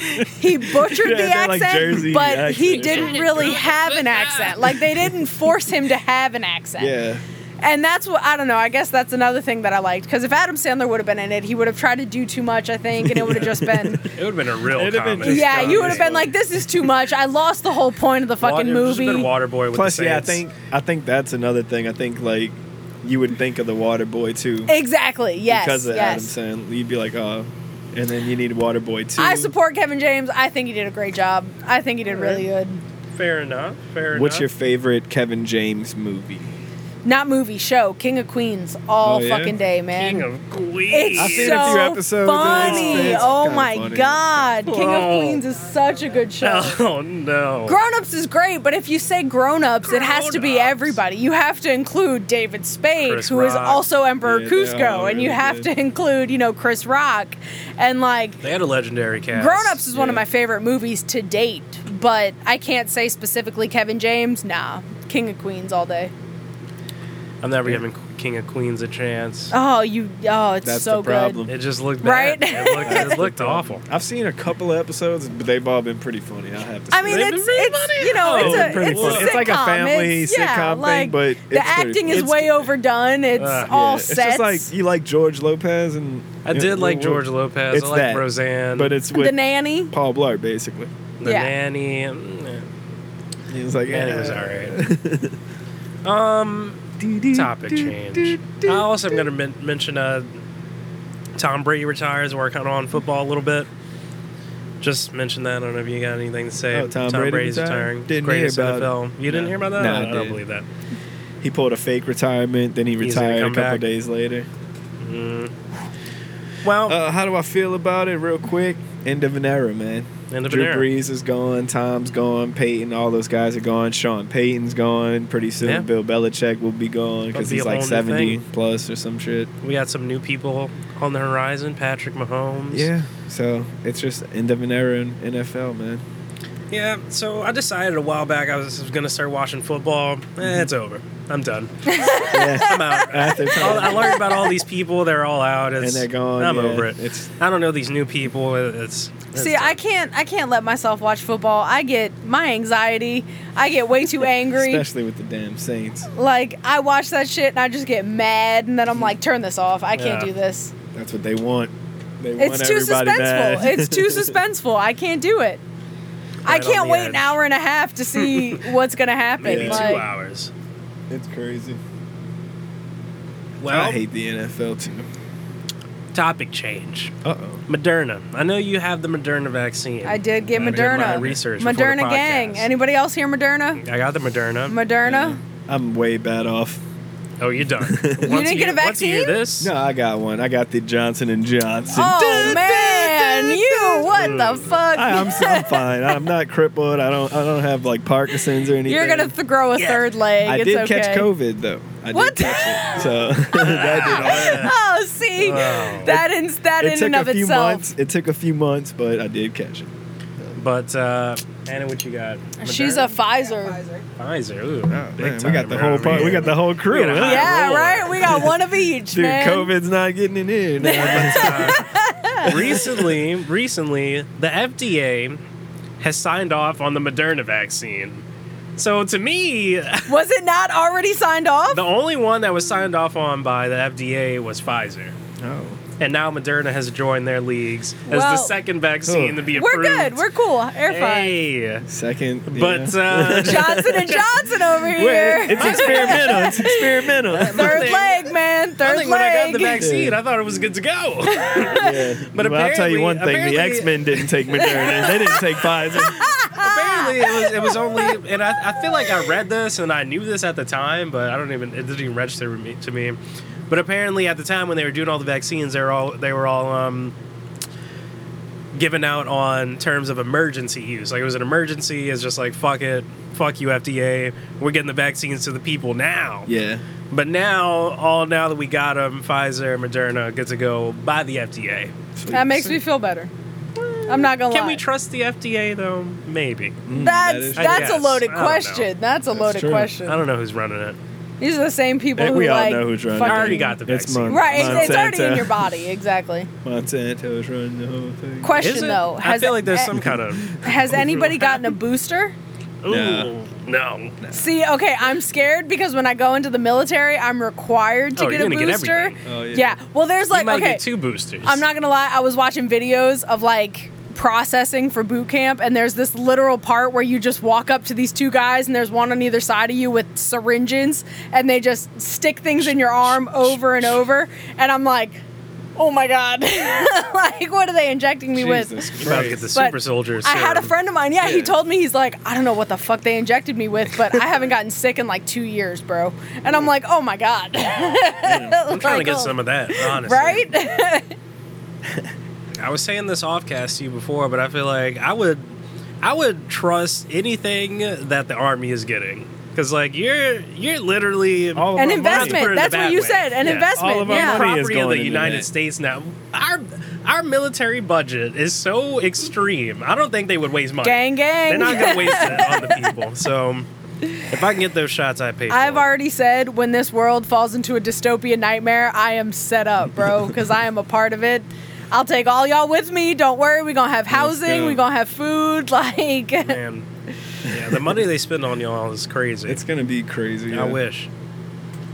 S2: he butchered the
S5: Yeah, they're like
S2: accent,
S5: Jersey
S2: but he
S5: accent.
S2: didn't really have an accent. Like they didn't force him to have an accent.
S5: Yeah.
S2: And that's what I don't know. I guess that's another thing that I liked because if Adam Sandler would have been in it, he would have tried to do too much. I think, and it would have just been.
S1: It would have been a real
S5: It'd have been
S1: comedy.
S5: just
S2: Yeah,
S5: done
S2: you
S5: this
S2: would have been
S5: way.
S2: like, "This is too much. I lost the whole point of the fucking
S1: Water- just
S2: movie."
S1: been Waterboy with
S5: Plus,
S1: the
S5: yeah, I
S1: Saints.
S5: think I think that's another thing. I think like you would think of the Water Boy too
S2: Exactly. Eh, Yes.
S5: because of
S2: yes.
S5: Adam Sandler. You'd be like, oh, and then you need Water Boy too.
S2: I support Kevin James. I think he did a great job. I think he did really good.
S1: fair enough. Fair
S5: What's your
S1: enough.
S5: favorite Kevin James movie?
S2: Not movie, show. King of Queens all
S5: Oh, yeah?
S2: fucking day, man.
S1: King of Queens?
S2: it's
S5: I've seen
S2: so
S5: a few episodes and it's-
S2: funny.
S5: it's
S2: oh
S5: kinda
S2: my
S5: funny.
S2: god, King
S1: Whoa.
S2: of Queens is such a good show.
S1: oh no.
S2: Grown Ups is great, but if you say Grown Ups, it has to be
S1: Grown Ups.
S2: everybody. You have to include David Spade, who
S1: Chris
S2: is
S1: Rock.
S2: also Emperor
S5: Yeah, they're all
S2: Cusco, and you
S5: really
S2: have
S5: good.
S2: to include, you know, Chris Rock, and like
S1: They had a legendary cast.
S2: Grown Ups is one of
S5: yeah.
S2: my favorite movies to date, but I can't say specifically Kevin James. Nah, King of Queens all day.
S1: I'm never giving King of Queens a chance.
S2: Oh, you. Oh, it's
S5: That's
S2: so
S5: the problem.
S1: It just looked bad.
S2: Right?
S1: It looked, it looked awful.
S5: I've seen a couple of episodes, but they've all been pretty funty. I have to.
S2: good. I
S5: say.
S2: mean,
S1: They've been
S2: it's,
S1: really
S2: it's
S1: funny.
S2: you know,
S1: Oh,
S2: it's
S1: they've
S2: a
S1: been
S2: it's,
S1: pretty
S2: a
S1: funny.
S2: sitcom.
S5: It's like a family
S2: yeah,
S5: sitcom thing,
S2: like,
S5: but it's
S2: the
S5: pretty-
S2: acting is
S5: it's-
S2: way overdone. It's
S1: Uh, yeah,
S2: all
S5: it's
S2: sets.
S5: just like you like George Lopez and
S1: I did like George Lopez.
S5: It's
S1: I like
S5: that,
S1: Roseanne.
S5: but it's
S2: the
S5: with
S2: nanny.
S5: Paul Blart basically.
S1: the
S2: yeah.
S1: nanny. mm,
S5: He was like,
S1: Yeah, it was
S5: all right.
S1: eh. Topic change. I also am going to men- mention uh, Tom Brady retires. We're kind of on football a little bit. Just mention that. I don't know if you got anything to say.
S5: Oh, Tom Brady
S1: Brady's
S5: retired?
S1: retiring.
S5: Didn't
S1: Greatest
S5: hear about it.
S1: NFL. You didn't
S5: No.
S1: hear about that?
S5: No, I
S1: I don't
S5: didn't.
S1: believe that.
S5: He pulled a fake retirement, then he
S1: He's gonna
S5: retired a
S1: come
S5: couple
S1: back.
S5: days later.
S1: Well,
S5: Uh, how do I feel about it, real quick? End of an era, man.
S1: End of an
S5: Drew
S1: era.
S5: Brees is gone, Tom's gone, Peyton, all those guys are gone. Sean Peyton's gone. Pretty soon,
S1: Yeah.
S5: Bill Belichick will be
S1: That'll
S5: gone because
S1: be
S5: he's
S1: a
S5: like
S1: whole new
S5: seventy
S1: thing.
S5: plus or some shit.
S1: we got some new people on the horizon. Patrick Mahomes.
S5: Yeah. So it's just end of an era in NFL, man.
S1: Yeah, so I decided a while back I was going to start watching football.
S5: Mm-hmm.
S1: Eh, it's over. I'm done.
S5: Yeah.
S1: I'm out.
S5: After
S1: All- I
S5: time,
S1: learned about all these people. They're all out. It's,
S5: and they're gone.
S1: I'm
S5: yeah,
S1: over it.
S5: It's
S1: I don't know these new people. It- It's, it's
S2: See, I can't. I can't let myself watch football. I get my anxiety. I get way too angry.
S5: especially with the damn Saints.
S2: Like I watch that shit and I just get mad, and then I'm like, turn this off. I can't
S1: Yeah.
S2: do this.
S5: That's what they want. They want
S2: It's too
S5: everybody
S2: suspenseful.
S5: bad.
S2: it's too suspenseful. I can't do it. I
S1: Right on
S2: can't
S1: the
S2: wait
S1: edge.
S2: an hour and a half to see what's gonna happen.
S1: maybe
S5: Yeah.
S2: Like,
S1: two hours.
S5: it's crazy.
S1: Well,
S5: I hate the NFL too.
S1: topic change.
S5: Uh oh.
S1: Moderna. I know you have the Moderna vaccine.
S2: I did get
S1: I did
S2: Moderna.
S1: my research before the
S2: Moderna gang.
S1: podcast.
S2: Anybody else hear Moderna?
S1: I got the Moderna.
S2: Moderna.
S5: I'm way bad off.
S1: oh, you're done. Once
S2: didn't get a
S1: Once you hear
S2: vaccine?
S1: this,
S5: No, I got one. I got the Johnson and Johnson.
S2: Oh man, you what the fuck?
S5: I, I'm, I'm fine. I'm not crippled. I don't. I don't have like Parkinson's or anything.
S2: You're gonna th- grow a
S1: Yeah.
S2: third leg.
S5: I
S2: it's
S5: did
S2: okay.
S5: catch COVID though. I
S2: What?
S5: did catch it. So that did all.
S2: Oh, see,
S1: Wow.
S2: that in that
S5: It
S2: in
S5: took
S2: and
S5: a
S2: of
S5: few
S2: itself.
S5: months. It took a few months, but I did catch it.
S1: But uh, Anna, what you got?
S2: She's a
S1: Moderna?
S2: Pfizer.
S1: Pfizer. Ooh, big
S5: Oh, Man, we
S1: time,
S5: got the
S1: bro.
S5: whole part. We got the whole crew.
S1: Yeah.
S5: huh?
S2: Yeah,
S1: roller.
S2: right. We got one of each,
S5: Dude,
S2: man.
S5: COVID's not getting in here. now.
S1: recently, recently, the FDA has signed off on the Moderna vaccine. So to me,
S2: Was it not already signed off?
S1: the only one that was signed off on by the FDA was Pfizer.
S5: oh.
S1: And now Moderna has joined their leagues as the
S2: Well-
S1: second vaccine to be
S2: We're
S1: approved.
S2: good. We're cool. Air fine.
S1: Hey.
S5: Second.
S1: But
S5: yeah.
S1: uh,
S2: Johnson and Johnson over here.
S5: Wait, it's experimental. It's experimental.
S2: third
S1: thing-
S2: leg, man.
S1: I
S2: Third
S1: think when I got
S2: leg.
S1: the vaccine, I thought it was good to go. But
S5: well, I'll tell you
S1: apparently-
S5: one thing:
S1: apparently-
S5: the X Men didn't take Moderna. they didn't take Pfizer.
S1: Apparently, it was it was only, and I, I feel like I read this and I knew this at the time, but I don't even it didn't even register with me, to me. But apparently, at the time when they were doing all the vaccines, they were all they were all um, given out on terms of emergency use. Like it was an emergency. It's just like fuck it, fuck you FDA. We're getting the vaccines to the people now.
S5: Yeah.
S1: But now, all now that we got them, Pfizer, Moderna, good to go by the FDA.
S2: that makes me feel better. I'm not gonna
S1: Can
S2: lie.
S1: we trust the FDA though? Maybe.
S2: Mm. that's
S1: I
S2: that's a
S1: guess.
S2: loaded
S1: I don't know.
S2: question. That's a loaded
S5: true.
S1: I
S2: question.
S1: don't know who's running it.
S2: These are the same people
S5: Eh,
S2: who
S5: we all
S2: like
S5: know who's running.
S1: I already
S2: fucking-
S1: got the
S5: It's
S1: vaccine.
S5: Mon-
S2: Right, it's, it's already in
S5: Monsanto.
S2: your body, exactly.
S5: Monsanto's running the whole thing.
S2: Question
S1: Is it?
S2: though,
S1: I
S2: has
S1: feel like there's
S2: eh,
S1: some kind of
S2: has anybody gotten a booster?
S1: ooh
S5: No.
S1: no.
S2: See, okay, I'm scared because when I go into the military, I'm required to
S1: Oh,
S2: get
S1: you're
S2: a
S1: gonna get
S2: booster.
S1: everything.
S5: Oh, yeah.
S2: Well, there's like
S1: you might
S2: okay,
S1: get two boosters.
S2: I'm not gonna lie. I was watching videos of like processing for boot camp, and there's this literal part where you just walk up to these two guys, and there's one on either side of you with syringes, and they just stick things in your arm over and over, and I'm like, oh my god, like what are they injecting me with?
S5: Jesus
S1: You're about to
S5: Christ.
S1: get the
S2: But
S1: super soldier.
S2: I had a
S1: serum.
S2: friend of mine. Yeah, he
S5: Yeah.
S2: told me he's like, I don't know what the fuck they injected me with, but I haven't gotten sick in like two years, bro. And I'm like, oh my god.
S1: I'm trying to get some of that, honestly.
S2: Right?
S1: I was saying this offcast to you before, but I feel like I would, I would trust anything that the army is getting because like you're you're literally
S5: All of
S2: An
S1: money. Put it
S5: our
S2: investment.
S1: in
S2: That's
S1: the
S2: what
S1: bad
S2: you
S1: way.
S2: said. An
S1: Yeah.
S2: investment.
S5: All of our
S2: yeah.
S5: money.
S1: property of the
S5: going into
S1: United
S5: that.
S1: States now. Our our military budget is so extreme. I don't think they would waste money.
S2: Gang, gang.
S1: They're not gonna waste it on the people. So if I can get those shots, I pay. For
S2: I've
S1: it.
S2: already said when this world falls into a dystopian nightmare, I am set up, bro, because I am a part of it. I'll take all y'all with me. Don't worry. We're going to have housing.
S5: go.
S2: We're going to have food. Like,
S1: man. Yeah, the money they spend on y'all is crazy.
S5: It's gonna be crazy.
S1: I
S5: yeah.
S1: wish.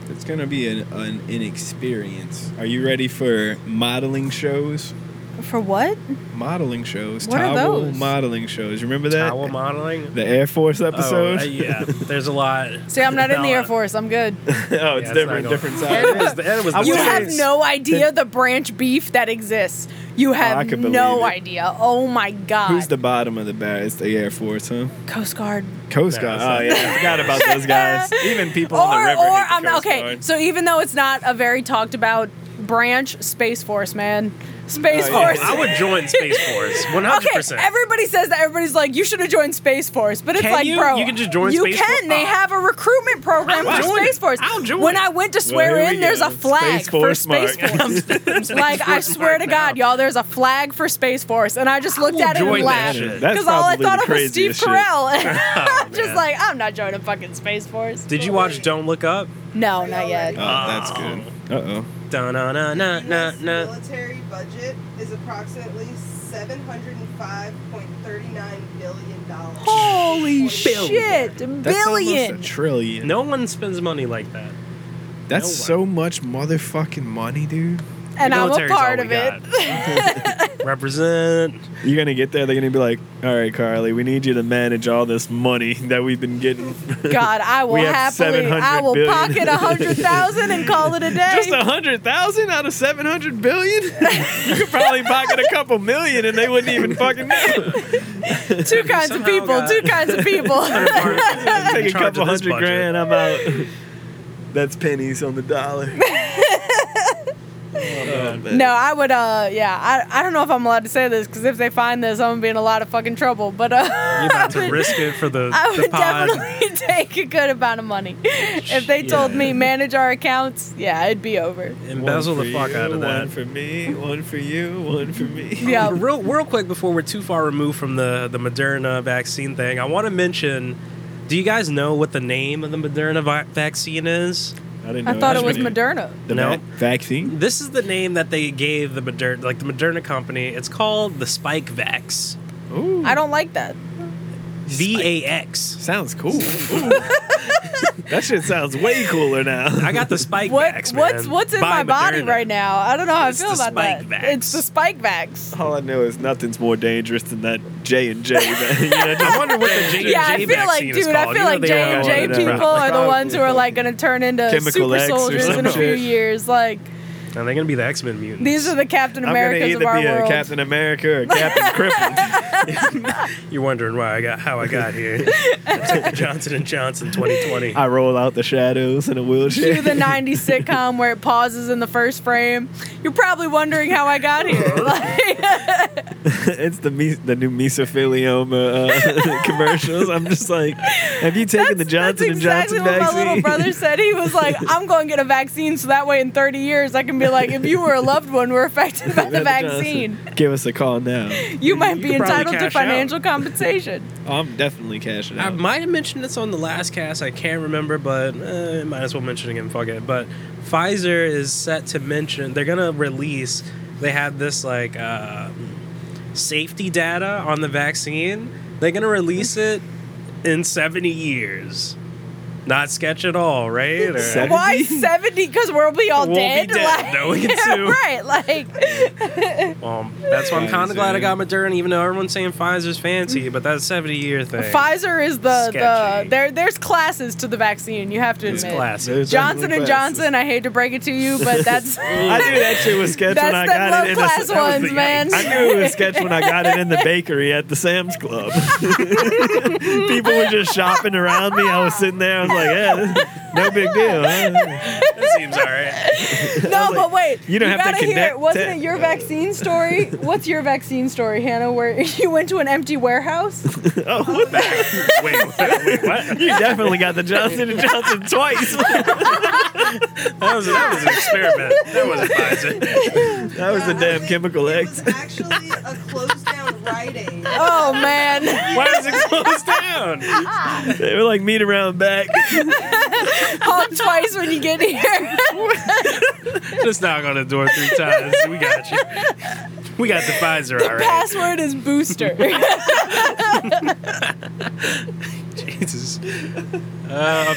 S5: It's gonna be an, an inexperience. Are you ready for modeling shows?
S2: for what?
S5: Modeling shows.
S2: What are
S5: Towel
S2: those?
S5: Modeling shows. You remember that?
S1: Towel modeling.
S5: The Air Force
S1: Oh,
S5: episode.
S1: uh, yeah. There's a lot.
S2: See, I'm not in the
S1: No,
S2: Air Force. I'm good.
S5: oh, it's
S1: yeah, not
S5: different.
S1: going-
S5: different
S1: And it was
S5: side.
S1: the, and it was
S5: I
S1: the
S2: You
S5: was-
S1: worst.
S2: have no idea the branch beef that exists. You
S5: Oh, I
S2: have
S5: could believe
S2: no
S5: it.
S2: idea. Oh my God.
S5: Who's the bottom of the barrel? It's the Air Force, huh?
S2: Coast Guard?
S1: No,
S5: Coast Guard.
S1: it's not.
S5: oh yeah, I forgot about those guys. Even people
S2: or,
S5: on the river.
S2: Or
S5: hate the
S2: I'm
S5: Coast
S2: okay.
S5: Guard.
S2: So even though it's not a very talked about branch, Space Force, man. Space
S5: Oh, yeah.
S2: Force.
S1: I would join Space Force. 100%.
S2: Okay, everybody says that. Everybody's like, you should have joined Space Force, but it's
S1: Can
S2: like,
S1: you?
S2: bro,
S1: You can just join
S2: You
S1: Space
S2: can.
S1: Force?
S2: They
S1: Oh.
S2: have a recruitment program
S1: I'll
S2: for
S1: join
S2: Space
S1: it.
S2: Force.
S1: I'll join
S2: When
S1: it.
S2: I went to swear
S5: here we
S2: in, there's
S5: go.
S2: a flag
S5: Space
S2: for
S5: Force
S2: Space
S5: mark.
S2: Force. like I swear to God, y'all, there's a flag for Space Force, and I just looked
S1: will
S2: at it
S1: join
S2: and
S1: that
S2: laughed
S1: shit. Oh,
S5: That's
S2: because all I
S5: probably the
S2: thought of was
S5: craziest
S2: Steve
S5: shit.
S2: Carell. I'm just
S1: man.
S2: like, I'm not joining fucking Space Force.
S1: Did you watch Don't Look Up?
S2: No, not yet.
S5: Oh, that's good. Uh oh.
S1: Da na na na na
S6: US
S1: na.
S6: military budget is approximately $705.39 billion.
S2: Holy
S6: Billion.
S2: shit,
S5: That's
S2: billion.
S5: almost a trillion.
S1: No one spends money like that.
S5: That's
S1: no
S5: so much motherfucking money, dude.
S2: and
S1: The
S2: I'm a
S1: military's
S2: part
S1: all
S2: of
S1: we
S2: it.
S1: got. Represent.
S5: You're gonna get there. They're gonna be like, "All right, Carly, we need you to manage all this money that we've been getting."
S2: God, I will
S5: We have
S2: happily,
S5: 700
S2: I will
S5: billion.
S2: pocket a hundred thousand and call it a day.
S5: Just a hundred thousand out of seven hundred billion. you could probably pocket a couple million, and they wouldn't even fucking know.
S2: two kinds of
S1: somehow
S2: people,
S1: got-
S2: two kinds of people.
S5: Take
S1: Take
S5: a couple hundred grand. I'm out. That's pennies on the dollar.
S2: no, I would. Uh, yeah, I, I don't know if I'm allowed to say this because if they find this, I'm gonna be in a lot of fucking trouble. But uh,
S1: You're about to risk it for the,
S2: I
S1: the
S2: would
S1: pod.
S2: definitely take a good amount of money. If they told me manage our accounts, yeah, it'd be over.
S1: Embezzle the fuck out of that.
S5: One for me, one for you, one for me.
S2: Yeah.
S1: Real, real quick before we're too far removed from the the Moderna vaccine thing, I want to mention. Do you guys know what the name of the Moderna vi- vaccine is?
S5: I, didn't
S2: I
S5: know
S2: thought
S5: that
S2: it was
S5: many-
S2: Moderna.
S5: The
S1: No.
S5: vac- vaccine.
S1: This is the name that they gave the Moderna, like the Moderna company. It's called the Spike Vax.
S5: Ooh,
S2: I don't like that.
S1: V A X.
S5: sounds cool. Ooh. that shit sounds way cooler now.
S1: I got the Spike
S2: What
S1: Vax.
S2: what's
S1: man,
S2: what's in
S1: by
S2: my body
S1: Moderna.
S2: right now? I don't know how
S1: It's
S2: I feel
S1: the
S2: about
S1: spike
S2: that.
S1: vax.
S2: It's the spike vax.
S5: All I know is nothing's more dangerous than that J and J.
S1: I wonder what the J
S2: Yeah, I
S1: J
S2: feel like,
S1: vaccine is
S2: dude, I
S1: called.
S2: feel
S1: You know
S2: like
S1: they
S2: J
S1: all
S2: and
S1: got
S2: J
S1: it.
S5: Probably.
S2: people are the ones who are like going to turn into
S5: Chemical
S2: super
S5: X or
S2: soldiers in
S5: some
S2: a few
S5: shit.
S2: years. Like
S1: Now they're gonna be the X Men mutants.
S2: these are the Captain
S5: I'm gonna
S2: Americas
S5: either
S2: of our
S5: be a
S2: world.
S5: Captain America or Captain Crippled.
S1: You're wondering why I got how I got here. I took Johnson and Johnson 2020.
S5: I roll out the shadows in a wheelchair.
S2: Cue the '90s sitcom where it pauses in the first frame. You're probably wondering how I got here. Like,
S5: it's the mes- the new mesothelioma uh, commercials. I'm just like, have you taken the Johnson
S2: that's exactly
S5: and Johnson
S2: what
S5: vaccine?
S2: my little brother said. He was like, "I'm going to get a vaccine, so that way in 30 years I can be like, if you were a loved one, were affected by the vaccine,
S5: Give us a call now.
S2: you might
S1: You
S2: be
S1: could probably
S2: entitled to
S1: cash
S2: financial compensation."
S5: I'm definitely cashing
S1: I
S5: out.
S1: might have mentioned this on the last cast. I can't remember, but eh, might as well mention it again. Fuck it. But Pfizer is set to mention they're gonna release. They have this like uh, safety data on the vaccine. They're gonna release it in 70 years. Not sketch at all, right? Or-
S5: Seven-
S2: Why 70? Because we'll be all
S1: We'll be
S2: dead.
S1: dead.
S2: Like,
S1: No, we can sue.
S2: right? Like,
S1: Um, that's why I'm kind of
S5: Pfizer.
S1: glad I got Moderna, even though everyone's saying Pfizer's fancy, but that's 70 year thing.
S2: Pfizer is the the
S1: Sketchy.
S2: there. There's classes to the vaccine. You have to
S1: It's
S2: admit.
S1: classic.
S5: There's
S2: Johnson
S5: definitely
S2: and
S5: classes.
S2: Johnson. I hate to break it to you, but that's
S5: I knew that shit was sketch
S2: That's
S5: when I
S2: the
S5: got it. In
S2: low class
S5: the, that was
S2: ones,
S5: the-
S2: man.
S5: I knew it was sketch when I got it in the bakery at the Sam's Club. People were just shopping around me. I was sitting there. I was like, yeah, no big deal. huh?
S1: that seems all right.
S2: no. But wait,
S5: you don't have to
S2: gotta hear it.
S5: connect
S2: Wasn't
S5: to-
S2: it your vaccine story? What's your vaccine story, Hannah? Where you went to an empty warehouse?
S5: Oh, what the?
S1: Wait, wait, wait, what?
S5: You definitely got the Johnson and Johnson twice.
S1: That was, that was an experiment. That wasn't Pfizer.
S5: That was a damn chemical
S6: It
S5: X.
S6: was actually a closed down Rite Aid.
S2: Oh man,
S1: Why is it closed down?
S5: They were like meet around back.
S2: honk twice when you get here.
S1: Just knock on the door three times. We got you. We got the Pfizer all right.
S2: Password is booster.
S1: Jesus. Um,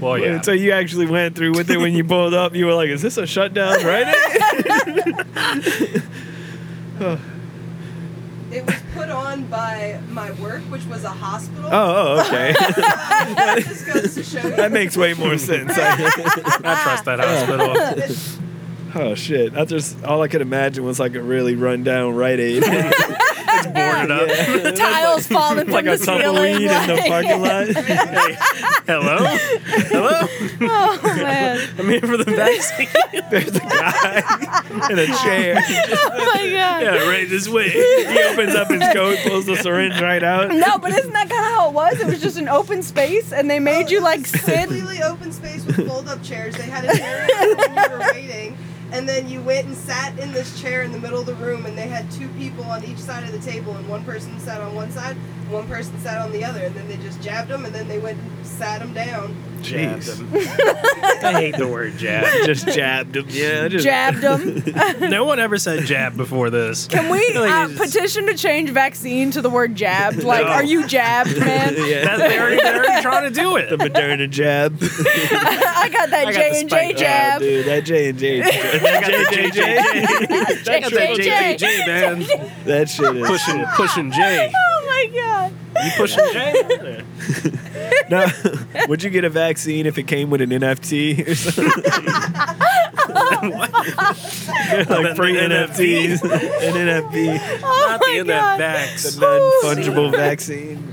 S1: well, yeah.
S5: So you actually went through with it when you pulled up. You were like, "Is this a shutdown, right?"
S6: It was put on by my work, which was a hospital.
S5: oh, oh, okay.
S6: That just goes to show you.
S5: that makes way more sense. I-
S1: I trust that hospital.
S5: oh shit! I just all I could imagine was like a really rundown Rite Aid,
S1: Boarded up.
S2: Tiles falling from
S5: like
S2: the
S5: a tumbleweed
S2: ceiling.
S5: in the
S2: like-
S5: parking lot.
S1: Hey, Hello? Hello?
S2: Oh man!
S1: I'm here for the vaccine.
S5: There's a guy in a chair.
S2: Oh my god!
S1: yeah, right this way. He opens up his coat, pulls the syringe right out.
S2: No, but isn't that kind of how it was? It was just an open space, and they made you like sit.
S6: Completely open space with fold-up chairs. They had a chair out when you were waiting, and then you went and sat in this chair in the middle of the room, and they had two people on each side of the table, and one person sat on one side, and one person sat on the other, and then they just jabbed them, and then they went and sat them down.
S5: Jeez.
S1: I hate the word jab.
S5: Just jabbed him.
S1: Yeah, just,
S2: Jabbed them.
S1: No one ever said jab before this.
S2: Can we
S1: Like,
S2: uh,
S1: it's-
S2: petition to change vaccine to the word jabbed? Like, are you jabbed, man?
S1: That, they already, they're already trying to do it.
S5: The Moderna jab.
S2: I got that
S1: I got the
S2: J and J
S1: spike.
S5: Yeah,
S2: jab.
S5: dude, that J and J.
S1: JJJ. That's
S2: JJJ.
S1: that JJJ, man.
S5: That shit is
S1: Pushing, pushing J.
S2: Oh my god!
S1: You pushing J?
S5: No, would you get a vaccine if it came with an NFT or something? like free
S1: An NFT.
S5: NFTs, an NFT,
S2: Oh
S1: Not
S2: my
S1: the end
S2: god!
S1: of
S5: the
S1: vax.
S5: non-fungible vaccine.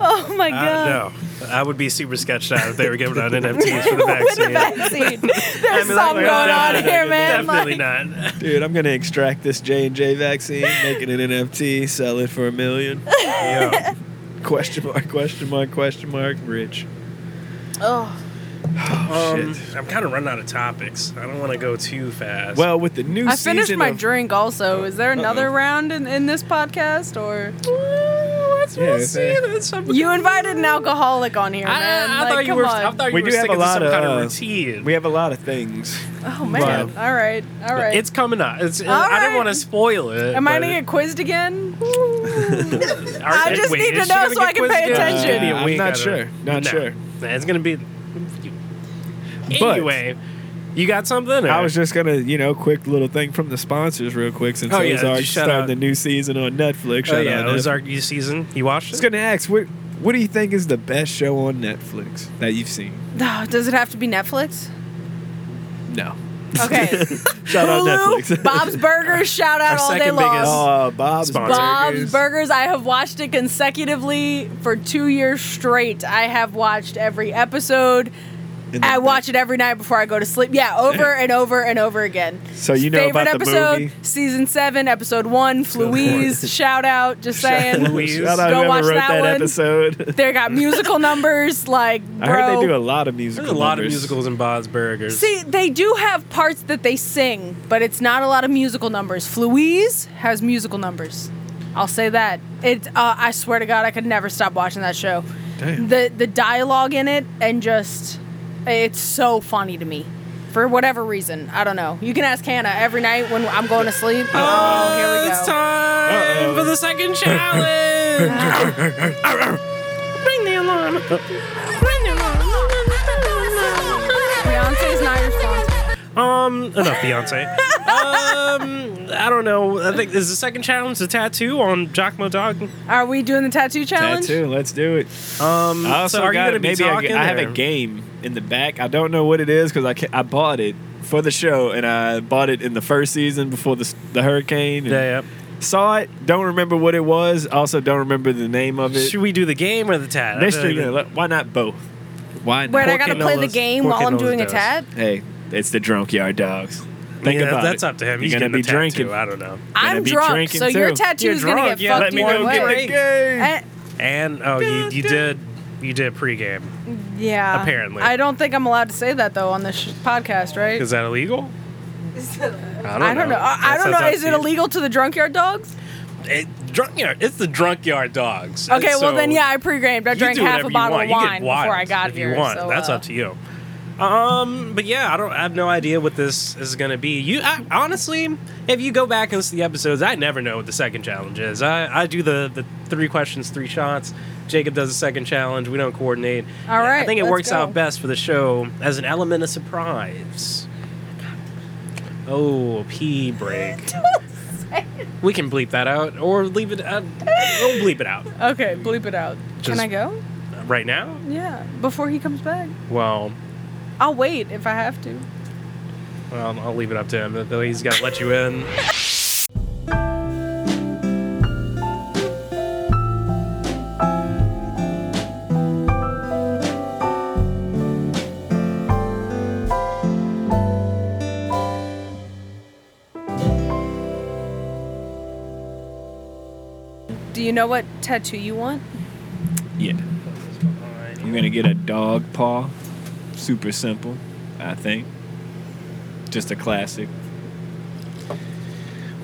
S2: Oh my
S1: I
S2: god!
S1: don't know. I would be super sketched out if they were giving out NFTs for the
S2: With the
S1: vaccine.
S2: vaccine, there's
S1: I mean,
S2: something
S1: like,
S2: going on
S1: definitely-
S2: here, man.
S1: Definitely
S2: Like,
S1: not.
S5: Dude, I'm gonna extract this J and J vaccine, make it an NFT, sell it for a million.
S1: Yeah.
S5: Question mark? Question mark? Question mark? Rich.
S2: oh,
S5: Oh
S1: Um,
S5: shit.
S1: I'm kind of running out of topics. I don't want to go too fast.
S5: Well, with the new
S2: I finished
S5: season
S2: my
S5: of,
S2: drink. Also, is there another round in, in this podcast, or
S1: let's,
S5: Yeah,
S1: let's see.
S5: fair.
S1: That's something-
S2: you invited an alcoholic on here,
S1: I,
S2: man?
S1: I
S2: Like,
S1: thought you
S2: come
S1: were. I
S2: on.
S1: thought you
S5: We
S1: were
S5: do have
S1: sticking
S5: a
S1: to
S5: lot
S1: some kind
S5: of,
S1: of
S5: uh,
S1: routine.
S5: we have a lot of things.
S2: oh man! All right, all right.
S1: it's coming up. It's,
S2: All
S1: I didn't
S2: right.
S1: want to spoil it.
S2: Am I
S1: but-
S2: gonna get quizzed again?
S1: Are-
S2: I just need
S1: is
S2: to
S1: she
S2: know
S1: gonna get
S2: so I can pay
S1: quizzed again?
S2: attention.
S1: Maybe a
S5: Uh, I'm
S1: week,
S5: not
S1: I don't
S5: sure.
S1: know.
S5: Not
S1: No.
S5: sure.
S1: Nah, It's gonna be.
S5: But-
S1: Anyway, you got something? or-
S5: I was just gonna, you know, quick little thing from the sponsors, real quick, since
S1: Oh, yeah,
S5: Ozark
S1: just shout
S5: started
S1: out-
S5: the new season on Netflix.
S1: Oh
S5: Shout
S1: yeah,
S5: out Netflix.
S1: Ozark you season. You watched
S5: Just
S1: it?
S5: gonna ask, what what do you think is the best show on Netflix that you've seen?
S2: No, does it have to be Netflix?
S5: No.
S2: Okay.
S5: Shout out
S2: Hulu,
S5: Netflix.
S2: Bob's Burgers, shout out
S1: Our
S2: all day
S1: second
S2: long.
S1: biggest
S5: Oh, Bob's
S1: Sponsor.
S2: Bob's
S5: Burgers.
S2: Burgers, I have watched it consecutively for two years straight. I have watched every episode.
S5: And
S2: I
S5: then-
S2: watch it every night before I go to sleep. Yeah, over and over and over again.
S5: So you know
S2: Favorite
S5: about
S2: episode,
S5: the movie.
S2: season seven, episode one, Fluise. Shout out, just saying.
S1: Louise.
S5: Shout out
S2: Go
S5: whoever
S2: watch
S5: wrote
S2: that
S5: that,
S2: one.
S5: episode.
S2: they got musical numbers, like
S5: I
S2: bro.
S5: heard they do a lot of musical.
S1: There's a lot of
S5: numbers.
S1: musicals in Bob's Burgers.
S2: See, they do have parts that they sing, but it's not a lot of musical numbers. Fluise has musical numbers. I'll say that. It. Uh, I swear to God, I could never stop watching that show.
S5: Damn.
S2: The the dialogue in it and just it's so funny to me. For whatever reason, I don't know. You can ask Hannah every night when I'm going to sleep. Oh, here we go.
S1: It's time
S5: Uh-oh.
S1: for the second challenge. Bring the alarm.
S2: Beyonce's not your sponsor.
S1: Um, enough Beyonce. um, I don't know. I think is the second challenge the tattoo on Giacomo Dog.
S2: Are we doing the tattoo challenge?
S5: Tattoo. Let's do it.
S1: Um,
S5: I also
S1: so are you
S5: got
S1: gonna be
S5: maybe I
S1: talking?
S5: I have a
S1: or-
S5: game in the back. I don't know what it is because I ca- I bought it for the show and I bought it in the first season before the s- the hurricane. and
S1: Yeah,
S5: Saw it. Don't remember what it was. Also don't remember the name of
S1: yeah.
S5: it.
S1: Should we do the game or the tat?
S5: Next year,
S1: I-
S5: yeah, let- why not both? Why? Not?
S2: Wait, I
S1: Poor
S2: gotta
S1: kid
S2: play the
S1: knows-
S2: game
S1: poor
S2: while
S1: kid
S2: I'm
S1: knows
S2: doing a
S1: those.
S2: tat.
S5: Hey, it's the drunk yard dogs. Think
S1: yeah,
S5: about
S1: that's
S5: it.
S1: up to him.
S5: You're
S1: He's
S5: gonna
S1: gonna
S5: be drinking.
S1: drinking. I don't know.
S2: I'm
S5: be
S2: drunk,
S5: drinking
S2: so your
S5: too.
S2: tattoo is gonna
S1: drunk,
S2: get
S1: yeah, let
S2: fucked
S1: me
S2: one
S1: go get
S2: way.
S1: the
S2: Eh,
S1: And oh, you you did you did pregame.
S2: yeah.
S1: Apparently.
S2: I don't think I'm allowed to say that though on this sh- podcast, right?
S1: Is that illegal? I
S2: I don't know. I, I don't know. Is it illegal to the drunk yard dogs?
S1: Uh, It, drunk yard. It's the drunk yard dogs.
S2: Okay, well
S1: So
S2: then, yeah, I pre-gamed. I
S1: you
S2: drank
S1: do
S2: half
S1: whatever
S2: a
S1: you
S2: bottle
S1: want.
S2: of
S1: You get
S2: wine
S1: wild
S2: before I got
S1: if
S2: here.
S1: You want.
S2: so,
S1: That's
S2: uh,
S1: up to you. Um, but yeah, I don't. I have no idea what this is going to be. You I, honestly, if you go back and listen to the episodes, I never know what the second challenge is. I, I do the the three questions, three shots. Jacob does the second challenge. We don't coordinate.
S2: All
S1: I
S2: right,
S1: think it
S2: let's
S1: works
S2: go.
S1: out best for the show as an element of surprise. Oh, pee break. We can bleep that out or leave it. Uh, we'll bleep it out
S2: Okay, bleep it out. Can
S1: Just-
S2: I go?
S1: right now.
S2: Yeah, before he comes back.
S1: Well,
S2: I'll wait if I have to.
S1: well, I'll leave it up to him. Though he's got to let you in.
S2: Do you know what tattoo you want?
S5: Yeah. You're gonna get a dog paw. Super simple, I think. Just a classic.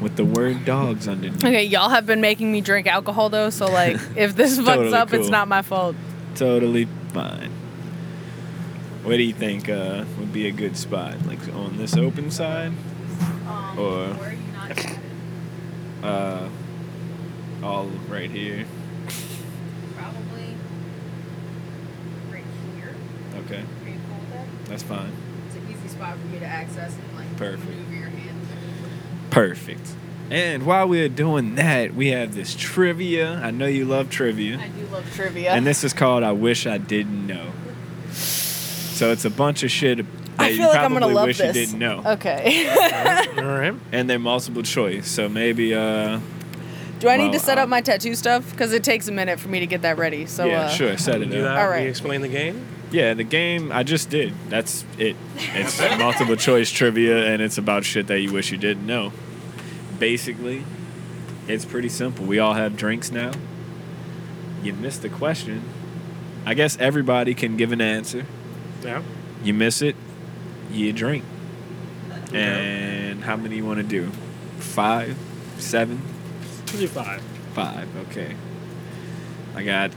S5: With the word dogs underneath.
S2: Okay, y'all have been making me drink alcohol though, so like if this fucks
S5: Totally
S2: up, it's
S5: cool.
S2: not my fault.
S5: Totally fine. What do you think uh, would be a good spot? Like on this open side?
S7: Um,
S5: Or- where Uh, all right here.
S7: Probably right here.
S5: Okay,
S7: Are you cool with that?
S5: that's fine.
S7: It's an easy spot for me to access and like
S5: Perfect.
S7: maneuver your hand.
S5: Perfect. And while we're doing that, we have this trivia. I know you love trivia.
S2: I do love trivia.
S5: And this is called I Wish I Didn't Know. So it's a bunch of shit that
S2: I
S5: you
S2: feel like I'm
S5: probably
S2: gonna love
S5: wish
S2: this.
S5: you didn't know.
S2: Okay.
S1: All right.
S5: And they're multiple choice. So maybe, uh,
S2: do I need to
S5: Well,
S2: set up
S5: um,
S2: my tattoo stuff? Because it takes a minute for me to get that ready. So
S5: yeah,
S2: uh,
S5: sure, set it
S1: Do that.
S5: up.
S2: All
S1: All
S2: right.
S1: right. You explain the game.
S5: Yeah, the game I just did. That's it. It's multiple choice trivia, and it's about shit that you wish you didn't know. Basically, it's pretty simple. We all have drinks now. You missed the question. I guess everybody can give an answer.
S1: Yeah.
S5: You miss it, you drink. And how many you want to do? Five, seven,
S1: We'll do five.
S5: five. Okay. I got.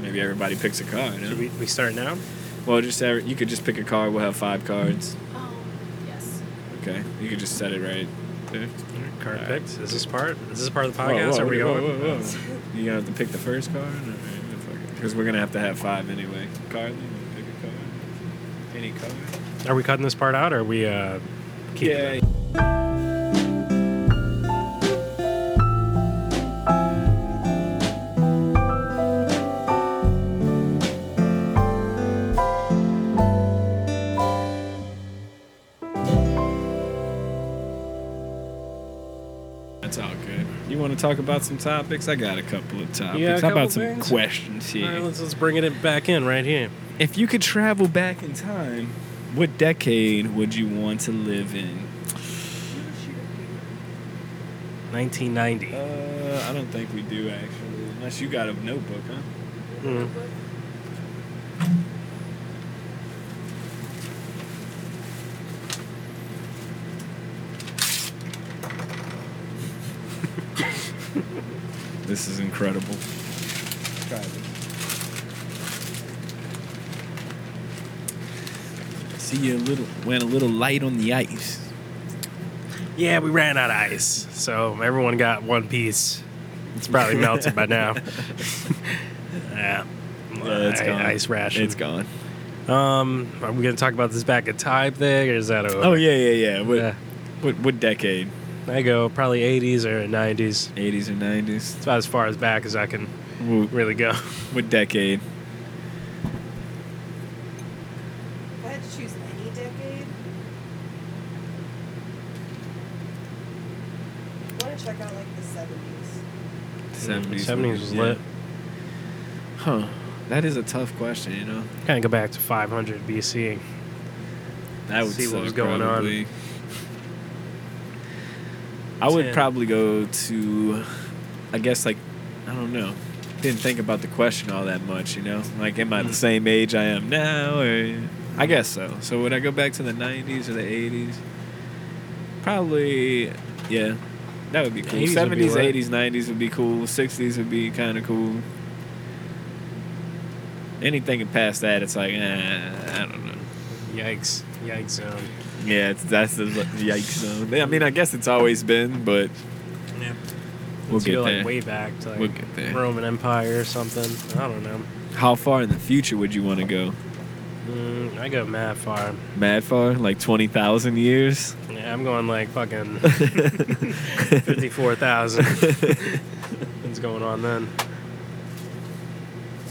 S5: Maybe everybody picks a card. huh?
S1: Should we, we start now?
S5: Well, just have, you could just pick a card. We'll have five cards.
S7: Oh, yes.
S5: Okay, you could just set it right there.
S1: All right, Card
S5: All right.
S1: picked. Is this part? Is this part of the
S5: Whoa,
S1: podcast?
S5: whoa,
S1: Are we
S5: whoa,
S1: going?
S5: whoa, whoa. You gonna have to pick the first card, because we're gonna have to have five anyway. Card, you wanna pick a card. Any card.
S1: Are we cutting this part out? Or are we? Uh, keeping it?
S5: Yeah. That's all good. You want to talk about some topics? I got a couple of topics.
S1: a
S5: How
S1: couple
S5: about some
S1: things?
S5: questions here?
S1: All right, let's, let's bring it back in right here.
S5: If you could travel back in time, what decade would you want to live in?
S1: 1990.
S5: Uh, I don't think we do actually, unless you got a notebook, huh?
S1: Mm.
S5: This is incredible. See you a little went a little light on the ice.
S1: Yeah, we ran out of ice, so everyone got one piece. It's probably melted by now. yeah, I- Ice ration.
S5: It's gone.
S1: Um, are we gonna talk about this back in time thing, or is that over?
S5: Oh yeah, yeah, yeah. What,
S1: Yeah.
S5: what, what decade?
S1: I go probably 80s or 90s. It's
S5: 80s or 90s?
S1: about as far as back as I can
S5: What,
S1: really go.
S5: what decade?
S6: If I had to choose any decade, I want to check out like the 70s.
S5: 70s.
S1: 70s was lit.
S5: Huh. That is a tough question, you know.
S1: Kind of go back to 500 BC.
S5: That would
S1: See what
S5: suck,
S1: was going on.
S5: probably. I would
S1: Ten.
S5: probably go to, I guess like, I don't know. Didn't think about the question all that much, you know. Like, am
S1: Hmm.
S5: I the same age I am now? Or I guess so. So would I go back to the '90s or the '80s? Probably, yeah. That would be cool.
S1: 80s would be
S5: '70s,
S1: lit.
S5: '80s, '90s would be cool. '60s would be kind of cool. Anything past that, it's like, eh, I don't know.
S1: Yikes! Yikes um, zone.
S5: Yeah, it's, that's the yikes zone. I mean, I guess it's always been, but
S1: Yeah.
S5: we'll
S1: Let's
S5: get
S1: go,
S5: there.
S1: like way back to like
S5: We'll get there.
S1: Roman Empire or something. I don't know.
S5: How far in the future would you want to go?
S1: Mm, I go mad far.
S5: Mad far, like twenty thousand years.
S1: Yeah, I'm going like fucking 54,000. What's going on then?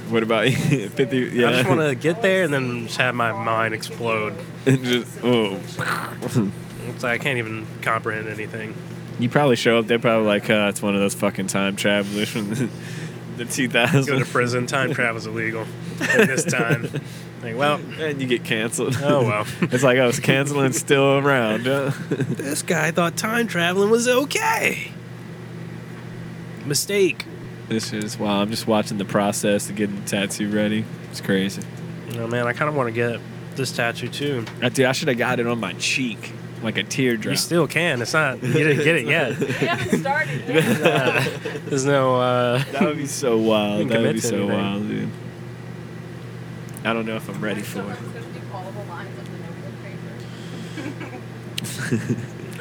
S5: What about you? fifty? Yeah,
S1: I just want to get there and then just have my mind explode.
S5: Just- oh.
S1: It's like I can't even comprehend anything.
S5: you probably show up. They're probably like, oh, it's one of those fucking time travelers from the, the two
S1: Go to
S5: thousand,
S1: prison. Time travel's illegal at this time. Like, well,
S5: and you get canceled.
S1: Oh, well.
S5: it's like I was canceling still around. huh?
S1: this guy thought time traveling was okay. mistake.
S5: This is wow. I'm just watching the process of getting the tattoo ready. It's crazy.
S1: You know, man, I kind of want to get this tattoo too.
S5: I, Uh, dude, I should have got it on my cheek, like a teardrop.
S1: You still can. It's not. You didn't get it yet.
S7: We haven't started yet.
S1: There's no. Uh,
S5: that would be so wild.
S1: Didn't
S5: That would
S1: commit
S5: be
S1: to
S5: so
S1: anything.
S5: wild, dude. I don't know if I'm ready for it.
S7: Someone's gonna do all the lines of the notebook paper.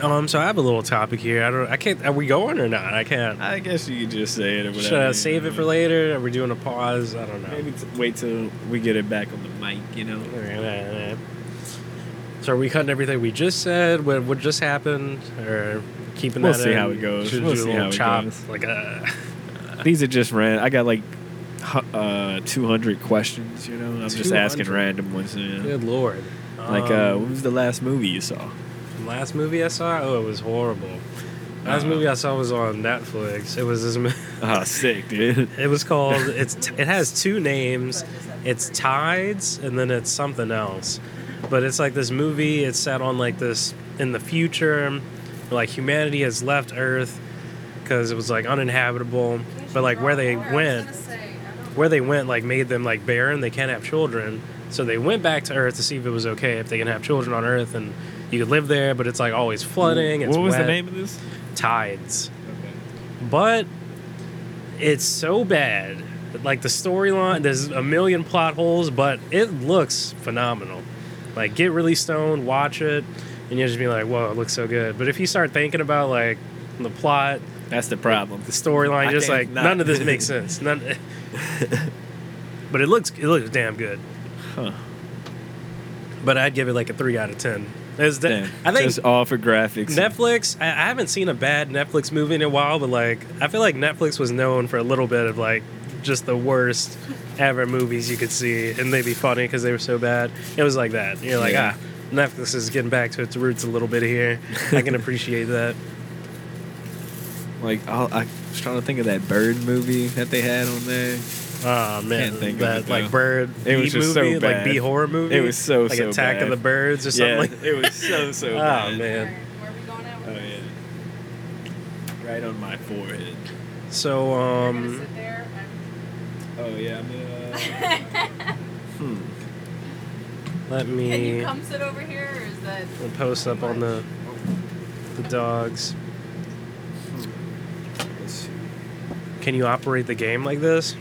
S1: um. So I have a little topic here. I don't. I can't. Are we going or not? I can't.
S5: I guess you could just say it or whatever.
S1: Should I
S5: you
S1: save it
S5: know.
S1: for later? Are we doing a pause? I don't know.
S5: Maybe t- wait till we get it back on the mic. You know.
S1: All right, all right, all right. So are we cutting everything we just said? What what just happened? Or keeping
S5: We'll
S1: that?
S5: see
S1: in?
S5: how it goes.
S1: Should
S5: We'll
S1: do a
S5: see
S1: little
S5: how it
S1: chop.
S5: goes.
S1: Like uh,
S5: These are just random. I got like hu- uh, 200 questions. You know. I'm just asking
S1: 200?
S5: random ones. You know?
S1: good lord.
S5: Like, uh, what
S1: Um,
S5: was the last movie you saw?
S1: last movie I saw. Oh, it was horrible. Last
S5: Uh.
S1: movie I saw was on Netflix. It was this. mo-
S5: Oh, sick, dude.
S1: It was called. It's. It has two names. It's Tides, and then it's something else. But it's like this movie. It's set on like this in the future. Like humanity has left Earth because it was like uninhabitable. But like where they went, where they went, like made them like barren. They can't have children. So they went back to Earth to see if it was okay if they can have children on Earth and you could live there. But it's like always flooding. It's
S5: what was the
S1: wet.
S5: name of this?
S1: Tides but it's so bad. Like the storyline, there's a million plot holes, but it looks phenomenal. Like get really stoned, watch it, and you'll just be like, "Whoa, it looks so good." But if you start thinking about like the plot,
S5: That's the problem.
S1: the storyline,
S5: I
S1: just
S5: can't
S1: like
S5: not-
S1: none of this makes sense. None. but it looks it looks damn good.
S5: Huh.
S1: But I'd give it like a three out of ten. It's the-
S5: Damn.
S1: I think
S5: just all for graphics.
S1: Netflix. I, I haven't seen a bad Netflix movie in a while, but like I feel like Netflix was known for a little bit of like just the worst ever movies you could see, and they'd be funny because they were so bad. It was like that. You're like,
S5: Yeah.
S1: ah, Netflix is getting back to its roots a little bit here. I can appreciate that.
S5: Like all, I was trying to think of that bird movie that they had on there.
S1: Oh man,
S5: Can't think of
S1: that
S5: it,
S1: like
S5: though.
S1: bird
S5: It
S1: bee
S5: was just so
S1: movie, like
S5: bad.
S1: bee horror movie.
S5: It was so,
S1: like
S5: so
S1: Attack of
S5: bad.
S1: the Birds or something. like
S5: it was so so
S1: Oh
S5: bad.
S1: man.
S7: Where are we going at?
S5: Oh yeah. Right on my forehead.
S1: So
S7: We're gonna
S1: um,
S7: sit there and-
S5: Oh yeah. I mean, uh, hmm.
S1: let me.
S7: Can you come sit over here, or is that?
S1: We'll post up on the the dogs.
S5: Let's see.
S1: Can you operate the game like this?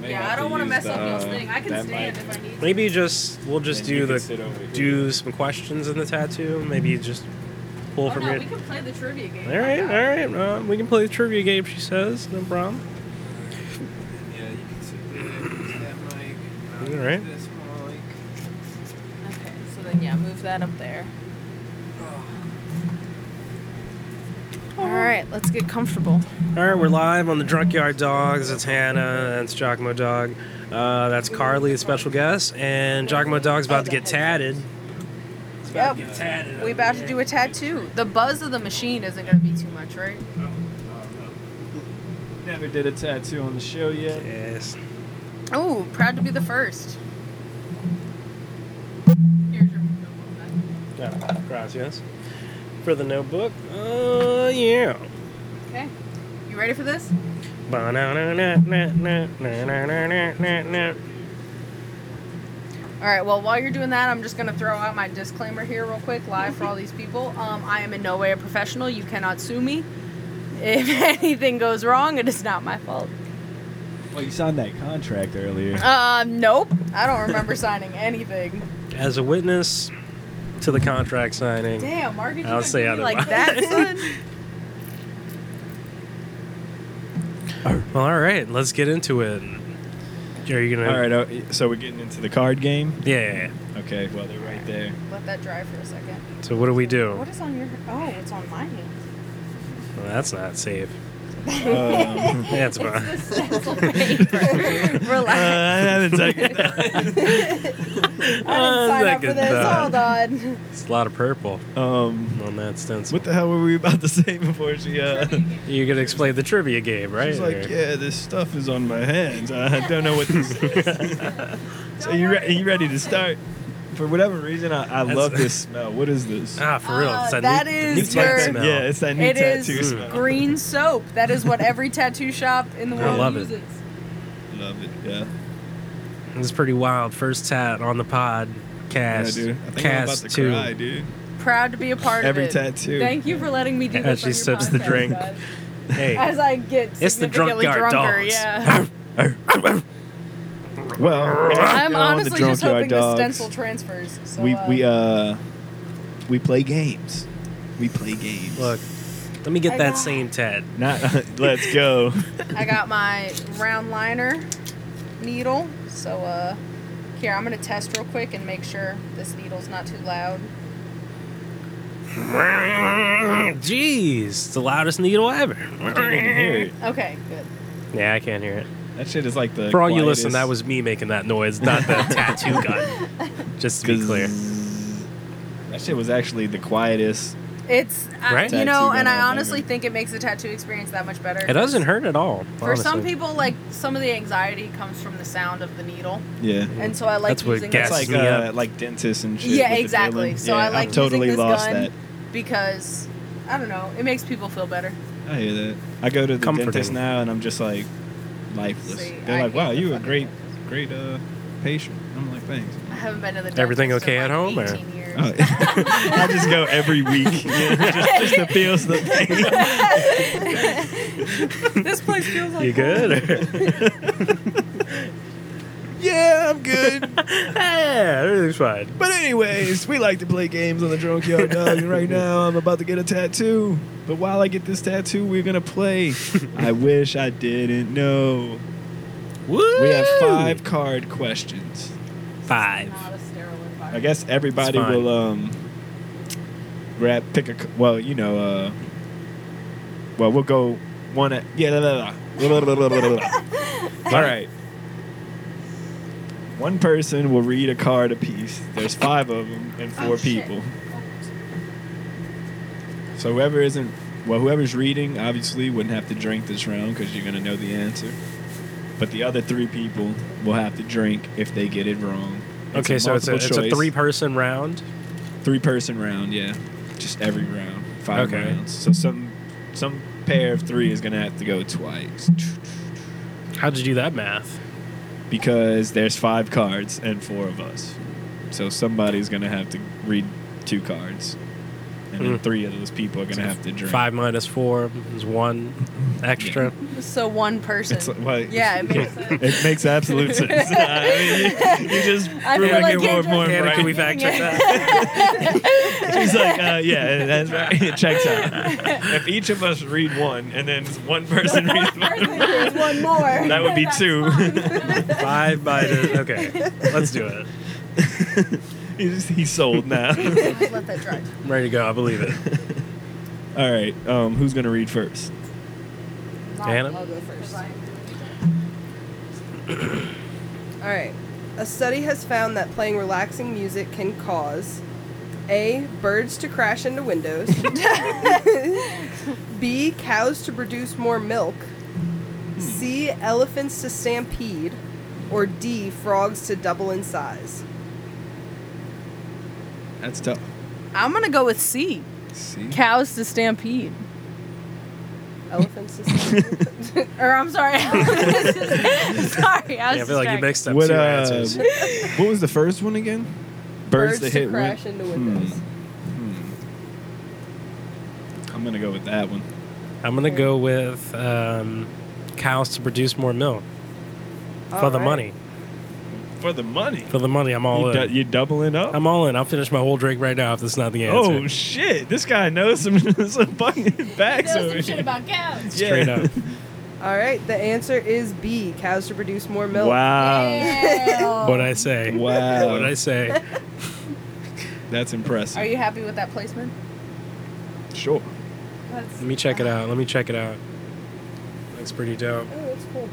S5: may
S7: Yeah,
S5: have
S7: I don't
S5: want to
S7: mess
S5: use
S7: up
S5: the, uh,
S7: y'all's thing. I
S5: that
S7: can stand
S5: mic.
S7: if I need to.
S1: Maybe just we'll just
S5: And you
S1: do
S5: can sit
S1: the
S5: over here.
S1: do some questions in the tattoo. Maybe just pull
S7: Oh
S1: from
S7: no,
S1: your.
S7: we can play the trivia game.
S1: All right, all right. Uh, we can play the trivia game. She says, no problem.
S5: Yeah, you can sit there. Use that mic.
S1: I'll use Alright.
S5: uh, This mic.
S7: Okay, so then yeah, move that up there.
S2: All right, let's get comfortable.
S1: All right, we're live on the Drunk Yard Dogs. It's Hannah. That's Giacomo Dog. Uh, that's Carly, the special guest, and Giacomo Dog's about to get tatted.
S2: Yep.
S1: Tatted.
S2: We about to do a tattoo.
S7: The buzz of the machine isn't gonna be too much, right?
S5: Never did a tattoo on the show yet.
S1: Yes.
S7: Oh, proud to be the first.
S1: Yeah, gracias. For the notebook. Oh yeah.
S7: Okay. You ready for this?
S1: Ba-na-na-na-na-na-na-na-na-na.
S7: All right. Well, while you're doing that, I'm just gonna throw out my disclaimer here, real quick, live for all these people. Um, I am in no way a professional. You cannot sue me. If anything goes wrong, it is not my fault.
S5: Well, you signed that contract earlier.
S7: Um, nope. I don't remember signing anything.
S1: As a witness to the contract signing.
S7: Damn, Margaret, you
S1: I'll
S7: gonna
S1: say
S7: do me
S1: otherwise.
S7: like that, son.
S1: Well, all right, let's get into it. Are you gonna?
S5: All right, uh, so we're getting into the card game.
S1: Yeah, yeah,
S5: Okay, well they're right there.
S7: Let that dry for a second.
S1: yeah. So what do we do?
S2: What is on your? Oh, it's on my hand.
S1: Well, that's not safe.
S5: Uh, Um,
S1: That's fine.
S7: This stencil paper. Relax.
S1: Uh,
S2: Sign
S1: that
S2: up for
S1: could
S2: this.
S1: die.
S2: Hold on.
S1: It's a lot of purple
S5: um,
S1: on that stencil.
S5: what the hell were we about to say before she? Uh,
S1: You're gonna explain the trivia game, right?
S5: she's like,
S1: Or-
S5: yeah, this stuff is on my hands. I don't know what this. is. so you re- you ready to start? for whatever reason, I, I
S1: That's-
S5: love this smell. What is this?
S1: Ah, for real.
S2: Uh,
S1: It's that
S2: that
S1: new,
S2: is
S1: new
S2: where-
S1: tech smell.
S5: Yeah, it's that new
S2: It is
S5: tattoo smell.
S2: green soap. That is what every tattoo shop in the
S1: I
S2: world
S1: love it.
S2: uses.
S5: Love it. Yeah.
S1: It's pretty wild. First tat on the pod. Cast.
S5: yeah, dude. I think I'm about
S1: cast
S5: to
S1: two.
S5: cry, dude.
S2: Proud to be a part
S5: Every
S2: of it.
S5: tattoo.
S2: Thank you for letting me do
S1: As
S2: this.
S1: she
S2: on your
S1: sips the
S2: podcast,
S1: drink.
S2: guys.
S1: Hey,
S2: As I get
S1: it's the drunk
S2: significantly
S1: yard
S2: drunker,
S1: dogs.
S2: yeah.
S5: Well,
S2: I'm honestly just hoping
S5: dogs,
S2: the stencil transfers. So,
S5: We
S2: uh,
S5: we uh we play games. We play games.
S1: Look, let me get
S2: I
S1: that
S2: got-
S1: same tat.
S5: Not let's go.
S2: I got my round liner needle. So uh, here I'm gonna test real quick and make sure this needle's not too loud.
S1: Jeez, it's the loudest needle ever.
S5: I didn't hear it.
S2: Okay, good.
S1: Yeah, I can't hear it.
S5: That shit is like the
S1: For all you listen,
S5: quietest-
S1: that was me making that noise, not the tattoo gun. Just to be clear.
S5: That shit was actually the quietest.
S2: It's I-
S1: Right?
S2: you know,
S5: Tattoo gun,
S2: and
S5: I
S2: I honestly
S5: remember.
S2: think it makes the tattoo experience that much better.
S1: It doesn't hurt at all.
S2: For some
S1: honestly.
S2: people, like some of the anxiety comes from the sound of the needle,
S5: Yeah.
S2: and so I like
S1: That's what
S2: using
S1: gas-
S5: That's
S2: this
S5: like
S1: me
S5: uh,
S1: up.
S5: like dentists and shit.
S2: Yeah,
S5: with the
S2: exactly.
S5: drilling.
S2: So I
S5: Yeah,
S2: like
S5: I
S2: using
S5: totally
S2: this
S5: lost
S2: gun.
S5: that.
S2: because I don't know, it makes people feel better.
S5: I hear that. I go to the
S1: Comforting.
S5: dentist now and I'm just like lifeless.
S2: See,
S5: They're
S2: I
S5: like,
S2: hate
S5: "Wow,
S2: the
S5: you a
S2: fucking
S5: great, great uh, patient." I'm like, "Thanks."
S2: I haven't been to the
S1: Everything
S2: dentist
S1: okay at
S2: in, like,
S1: home, or-
S2: 18 years.
S5: Oh, I just go every week yeah, just, just to feel the pain.
S2: this place feels like
S1: You good?
S5: yeah, I'm good.
S1: yeah, everything's fine.
S5: But anyways, we like to play games on the Drunk Yard Dog, and right now I'm about to get a tattoo. But while I get this tattoo, we're gonna play. I wish I didn't know.
S1: Woo!
S5: We have five card questions.
S1: Five.
S2: Not a sterile
S5: I
S2: environment.
S5: guess everybody
S1: It's fine.
S5: will um grab pick a c- well, you know, uh well, we'll go one at yeah. la, la, la, la, la, la, la, la. All right. One person will read a card apiece. There's five of them and four
S2: Oh, shit.
S5: people. So whoever isn't well, whoever's reading obviously wouldn't have to drink this round because you're gonna know the answer. But the other three people will have to drink if they get it wrong.
S1: Okay, so it's a, it's
S5: multiple
S1: a
S5: choice
S1: three person round.
S5: three person round yeah just every round five
S1: Okay.
S5: rounds so some some pair of three is gonna have to go twice
S1: How'd you do that math?
S5: because there's five cards and four of us so somebody's gonna have to read two cards and then
S1: Mm.
S5: three of those people are gonna have to drink
S1: Five minus four is one extra.
S2: So one person.
S5: it's like, well,
S2: yeah, it makes sense.
S5: it makes absolute sense I mean, you, you just
S2: I feel
S5: proved
S2: like
S5: it
S2: you're
S5: more,
S2: just-
S5: more
S1: Hannah, can we
S5: right.
S1: fact check
S2: Yeah.
S1: that?
S5: She's like, uh, yeah, that's right. It checks out. If each of us read one, and then one person reads one,
S2: There's one more.
S5: that would be two.
S1: Five minus. Okay, let's do it.
S5: he's, he's sold now.
S2: I'd let that dry.
S1: I'm ready to go. I believe it.
S5: All right, um, who's gonna read first?
S1: Hannah?
S6: I'll go first. All right. A study has found that playing relaxing music can cause A. Birds to crash into windows, B. Cows to produce more milk, C. Elephants to stampede, or D. Frogs to double in size.
S5: That's tough.
S2: I'm gonna go with C.
S5: See,
S2: Cows to stampede.
S6: Elephants to stampede.
S2: Or I'm sorry. sorry, I was
S1: Yeah, I feel like you
S2: distracted.
S1: mixed up
S5: what
S1: two
S5: uh,
S1: answers.
S5: what was the first one again? Birds, that
S6: to
S5: hit win-
S6: crash into windows.
S5: I'm gonna go with that one.
S1: I'm gonna go with um, cows to produce more milk for
S6: All
S1: the
S6: right.
S1: money.
S5: For the money,
S1: For the money, I'm all
S5: you,
S1: in.
S5: du- you doubling up.
S1: I'm all in. I'll finish my whole drink right now if that's not the answer.
S5: oh shit! This guy knows some some fucking
S2: You know
S5: facts over
S2: some shit
S5: here.
S2: about cows.
S5: Yeah.
S1: Straight up.
S6: All right. The answer is B. Cows to produce more milk.
S5: Wow,
S2: Ew.
S1: What I say. What I
S5: wow,
S1: say.
S5: that's
S2: Are
S5: impressive.
S2: you happy with that placement?
S5: Sure.
S2: That's
S1: Let me check it out. Let me check it out. Looks pretty dope.
S6: Oh, that's cool.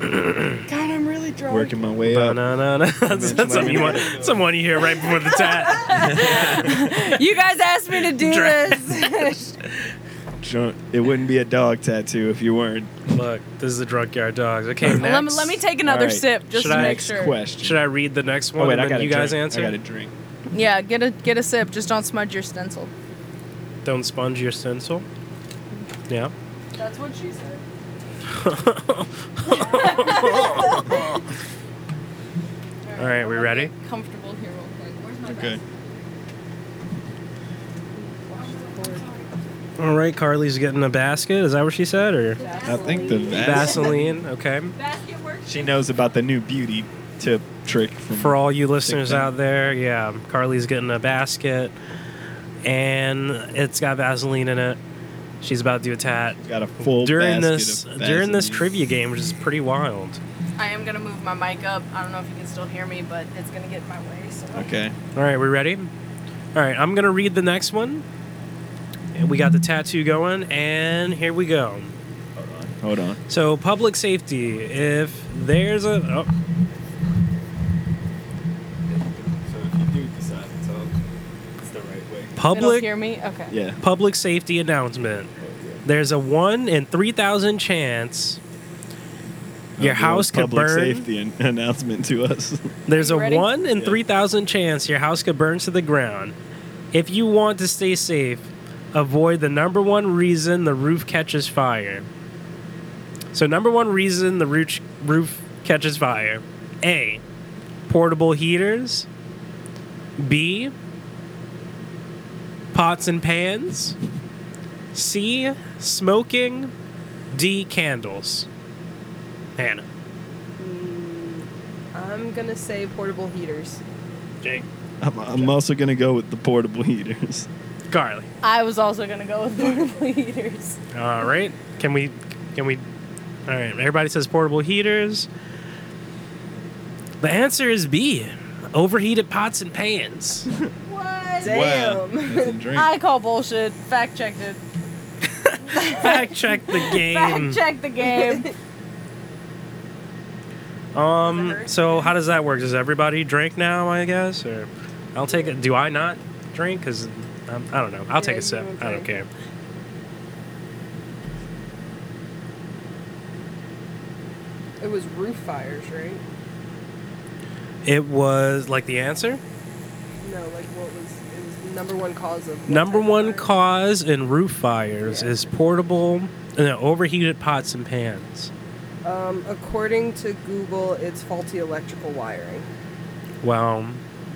S2: God, I'm really drunk.
S5: Working my way up.
S1: Ba-na-na-na. That's, that's something you want. Someone you hear right before the tat.
S2: You guys asked me to do
S1: Drag-
S2: this.
S5: junk. It wouldn't be a dog tattoo if you weren't.
S1: Look, this is the drunk yard dogs. Okay, next.
S7: Well, let, me, let me take another
S5: All right.
S7: sip just
S1: Should
S7: to
S1: I-
S7: make
S5: Next
S7: sure.
S5: question.
S1: Should I read the next one?
S5: Oh wait,
S1: and
S5: I
S1: then
S5: got
S1: you guys answer.
S5: I got a drink.
S7: Yeah, get a get a sip. Just don't smudge your stencil.
S1: Don't sponge your stencil. Yeah.
S7: That's what she said.
S1: All right, we ready?
S7: Comfortable here, real quick. Where's my
S5: Okay.
S1: All right, Carly's getting a basket. Is that what she said, or
S5: I think the vast.
S1: Vaseline? Okay.
S5: She knows about the new beauty tip trick from
S1: For all you listeners
S5: Thing.
S1: out there, yeah, Carly's getting a basket, and it's got Vaseline in it. She's about to do a tat
S5: got a full
S1: during
S5: basket
S1: this
S5: of
S1: during this
S5: Vaseline.
S1: trivia game, which is pretty wild.
S7: I am gonna move my mic up. I don't know if you can still hear me, but it's gonna get in my way. So
S5: Okay.
S1: All right, we ready? All right, I'm gonna read the next one. And we got the tattoo going, and here we go.
S5: Hold on.
S1: So, public safety. If there's a oh,
S5: So if you do decide to tell, it's the right way.
S7: It'll
S1: public
S7: hear me. Okay.
S5: Yeah.
S1: public safety announcement, there's a one in three thousand chance your
S5: I'll do a
S1: house could
S5: public
S1: burn.
S5: safety an- announcement to us.
S1: There's
S7: Are
S1: a
S7: you ready?
S1: one in
S5: Yeah.
S1: three thousand chance your house could burn to the ground. If you want to stay safe, avoid the number one reason the roof catches fire. So number one reason the roof roof catches fire: A, portable heaters. B, pots and pans. C, smoking. D, candles. Hannah,
S6: I'm gonna say portable heaters.
S1: Jake,
S5: I'm, I'm also gonna go with the portable heaters.
S1: Carly.
S7: I was also gonna go with portable heaters.
S1: All right. Can we? Can we? All right. Everybody says portable heaters. The answer is B. Overheated pots and pans.
S7: What?
S5: Wow. That's a drink.
S7: I call bullshit. Fact checked it.
S1: Fact check the game.
S7: Fact check the game.
S1: Um. So how does that work? Does everybody drink now? I guess. Or I'll take it. Do I not drink? Cause um, I don't know. I'll take
S6: you
S1: a sip.
S6: don't
S1: I don't care.
S6: It was roof fires, right?
S1: It was like the answer.
S6: No, like what was it was the number one cause of what
S1: Number
S6: type of
S1: one
S6: fire?
S1: cause in roof fires
S6: Yeah.
S1: is portable, no, overheated pots and pans.
S6: Um, according to Google, it's faulty electrical wiring.
S1: Well,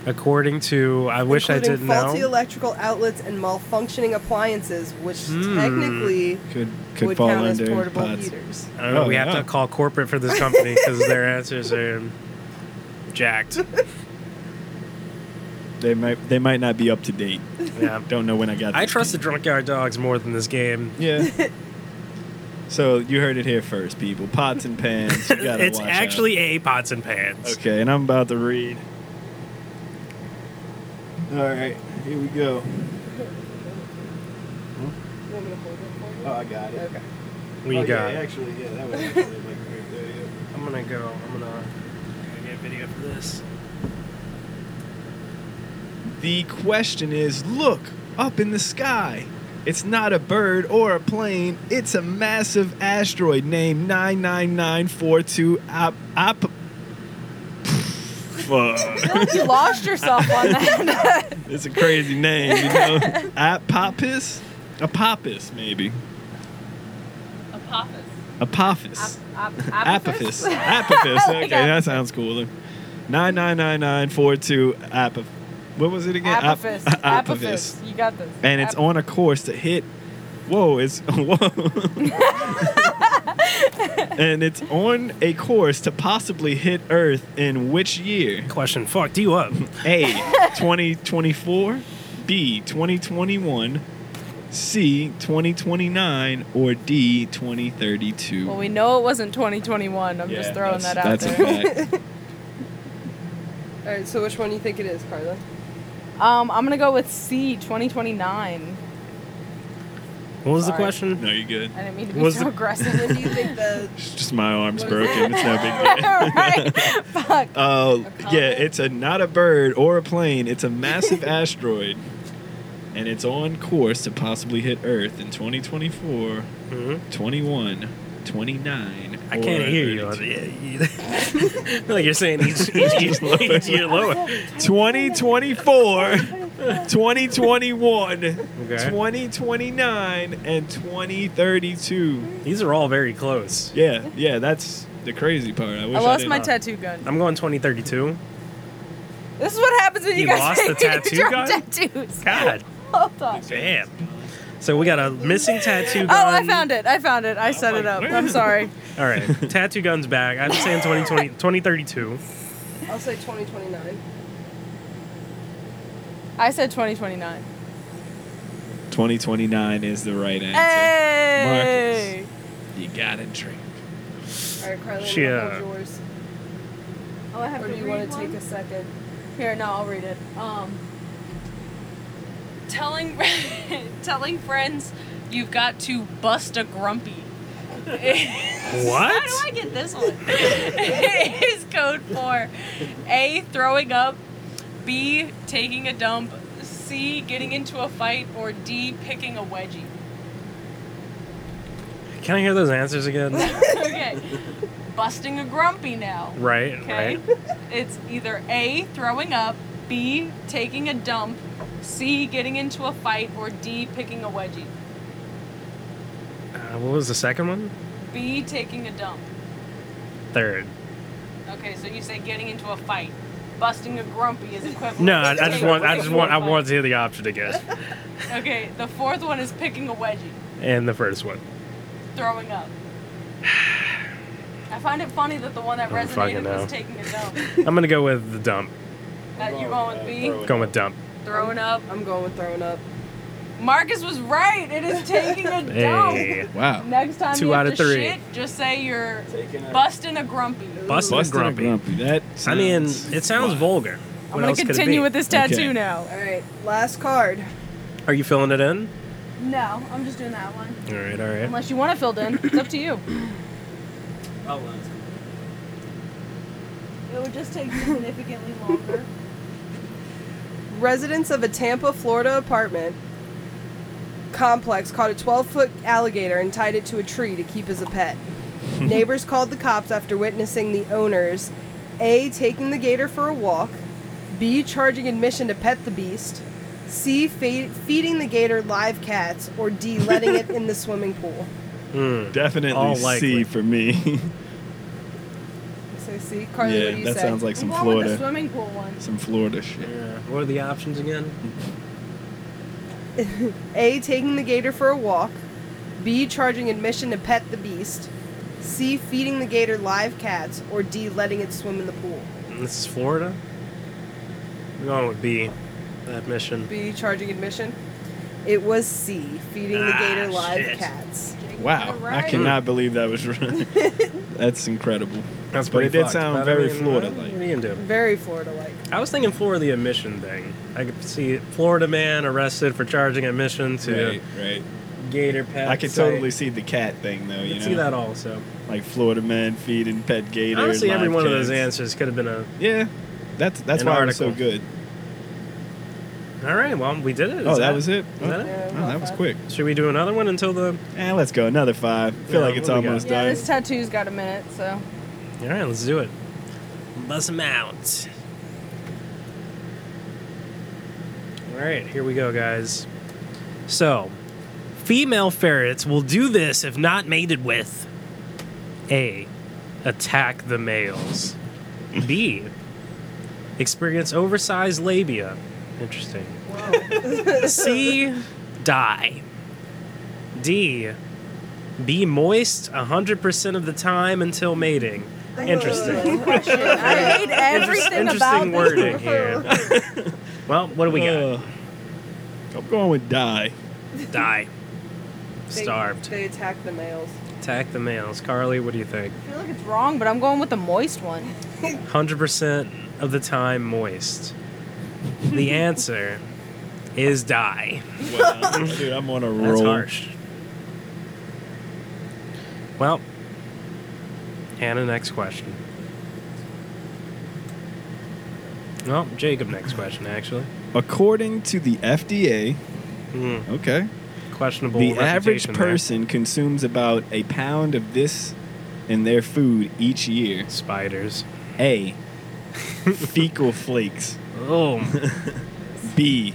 S1: according to, I wish I
S6: including
S1: didn't
S6: faulty
S1: know.
S6: electrical outlets and malfunctioning appliances, which
S1: Hmm.
S6: technically
S5: could could
S6: would
S5: fall
S6: count as
S5: under
S6: portable
S5: pots.
S6: heaters.
S1: I don't know.
S5: Oh,
S1: we have
S5: yeah.
S1: to call corporate for this company because their answers are jacked.
S5: They might they might not be up to date.
S1: Yeah.
S5: Don't know when I got.
S1: I
S5: this
S1: trust the drunk yard dogs more than this game.
S5: game. Yeah. so you heard it here first, people. Pots and pans. You gotta
S1: it's
S5: watch out.
S1: actually a pots and pans.
S5: okay, and I'm about to read. All right, here we go.
S6: You want me to hold it for you?
S5: Oh, I got it.
S6: Okay.
S1: We
S5: oh,
S1: got.
S5: Yeah, actually, yeah, that was actually like right there. Yeah.
S1: I'm gonna go. I'm gonna, I'm gonna get video for this.
S5: The question is look up in the sky. It's not a bird or a plane, it's a massive asteroid named 99942 Op. op Fuck.
S7: you lost yourself on that.
S5: it's a crazy name, you know? Apophis? Apophis, maybe.
S7: Apophis.
S5: Apophis.
S7: Ap-
S5: Apophis. Apophis. Okay,
S7: like
S5: that sounds cooler. 999942 Apophis. What was it again? Ap-
S7: Apophis.
S5: Apophis.
S7: Apophis. You got this.
S5: and it's
S7: Ap-
S5: on a course to hit. Whoa! It's whoa. and it's on a course to possibly hit Earth in which year?
S1: Question fucked you up.
S5: A. 2024, B. 2021, C. 2029, or D. 2032.
S7: Well, we know it wasn't 2021. I'm just throwing that out
S5: that's
S7: there.
S5: a fact.
S6: All right. So which one do you think it is, Carla?
S7: Um, I'm gonna go with C, 2029.
S1: What was the
S7: Sorry.
S1: question?
S5: no, you're good.
S7: I didn't mean to be
S1: Was
S7: so
S1: the-
S7: aggressive.
S6: When do you think the
S5: It's just my arm's
S6: What is
S5: broken. It's no big deal.
S7: right? Fuck.
S5: Oh,
S7: comet?
S5: yeah, it's a not a bird or a plane. It's a massive asteroid. and it's on course to possibly hit Earth in 2024,
S1: Mhm.
S5: 21, 29.
S1: I
S5: or
S1: can't hear you.
S5: 32.
S1: like you're saying each, each, each, each year lower.
S5: 2024, 2021,
S1: Okay.
S5: 2029, and 2032.
S1: These are all very close.
S5: Yeah, yeah, that's the crazy part. I wish
S2: I
S5: I,
S2: lost
S5: didn't.
S2: my tattoo gun.
S1: I'm going 2032.
S2: This is what happens when you,
S1: You
S2: guys
S1: lost the
S2: get
S1: tattoo
S2: your
S1: gun?
S2: tattoos.
S1: God
S2: Hold on.
S1: damn. So we got a missing tattoo gun.
S2: Oh, I found it. I found it. I set
S5: like,
S2: it up.
S5: where
S2: I'm
S5: is it?
S2: sorry.
S1: All right, tattoo gun's back. I'm saying 2020, 2032.
S6: I'll say 2029.
S2: I said 2029.
S5: 2029 is the right answer.
S2: Hey!
S5: You got it, drink.
S6: All right, Carly,
S1: She,
S6: what about
S1: uh,
S6: yours?
S2: Oh, I have
S6: Or
S2: to
S6: do you
S2: read
S6: want to
S2: one?
S6: take a second?
S2: Here, no, I'll read it. Um, telling telling friends you've got to bust a grumpy. How do I
S1: What?
S2: get this one? is code for A throwing up, B taking a dump, C getting into a fight, or D picking a wedgie.
S1: Can I hear those answers again?
S2: Okay. Busting a grumpy now.
S1: Right,
S2: Okay.
S1: right.
S2: It's either A, throwing up, B, taking a dump, C, getting into a fight, or D, picking a wedgie.
S1: Uh, what was the second one?
S2: B, taking a dump.
S1: Third.
S2: Okay, so you say getting into a fight. Busting a grumpy is equivalent.
S1: No, I, I
S2: to
S1: just want, I just
S2: taking a
S1: want, I
S2: fight.
S1: want to hear the option again.
S2: Okay, the fourth one is picking a wedgie,
S1: And the first one.
S2: throwing up. I find it funny that the one that
S1: I don't fucking
S2: resonated was
S1: know.
S2: taking a dump.
S1: I'm gonna go with the dump.
S2: That you going with B?
S1: Going with dump.
S2: Throwing up.
S6: I'm going with throwing up.
S2: Marcus was right. It is taking a dump.
S1: Hey,
S5: Wow.
S2: Next time
S1: Two
S2: you
S1: out
S2: have
S1: of
S2: to
S1: three.
S2: shit, just say you're
S5: Taking a-
S2: busting a grumpy.
S1: busting
S5: Busting a
S1: grumpy.
S5: grumpy. That
S1: I mean,
S5: sounds-
S1: it sounds vulgar.
S2: I'm gonna continue with this tattoo
S5: Okay.
S2: now.
S6: All right, last card.
S1: Are you filling it in?
S2: No, I'm just doing that one.
S1: All right, all right.
S2: Unless you want to fill it in, it's up to you. It would just take significantly longer.
S6: Residents of a Tampa, Florida apartment complex caught a 12 foot alligator and tied it to a tree to keep as a pet. Neighbors called the cops after witnessing the owners A. taking the gator for a walk, B. charging admission to pet the beast, C. Fe- feeding the gator live cats, or D. letting it in the swimming pool.
S1: Hmm.
S5: definitely
S1: All likely.
S5: C for me.
S6: So, see, Carly, what do
S5: yeah,
S6: you
S5: that
S6: say?
S5: sounds like some
S2: I'm going with the
S5: Florida,
S2: swimming pool one.
S5: some Florida shit.
S1: What are the options again?
S6: A. Taking the gator for a walk. B. Charging admission to pet the beast. C. Feeding the gator live cats. Or D. Letting it swim in the pool.
S1: This is Florida. I'm going with B. That mission.
S6: B. Charging admission. It was C. Feeding the
S1: Ah,
S6: gator live
S1: shit.
S6: cats.
S5: Wow, I
S2: Right.
S5: cannot believe that was right. That's incredible.
S1: That's
S5: But
S1: pretty
S5: it did
S1: fucked,
S5: sound
S1: but
S5: very
S1: I mean,
S5: Florida-like.
S1: What are you gonna do?
S6: Very Florida like.
S1: I was thinking Florida the admission thing. I could see Florida man arrested for charging admission to
S5: Right, right.
S1: gator pet.
S5: I could
S1: site.
S5: totally see the cat thing though.
S1: I
S5: You
S1: could
S5: know,
S1: see that also.
S5: like Florida man feeding pet gator.
S1: Honestly, every
S5: live
S1: one of those
S5: cats.
S1: answers could have been a.
S5: Yeah, that's that's
S1: An
S5: why it was so
S1: article.
S5: good.
S1: All right, well we did it. Is
S5: oh, that, was it.
S1: is that
S5: oh,
S1: it?
S5: wow, that was quick.
S1: Should we do another one until the?
S5: Eh, let's go another five. Feel
S1: Yeah,
S5: like it's
S1: what do we
S5: almost
S2: Yeah,
S5: done.
S2: this tattoo's got a minute, so.
S1: All right, let's do it. Bust them out. All right, here we go, guys. So, female ferrets will do this if not mated with A. Attack the males. B. Experience oversized labia. Interesting. C. Die. D. Be moist 100% of the time until mating. Interesting.
S2: I hate
S1: Interest-
S2: everything about
S1: interesting
S2: this.
S1: wording here. well, what do we got?
S5: Uh, I'm going with die.
S1: Die.
S6: They-
S1: Starved.
S6: They attack the males.
S1: Attack the males. Carly, what do you think?
S2: I feel like it's wrong, but I'm going with the moist one.
S1: 100% of the time moist. The answer is die.
S5: Wow. Dude, I'm on a roll.
S1: That's harsh. Well, Hannah, next question. Well, Jacob, next question, actually.
S5: According to the FDA,
S1: Mm,
S5: Okay.
S1: questionable.
S5: the average
S1: reputation there.
S5: person consumes about a pound of this in their food each year.
S1: Spiders.
S5: A. fecal flakes.
S1: Oh.
S5: B.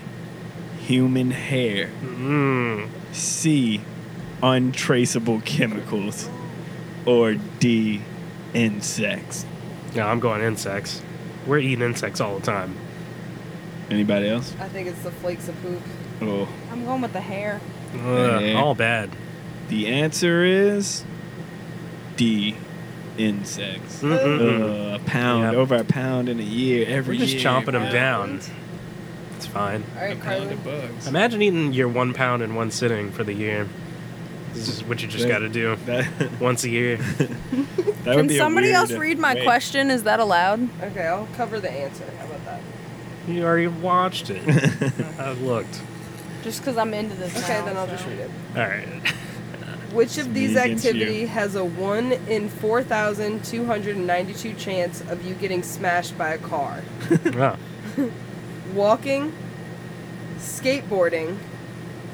S5: Human hair.
S1: mm.
S5: C. Untraceable chemicals. Or D. Insects.
S1: No, I'm going insects. We're eating insects all the time.
S5: Anybody else?
S6: I think it's the flakes of poop.
S5: Oh.
S2: I'm going with the hair.
S1: Ugh,
S5: Yeah.
S1: All bad.
S5: The answer is D. Insects.
S1: Mm, mm, mm.
S5: Uh, a pound,
S1: Yep.
S5: over a pound in a year every
S1: We're just
S5: year.
S1: chomping them
S6: Yeah.
S1: down. It's fine.
S6: All right, Carly.
S5: bugs.
S1: Imagine eating your one pound in one sitting for the year. This is what you just
S5: Yeah.
S1: got to do
S5: That,
S1: once a year.
S5: that would
S7: Can
S5: be a
S7: somebody
S5: weird
S7: else read my
S5: way.
S7: question? Is that allowed?
S6: Okay, I'll cover the answer. How about that?
S1: You already watched it. I've looked.
S7: Just because I'm into this.
S6: Okay,
S7: now,
S6: then I'll
S7: so.
S6: just read it.
S1: All right.
S6: Which of these
S5: Me against you.
S6: activity has a 1 in 4,292 chance of you getting smashed by a car?
S1: Oh.
S6: Walking, skateboarding,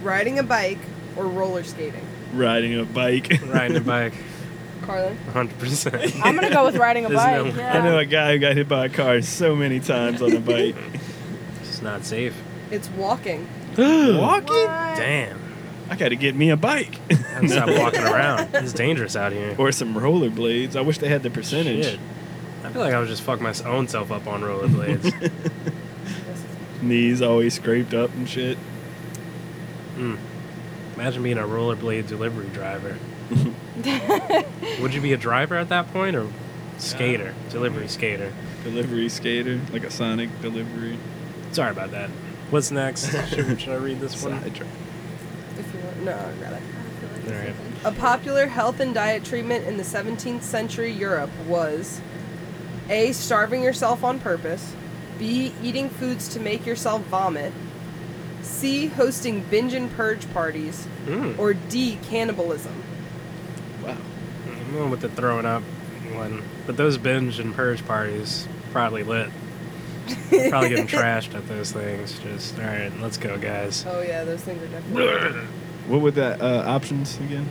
S6: riding a bike, or roller skating?
S5: Riding a bike.
S1: Riding a bike,
S6: Carlin?
S1: 100%.
S2: I'm gonna go with riding a
S1: There's no-
S2: bike.
S5: I know a guy who got hit by a car so many times on a bike.
S1: It's just not safe.
S6: It's walking.
S5: Walking?
S1: Damn.
S5: I gotta get me a bike.
S1: I gotta stop walking around. It's dangerous out here.
S5: or some rollerblades. I wish they had the percentage.
S1: Shit. I feel like I would just fuck my own self up on rollerblades.
S5: Knees always scraped up and shit.
S1: Hmm. Imagine being a rollerblade delivery driver. would you be a driver at that point or skater? Delivery skater.
S5: Delivery skater, like a Sonic delivery.
S1: Sorry about that. What's next? Should, should I read this one?
S5: Side track.
S6: If you want. No, I got it.
S1: All right.
S6: A popular health and diet treatment in the 17th century Europe was A. Starving yourself on purpose, B. Eating foods to make yourself vomit, C. Hosting binge and purge parties,
S1: Mm.
S6: or D. Cannibalism.
S5: Wow.
S1: I'm going with the throwing up one. But those binge and purge parties probably lit. We're probably getting trashed at those things. Just, all right, let's go, guys.
S6: Oh, yeah, those things are definitely.
S5: What were that uh, options again?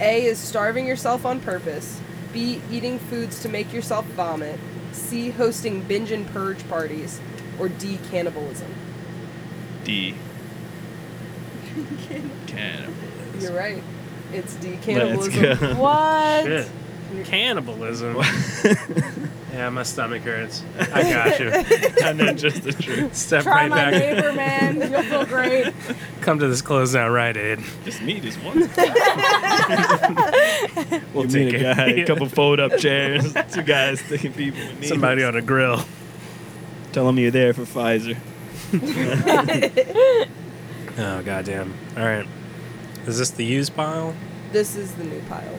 S6: A is starving yourself on purpose, B. Eating foods to make yourself vomit, C. Hosting binge and purge parties, or D. Cannibalism.
S5: D. Cannibalism.
S6: You're right. It's D.
S5: Let's
S6: Cannibalism.
S5: go.
S2: Uh,
S7: What?
S1: Shit. Cannibalism. yeah, my stomach hurts. I got you.
S5: I know just the truth.
S1: Step
S7: Try
S1: right
S7: my
S1: back.
S7: neighbor, man. You'll feel great.
S1: Come to this close down right aid.
S5: Just me, just one.
S1: We'll
S5: you
S1: take
S5: meet a
S1: it.
S5: guy,
S1: Yeah.
S5: a couple fold up chairs, two guys sticking people in knees.
S1: Somebody on a grill.
S5: Tell them you're there for Pfizer.
S1: Oh goddamn! All right, is this the used pile?
S6: This is the new pile.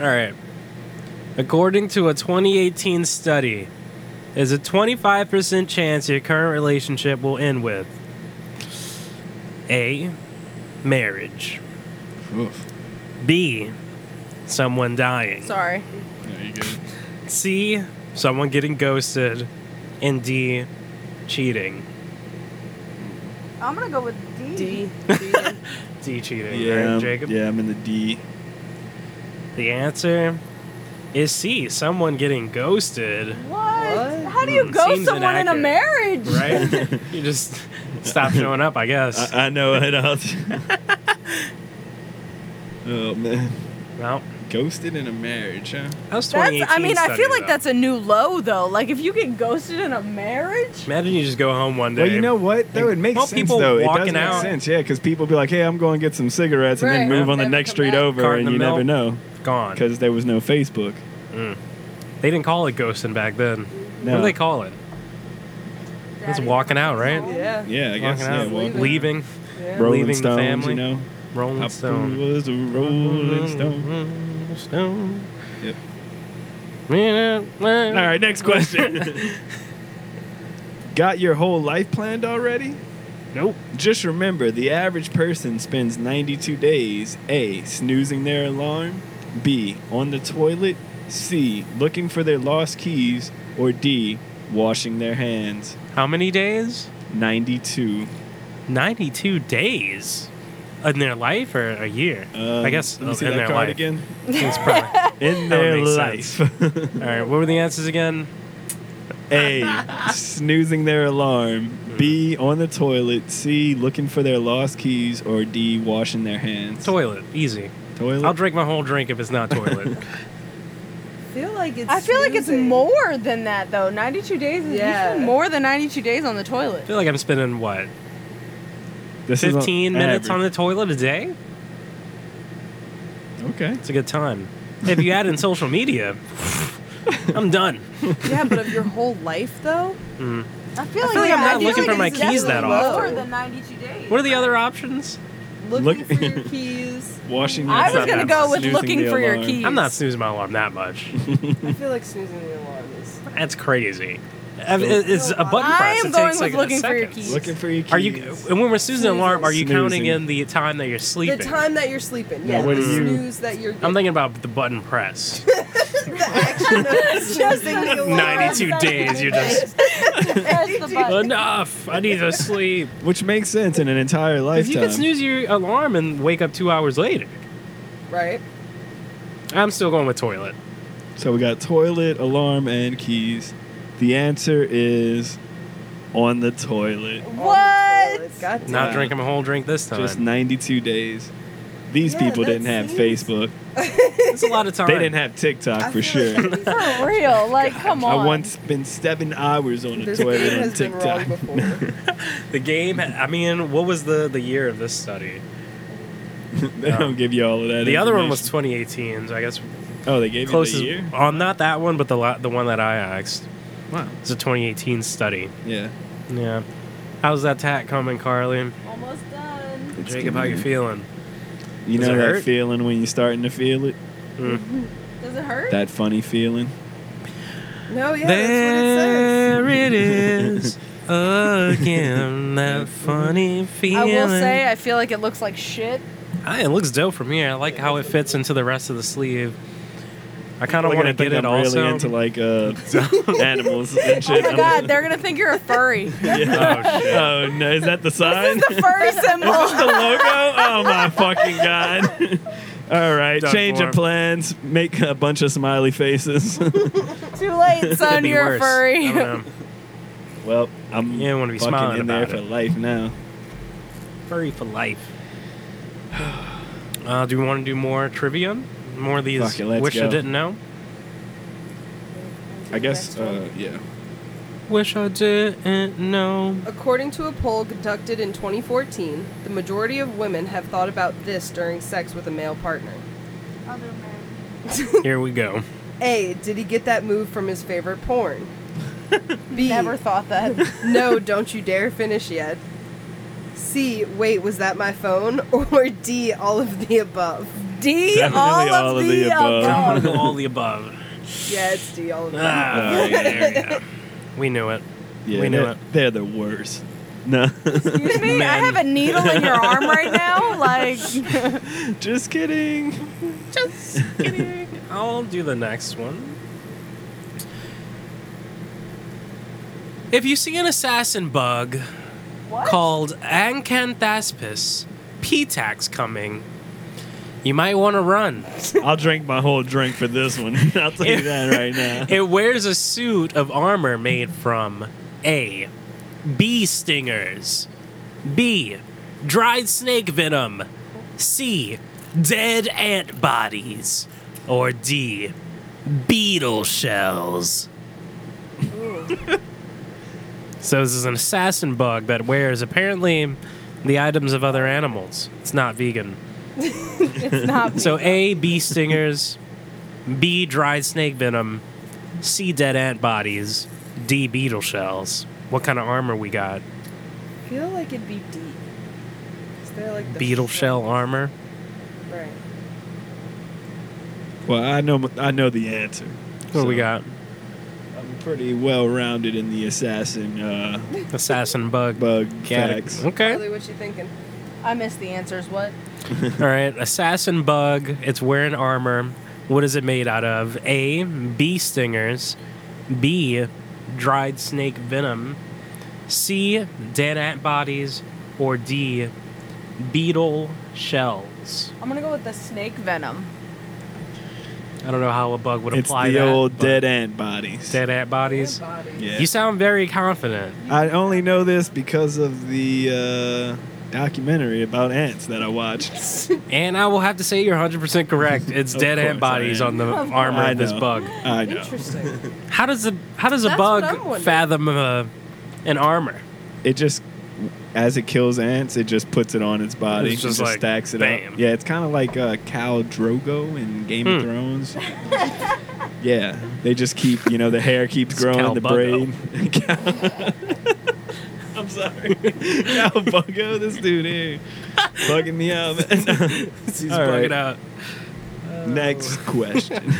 S1: All right. According to a 2018 study, is a 25% chance your current relationship will end with A. Marriage.
S5: Oof.
S1: B. Someone dying.
S7: Sorry.
S5: There you go.
S1: C. Someone getting ghosted. And D. Cheating.
S7: I'm gonna go with D.
S6: D.
S1: D. Cheating.
S5: Yeah, um,
S1: right, Jacob?
S5: yeah, I'm in the D.
S1: The answer is C. Someone getting ghosted.
S7: What?
S6: What?
S7: How do you
S1: Hmm,
S7: go
S1: seems
S7: someone in a
S1: inaccurate.
S7: marriage?
S1: Right? you just stop showing up, I guess.
S5: I, I know it. else. oh man,
S1: well,
S5: ghosted in a marriage, huh?
S1: that was 2018.
S7: That's. I mean, I
S1: study,
S7: feel like
S1: though.
S7: that's a new low, though. Like, if you get ghosted in a marriage,
S1: Imagine you just go home one day.
S5: Well, you know what? That would make
S1: Well,
S5: sense
S1: people
S5: though. It
S1: walking
S5: does make
S1: out.
S5: sense, yeah, because people be like, "Hey, I'm going to get some cigarettes," and
S6: Right.
S5: then move on the
S6: Never
S5: next
S6: come
S5: street
S6: back.
S5: over,
S1: Cart in
S5: and
S1: the
S5: you never
S1: milk.
S5: know
S1: gone.
S5: because there was no Facebook.
S1: They didn't call it ghosting back then. What
S5: No.
S1: do they call it? It's walking out, right?
S6: Yeah.
S5: Yeah, I guess.
S1: Walking
S5: Yeah,
S1: out,
S5: walking out.
S1: leaving,
S6: yeah.
S5: Rolling
S1: leaving the
S5: Stones,
S1: family.
S5: you know.
S1: Rolling
S5: How cool
S1: Stone.
S5: was the Rolling Stone?
S1: Rolling Stone.
S5: Yep.
S1: All
S5: All right, next question. Got your whole life planned already?
S1: Nope.
S5: Just remember, the average person spends 92 days A. snoozing their alarm, B. on the toilet, C. looking for their lost keys, or D. washing their hands.
S1: How many days?
S5: 92.
S1: 92 days in their life or a year?
S5: Um,
S1: I guess
S5: Let me
S1: oh,
S5: see
S1: in
S5: that
S1: their
S5: card
S1: life.
S5: again.
S1: It's probably-
S5: In
S1: That
S5: their
S1: would make
S5: life.
S1: All right, what were the answers again?
S5: A. Snoozing their alarm. B. On the toilet. C. Looking for their lost keys. Or D. Washing their hands.
S1: Toilet, easy.
S5: toilet.
S1: I'll drink my whole drink if it's not toilet.
S6: I feel like it's.
S2: I feel like it's
S6: snoozing.
S2: more than that though. 92 days is
S6: Yeah.
S2: usually more than 92 days on the toilet.
S1: I feel like I'm spending what
S5: This is
S1: 15 minutes on
S5: average.
S1: the toilet a day.
S5: Okay.
S1: It's a good time. If you add in social media, I'm done.
S7: Yeah, but of your whole life though.
S1: Mm.
S2: I feel
S1: I feel like
S2: yeah,
S1: I'm
S2: I
S1: not
S2: feel
S1: looking
S2: like
S1: for my
S2: it's
S1: keys that
S2: definitely
S1: often.
S2: lower than-
S7: 92 days.
S1: What are the other options?
S6: Looking
S5: Look-
S6: for your keys.
S5: Washing.
S2: I
S5: your
S2: was gonna
S5: hands,
S2: go with
S5: snoozing
S2: looking
S5: the
S2: for your
S5: alarm.
S2: keys.
S1: I'm not snoozing my alarm that much.
S6: I feel like snoozing the alarm is.
S1: That's crazy. I- it- It's a button press.
S2: I am
S1: it
S2: going
S1: takes
S2: with
S1: like
S2: looking for your
S1: seconds.
S2: keys.
S5: Looking for your keys.
S1: Are you? And when we're snoozing an alarm, are you counting
S5: Snoozing.
S1: in the time that you're sleeping?
S6: The time that you're sleeping.
S5: Now,
S6: Yeah.
S5: what
S6: the
S5: do you-
S6: snooze that you're.
S1: I'm
S6: Getting,
S1: thinking about the button press.
S6: the action of snoozing the alarm.
S1: 92 days. You're just
S2: Press the button.
S1: enough. I need to sleep.
S5: Which makes sense in an entire
S1: If
S5: lifetime.
S1: you could snooze your alarm and wake up two hours later,
S6: Right.
S1: I'm still going with toilet.
S5: So we got toilet, alarm, and keys. The answer is on the toilet.
S2: What?
S6: God damn.
S1: Not
S5: Wow.
S1: drinking a whole drink this time.
S5: Just 92 days. These
S6: Yeah,
S5: people didn't
S6: that
S5: have
S6: seems-
S5: Facebook.
S1: It's a lot of time.
S5: They didn't have TikTok
S6: I
S5: for
S6: feel
S5: sure.
S6: like these-
S2: For real? Like, come on.
S5: I once spent seven hours on the
S6: This
S5: toilet
S6: game
S5: on
S6: has been
S5: TikTok.
S6: wrong before.
S1: the game. I mean, what was the the year of this study?
S5: they don't give you all of that.
S1: The other one was
S5: information.
S1: 2018. So I guess
S5: oh, they gave
S1: closest.
S5: you the year.
S1: On not that one, but the la- the one that I asked.
S5: Wow.
S1: It's a 2018 study.
S5: Yeah.
S1: Yeah. How's that tat coming, Carly?
S7: Almost done.
S5: It's
S1: Jacob, how you
S5: good.
S1: feeling?
S5: You
S1: Does
S5: know
S1: it
S5: that
S1: hurt?
S5: feeling when you're starting to feel it?
S7: Does it hurt?
S5: That funny feeling.
S6: no, yeah, that's
S1: there it is again. That funny feeling.
S2: I will say, I feel like it looks like shit.
S1: Ah, it looks dope from here. I like how it fits into the rest of the sleeve. I kind of
S5: Like,
S1: want
S5: I
S1: to
S5: think
S1: get it
S5: I'm
S1: also.
S5: really into like uh, animals and
S2: Oh
S5: shit.
S2: my god, they're gonna think you're a furry.
S5: Yeah. Oh, no, is that the sign?
S2: the furry symbol.
S5: Is this the logo? Oh my fucking god! All right,
S1: Done
S5: change
S1: for.
S5: of plans. Make a bunch of smiley faces.
S2: Too late,
S1: Could
S2: son.
S1: be
S2: You're a
S1: worse.
S2: furry.
S1: I don't know.
S5: well, I'm
S1: You don't wanna be
S5: fucking
S1: smiling
S5: in
S1: about
S5: there
S1: it.
S5: for life now.
S1: Furry for life. Uh, do we want to do more trivia? More of these
S5: Fuck it, let's
S1: wish I
S5: go.
S1: didn't know?
S5: I guess. Uh, yeah.
S1: Wish I didn't know.
S6: According to a poll conducted in 2014, the majority of women have thought about this during sex with a male partner.
S1: Here we go.
S6: A. Did he get that move from his favorite porn? B.
S2: Never thought that.
S6: no, don't you dare finish yet. C. Wait, was that my phone? Or D. All of the above.
S2: D,
S5: Definitely
S2: all,
S5: all
S2: of the
S1: I'm
S2: above.
S1: gonna go all the above.
S6: Yeah, it's D. All of the above.
S1: Ah,
S5: Oh, yeah.
S1: there we go. We knew it.
S5: Yeah,
S1: We knew
S5: they're,
S1: it.
S5: they're the worst. No,
S2: Excuse me, I have a needle in your arm right now. Like,
S5: just kidding.
S1: Just kidding. I'll do the next one. If you see an assassin bug called Ancanthaspis Petax coming, you might want to run.
S5: I'll drink my whole drink for this one. I'll tell you that right now.
S1: It wears a suit of armor made from A. Bee stingers, B. Dried snake venom, C. Dead ant bodies, or D. Beetle shells. so, this is an assassin bug that wears apparently the items of other animals. It's not vegan.
S2: it's not.
S1: So A, bee stingers, B, dried snake venom, C, dead ant bodies, D, beetle shells. What kind of armor we got?
S6: I feel like it'd be D. Is there like the
S1: Beetle shell armor?
S6: Right.
S5: Well, I know. I know the answer.
S1: What do we
S5: So,
S1: got?
S5: I'm pretty well rounded in the assassin uh,
S1: Assassin bug.
S5: bug
S1: Cate-
S5: facts.
S1: Okay.
S6: Really, what you thinking?
S2: I missed the answers. What?
S1: All right. Assassin bug. It's wearing armor. What is it made out of? A, bee stingers, B, dried snake venom, C, dead ant bodies, Or D, beetle shells?
S7: I'm gonna go with the snake venom.
S1: I don't know how a bug would
S5: It's
S1: apply
S5: the
S1: that,
S5: old
S1: but-
S5: dead end bodies.
S1: dead at bodies.
S6: Bodies.
S5: Yeah.
S1: You sound very confident.
S5: I only know this because of the uh, documentary about ants that I watched.
S1: And I will have to say you're 100% correct. It's
S5: Of
S1: dead
S5: course
S1: ant bodies
S5: I
S1: on
S5: am.
S1: the armor
S5: I
S1: of this
S5: know.
S1: bug.
S5: I know.
S6: Interesting.
S1: How does a how does a
S7: That's what I'm
S1: bug
S7: wondering.
S1: fathom uh, an armor?
S5: It just, as it kills ants, it just puts it on its body.
S1: It's
S5: and
S1: just like,
S5: stacks it
S1: bam.
S5: up. Yeah, it's kind of like uh, Cal Drogo in Game of
S1: Hmm.
S5: Thrones. yeah, they just keep, you know, the hair keeps
S1: It's
S5: growing,
S1: Cal
S5: the braid. Cal- I'm sorry. Cal Bungo, this dude here. Bugging me out. man.
S1: He's
S5: All
S1: bugging
S5: right.
S1: out.
S5: Next question.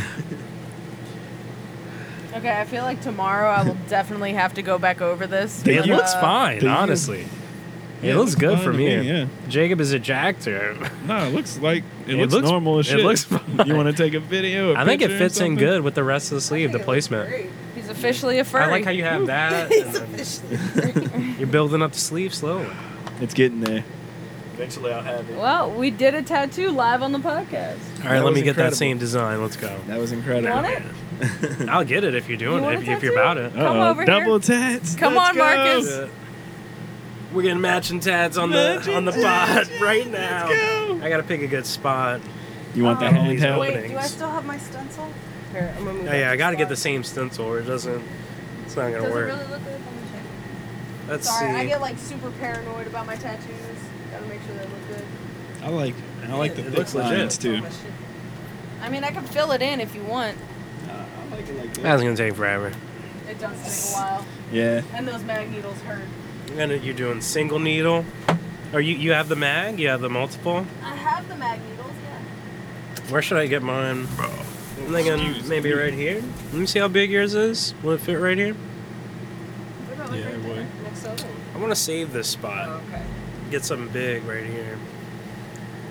S7: Okay, I feel like tomorrow I will definitely have to go back over this. uh,
S5: Thank
S1: It
S5: you.
S1: looks fine,
S5: Thank you.
S1: honestly.
S5: Yeah,
S1: it looks good
S5: fine
S1: from
S5: to me,
S1: here.
S5: yeah.
S1: Jacob is a jacked or
S5: No, it looks like it,
S1: It
S5: looks,
S1: looks-
S5: normal as
S1: it
S5: shit.
S1: looks fine.
S5: You want to take a video? I
S1: I think it fits in good with the rest of the sleeve, the placement.
S7: He's officially a furry.
S1: I like how you have that.
S6: He's
S1: and
S6: officially
S1: you're building up the sleeve slowly.
S5: It's getting there. Eventually, I'll have it.
S7: well, we did a tattoo live on the podcast.
S1: All right,
S5: That
S1: let
S5: was
S1: me get that
S5: incredible.
S1: same design. Let's go.
S5: That was incredible.
S7: Want it?
S1: I'll get it if you're doing
S7: You
S1: it,
S7: want
S1: if,
S7: a
S1: if you're
S7: tattoo?
S1: about it.
S7: Come
S5: Uh-oh,
S7: over here.
S5: Double tats.
S7: Come
S5: Let's
S7: on,
S5: go.
S7: Marcus.
S1: Yeah. We're getting matching tats on the on the pod right now.
S5: go.
S1: I gotta pick a good spot.
S5: You want the
S1: Um, Wait,
S5: handheld?
S1: Wait, do I
S7: still have my stencil?
S6: Here, I'm gonna move
S1: Oh, yeah,
S6: up
S1: I gotta get the
S6: spot.
S1: same stencil or it doesn't it's not gonna
S7: Does it
S1: work.
S7: really look good? Let me check.
S1: Let's
S7: Sorry,
S1: see.
S7: I get like super paranoid about my tattoos. Gotta make sure they look good.
S5: I like. I like the
S1: It
S5: thick
S1: looks legit.
S5: lines too.
S2: Uh,
S7: I mean, I can fill it in if you want.
S5: I like it like
S1: That's gonna take forever.
S7: It does take a while.
S5: Yeah.
S7: And those mag needles hurt.
S1: And you're doing single needle. Or you, you have the mag, you have the multiple.
S7: I have the mag needles, yeah.
S1: Where should I get mine? I'm thinking maybe right here. Let me see how big yours is. Will it fit right here?
S7: What about like
S5: Yeah,
S7: right
S5: it
S7: there?
S5: would.
S7: Next to it?
S1: I wanna save this
S6: Oh,
S1: spot.
S6: okay.
S1: Get something big right here.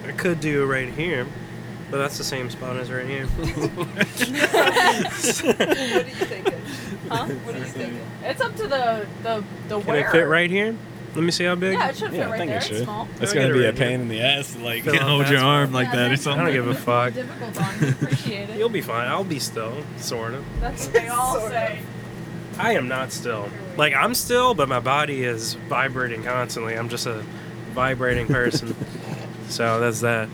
S1: I could do right here. But that's the same spot as right here.
S6: What are you thinking?
S7: Huh?
S6: What are you thinking?
S7: It's up to the the the
S1: Can it fit right here? Let me see how big.
S7: Yeah, it should fit right there. It's small.
S5: It's
S1: I'll
S5: gonna
S1: get it
S5: be a
S1: right here.
S5: pain in the ass to like
S1: Fill out
S5: hold
S1: that
S5: your
S1: spot.
S5: arm like
S7: Yeah,
S5: that or
S7: thanks. I
S5: something.
S1: I don't give a fuck.
S7: Difficult on. Appreciate
S1: You'll
S7: it.
S1: be fine. I'll be still, sort of.
S7: That's what they all
S6: Sort
S7: say.
S1: I am not still. Like I'm still, but my body is vibrating constantly. I'm just a vibrating person. so that's that.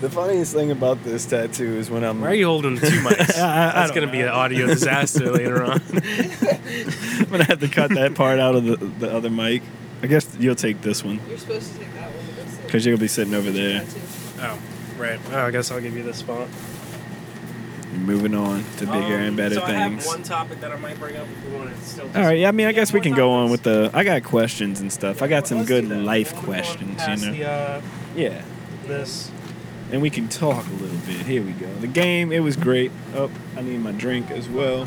S5: The funniest thing about this tattoo is when I'm
S1: Why are you holding two mics?
S5: I- I
S1: that's
S5: don't
S1: gonna be
S5: know.
S1: an audio disaster later on.
S5: I'm gonna have to cut that part out of the, the other mic. I guess you'll take this one
S6: You're supposed to take that one. but that's it.
S5: because you'll be sitting over there.
S6: Tattoo.
S1: Oh, right. Oh, I guess I'll give you this spot.
S5: Moving on to bigger and better
S1: Um, so I
S5: things.
S1: have one topic that I might bring up if you want to still.
S5: All right. Yeah, I mean, I
S1: Yeah,
S5: guess we
S1: more
S5: can go on
S1: topics.
S5: with the. I got questions and stuff. I got some
S1: Let's
S5: good
S1: do that.
S5: life
S1: We'll move on
S5: questions,
S1: past
S5: you know.
S1: The, uh,
S5: Yeah,
S1: this.
S5: and we can talk a little bit. Here we go. The game. It was great. Oh, I need my drink as well.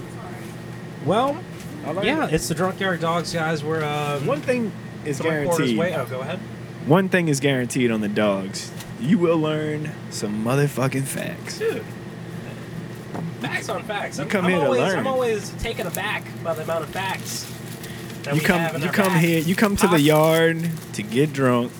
S1: Well,
S5: All right.
S1: yeah, it's the Drunk Yard Dogs, guys. We're uh,
S5: One thing is
S1: three quarters
S5: guaranteed.
S1: Way. Oh, go ahead.
S5: One thing is guaranteed on the dogs. You will learn some motherfucking facts.
S1: Dude. Facts on facts.
S5: You
S1: I'm,
S5: come
S1: I'm
S5: here to
S1: always,
S5: learn.
S1: I'm always taken aback by the amount of facts. that
S5: you
S1: we have
S5: come
S1: in
S5: you
S1: our
S5: come
S1: back
S5: here you come to the
S1: pocket
S5: yard to get drunk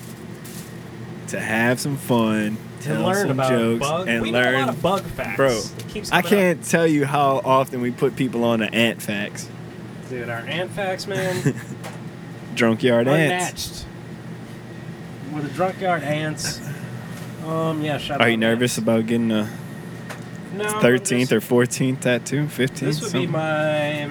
S5: to have some fun
S1: to
S5: tell
S1: learn
S5: some
S1: about
S5: jokes
S1: bug.
S5: and
S1: we know a lot
S5: learn
S1: of bug facts.
S5: bro
S1: It keeps
S5: i
S1: coming
S5: can't tell you how often we put people on the ant facts
S1: up. Dude, our ant facts, man,
S5: drunk yard
S1: unmatched.
S5: ants
S1: We're the drunk yard ants. Um, yeah. Shout
S5: are
S1: out
S5: you nervous
S1: ants.
S5: about getting a
S1: No, but
S5: 13th or
S1: this-
S5: 14th tattoo 15th
S1: This would be
S5: something?
S1: my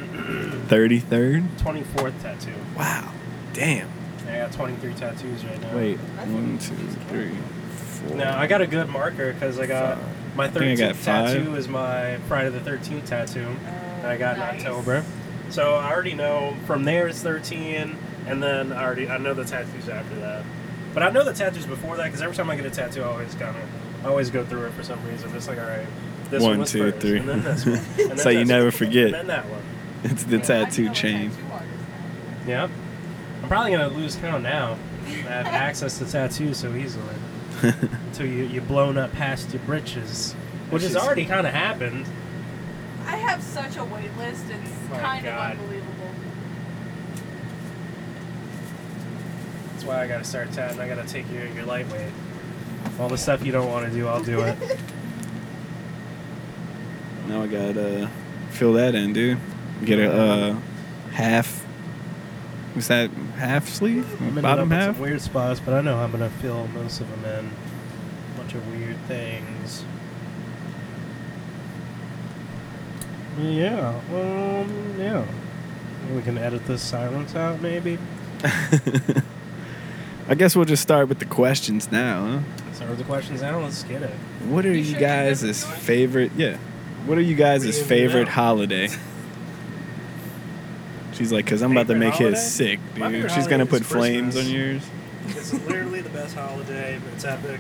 S5: 33rd
S1: 24th tattoo.
S5: wow damn
S1: I got 23 tattoos right now.
S5: wait one two three four
S1: No, I got a good marker because I got my
S5: think I got
S1: 13th tattoo is my Friday the 13th tattoo that I got
S7: nice.
S1: in October. So I already know from there it's 13, and then I already I know the tattoos after that. But I know the tattoos before that because every time I get a tattoo, I always kind of I always go through it for some reason. It's like all right, this
S5: One,
S1: one was
S5: two,
S1: first,
S5: three.
S1: and then this one, and then
S5: So you
S1: this
S5: never
S1: one,
S5: forget.
S1: And then that one.
S5: it's the tattoo chain
S1: Yeah, I'm probably gonna lose count now. I have access to tattoos so easily. Until you you blown up past your britches, which has already kind of happened.
S7: I have such a wait list. It's
S1: My
S7: kind
S1: God.
S7: of unbelievable.
S1: It's That's why I gotta start tatting. I gotta take your your lightweight. All the stuff you don't want to do, I'll do it.
S5: Now I gotta uh, fill that in, dude. Get a uh, half. Was that half sleeve?
S1: I'm ended
S5: Bottom
S1: up in
S5: half?
S1: Some weird spots, but I know I'm gonna fill most of them in. bunch of weird things. Yeah. Um. Yeah. We can edit this silence out, maybe.
S5: I guess we'll just start with the questions now, huh?
S1: Start with the questions now. Let's get it.
S5: What are you guys' favorite? Yeah. What are you guys'
S1: Favorite
S5: favorite
S1: holiday?
S5: holiday? She's like, because I'm about to
S1: Favorite
S5: make
S1: holiday?
S5: his sick,
S1: My
S5: dude.
S1: favorite
S5: She's going to
S1: holiday is
S5: put flames
S1: Christmas.
S5: on yours.
S1: It's literally the best holiday. It's epic.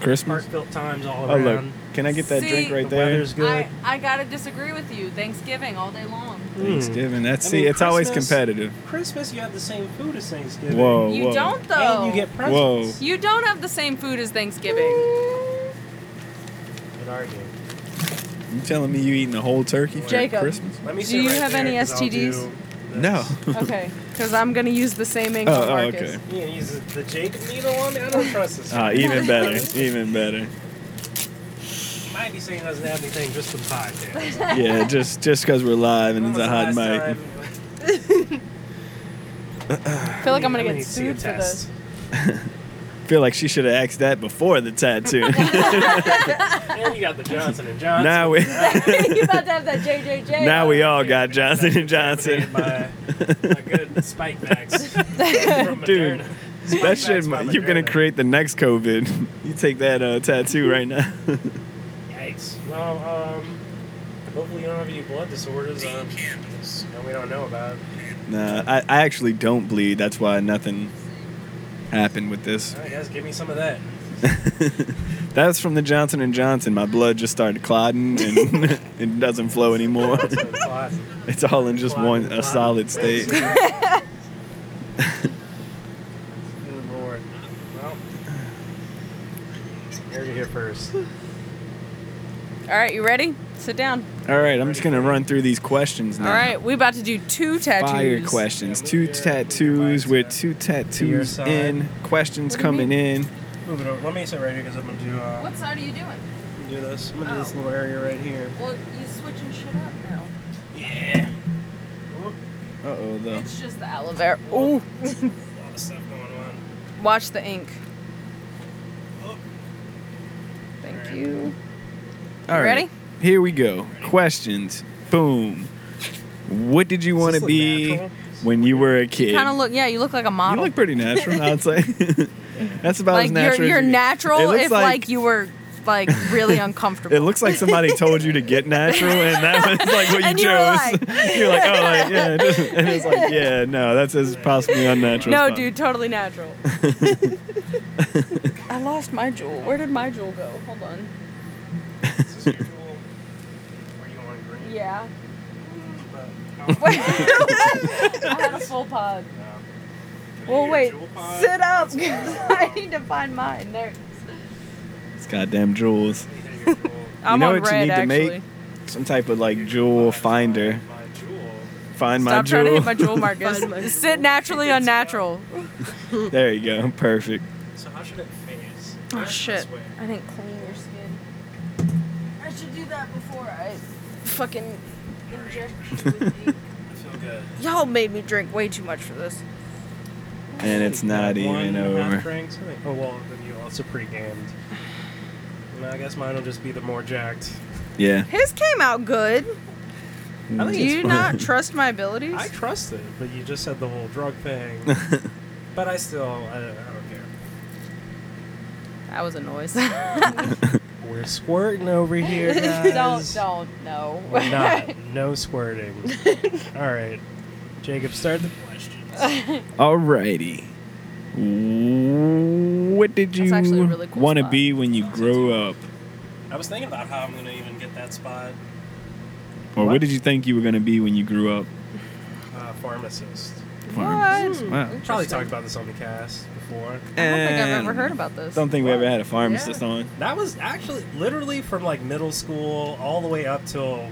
S5: Christmas?
S1: Heartfelt times all
S5: Oh,
S1: around.
S5: look. Can I get that
S2: See,
S5: drink right
S1: the
S5: there?
S1: weather's good.
S2: I, I gotta disagree with you. Thanksgiving all day long.
S5: Thanksgiving. That's,
S1: I
S5: see,
S1: mean,
S5: it's always
S1: Christmas-
S5: competitive.
S1: Mm. Christmas, you have the same food as Thanksgiving.
S5: Whoa.
S2: you
S5: Oh, whoa.
S2: don't though.
S1: And you get
S5: Whoa.
S1: presents.
S2: You don't have the same food as Thanksgiving.
S1: Good argument.
S5: You telling me you eating a whole turkey for
S2: Jacob.
S5: Christmas?
S1: Let me
S2: Do
S1: sit
S2: you
S1: right
S2: have
S1: there,
S2: any
S1: 'cause I'll
S2: STDs?
S1: do this.
S5: No.
S2: okay, because I'm gonna use the same ink
S5: Oh,
S2: on
S5: oh,
S2: Marcus.
S5: okay.
S1: You gonna use the Jacob needle on me? I don't trust this.
S5: Ah,
S1: guy.
S5: even better. Even better.
S1: He might be saying he doesn't have anything just for the podcast.
S5: Yeah, just just because we're live and it's a hot mic.
S2: I feel like I'm gonna get sued for this.
S5: feel like she should have asked that before the tattoo.
S1: And you got the Johnson and Johnson.
S5: now we
S2: you about to have that JJJ?
S5: now we all got Oh, Johnson and Johnson.
S1: My, my good spike backs from
S5: Dude,
S1: Moderna. Spike
S5: That
S1: backs
S5: shit,
S1: from
S5: might- you're gonna
S1: Moderna.
S5: create the next COVID. You take that uh, tattoo right now.
S1: Yikes. Well, um, hopefully you don't have any blood disorders. Um, and we don't know about.
S5: nah, I, I actually don't bleed. That's why nothing happened with this.
S1: All right, guys, give me some of that.
S5: That's from the Johnson and Johnson. My blood just started clotting and it doesn't flow anymore. It's all in just one a solid state.
S1: Good lord. Well, heard it here first.
S2: All right, you ready? Sit down.
S5: All right, I'm just gonna run through these questions now.
S2: All right, we about to do two tattoos.
S5: fire questions.
S1: Yeah, move
S5: two
S1: your- move your
S5: tattoos.
S1: mic
S5: We're
S1: to-
S5: two
S1: to your
S5: tattoos
S1: side.
S5: in. Questions coming in.
S1: Move it over. Let me sit right here because I'm gonna do uh,
S2: What side are you doing?
S1: do this. I'm gonna do this little area right here.
S2: Well, you switching shit up now.
S1: Yeah. Oop,
S5: Uh oh, though.
S2: It's just the aloe vera. Ooh,
S1: a lot of stuff going on.
S2: watch the ink.
S5: Oh.
S1: Oop.
S2: Thank you.
S5: All right,
S2: ready?
S5: Here we go. Questions. Boom. What did you want
S1: this
S5: to
S1: look
S5: be
S1: natural?
S5: when you were a kid?
S2: Kind of look. Yeah, you look like a
S5: you
S2: model.
S5: look pretty natural, I'd say. That's about
S2: like
S5: as natural.
S2: you're,
S5: as
S2: you're
S5: you-
S2: natural.
S5: It looks
S2: if like, you were like really uncomfortable.
S5: It looks like somebody told you to get natural, and that was like what you
S2: And you were
S5: chose. you're like, oh, like, yeah, it doesn't- and it's like, yeah, no, that's as possibly unnatural. as
S2: no,
S5: possible.
S2: dude, totally natural. I lost my jewel. Where did my jewel go? Hold on.
S1: Is this your tool? Or you on green?
S2: Yeah.
S1: But-
S2: I had a full pod. Well,
S1: Your
S2: wait.
S1: jewel pod?
S2: Sit up. 'cause I need to find mine. There. it is.
S5: It's goddamn jewels.
S1: You had your jewel.
S2: I'm
S5: know
S2: on
S5: what you
S2: red
S5: need to
S2: actually.
S5: make? Some type of like jewel finder.
S1: My jewel.
S5: Find my
S2: Stop trying to
S5: jewel.
S2: hit my jewel, Marcus. Sit naturally
S1: uh,
S2: unnatural.
S5: there you go. Perfect.
S1: So how should it phase?
S2: Oh shit. I didn't clean your skin. I should do that before I fucking inject you with ink.
S1: I feel good.
S2: Y'all made me drink way too much for this.
S5: And it's not even over.
S1: Oh well, then you also pre-gamed. Well, I guess mine will just be the more jacked.
S5: Yeah.
S2: His came out good.
S1: I
S2: Do
S1: think
S2: you
S1: it's
S2: not trust my abilities?
S1: I trust it, but you just said the whole drug thing. but I still, I, I don't care.
S2: That was a noise.
S1: We're squirting over here,
S2: don't,
S1: guys.
S2: don't, no.
S1: We're not. No squirting. All right, Jacob, start the questions.
S5: Alrighty. What did you
S2: actually a really cool
S5: want to
S2: spot.
S5: be when you grow up?
S1: I was thinking about how I'm gonna even get that spot.
S5: Or what
S1: What?
S5: did you think you were going to be when you grew up?
S1: Uh, pharmacist.
S5: Farmers. Wow.
S1: Probably talked about this on the cast before.
S2: I don't think I've ever heard about this.
S5: Don't think we ever had a pharmacist
S1: Yeah.
S5: on.
S1: That was actually literally from like middle school all the way up till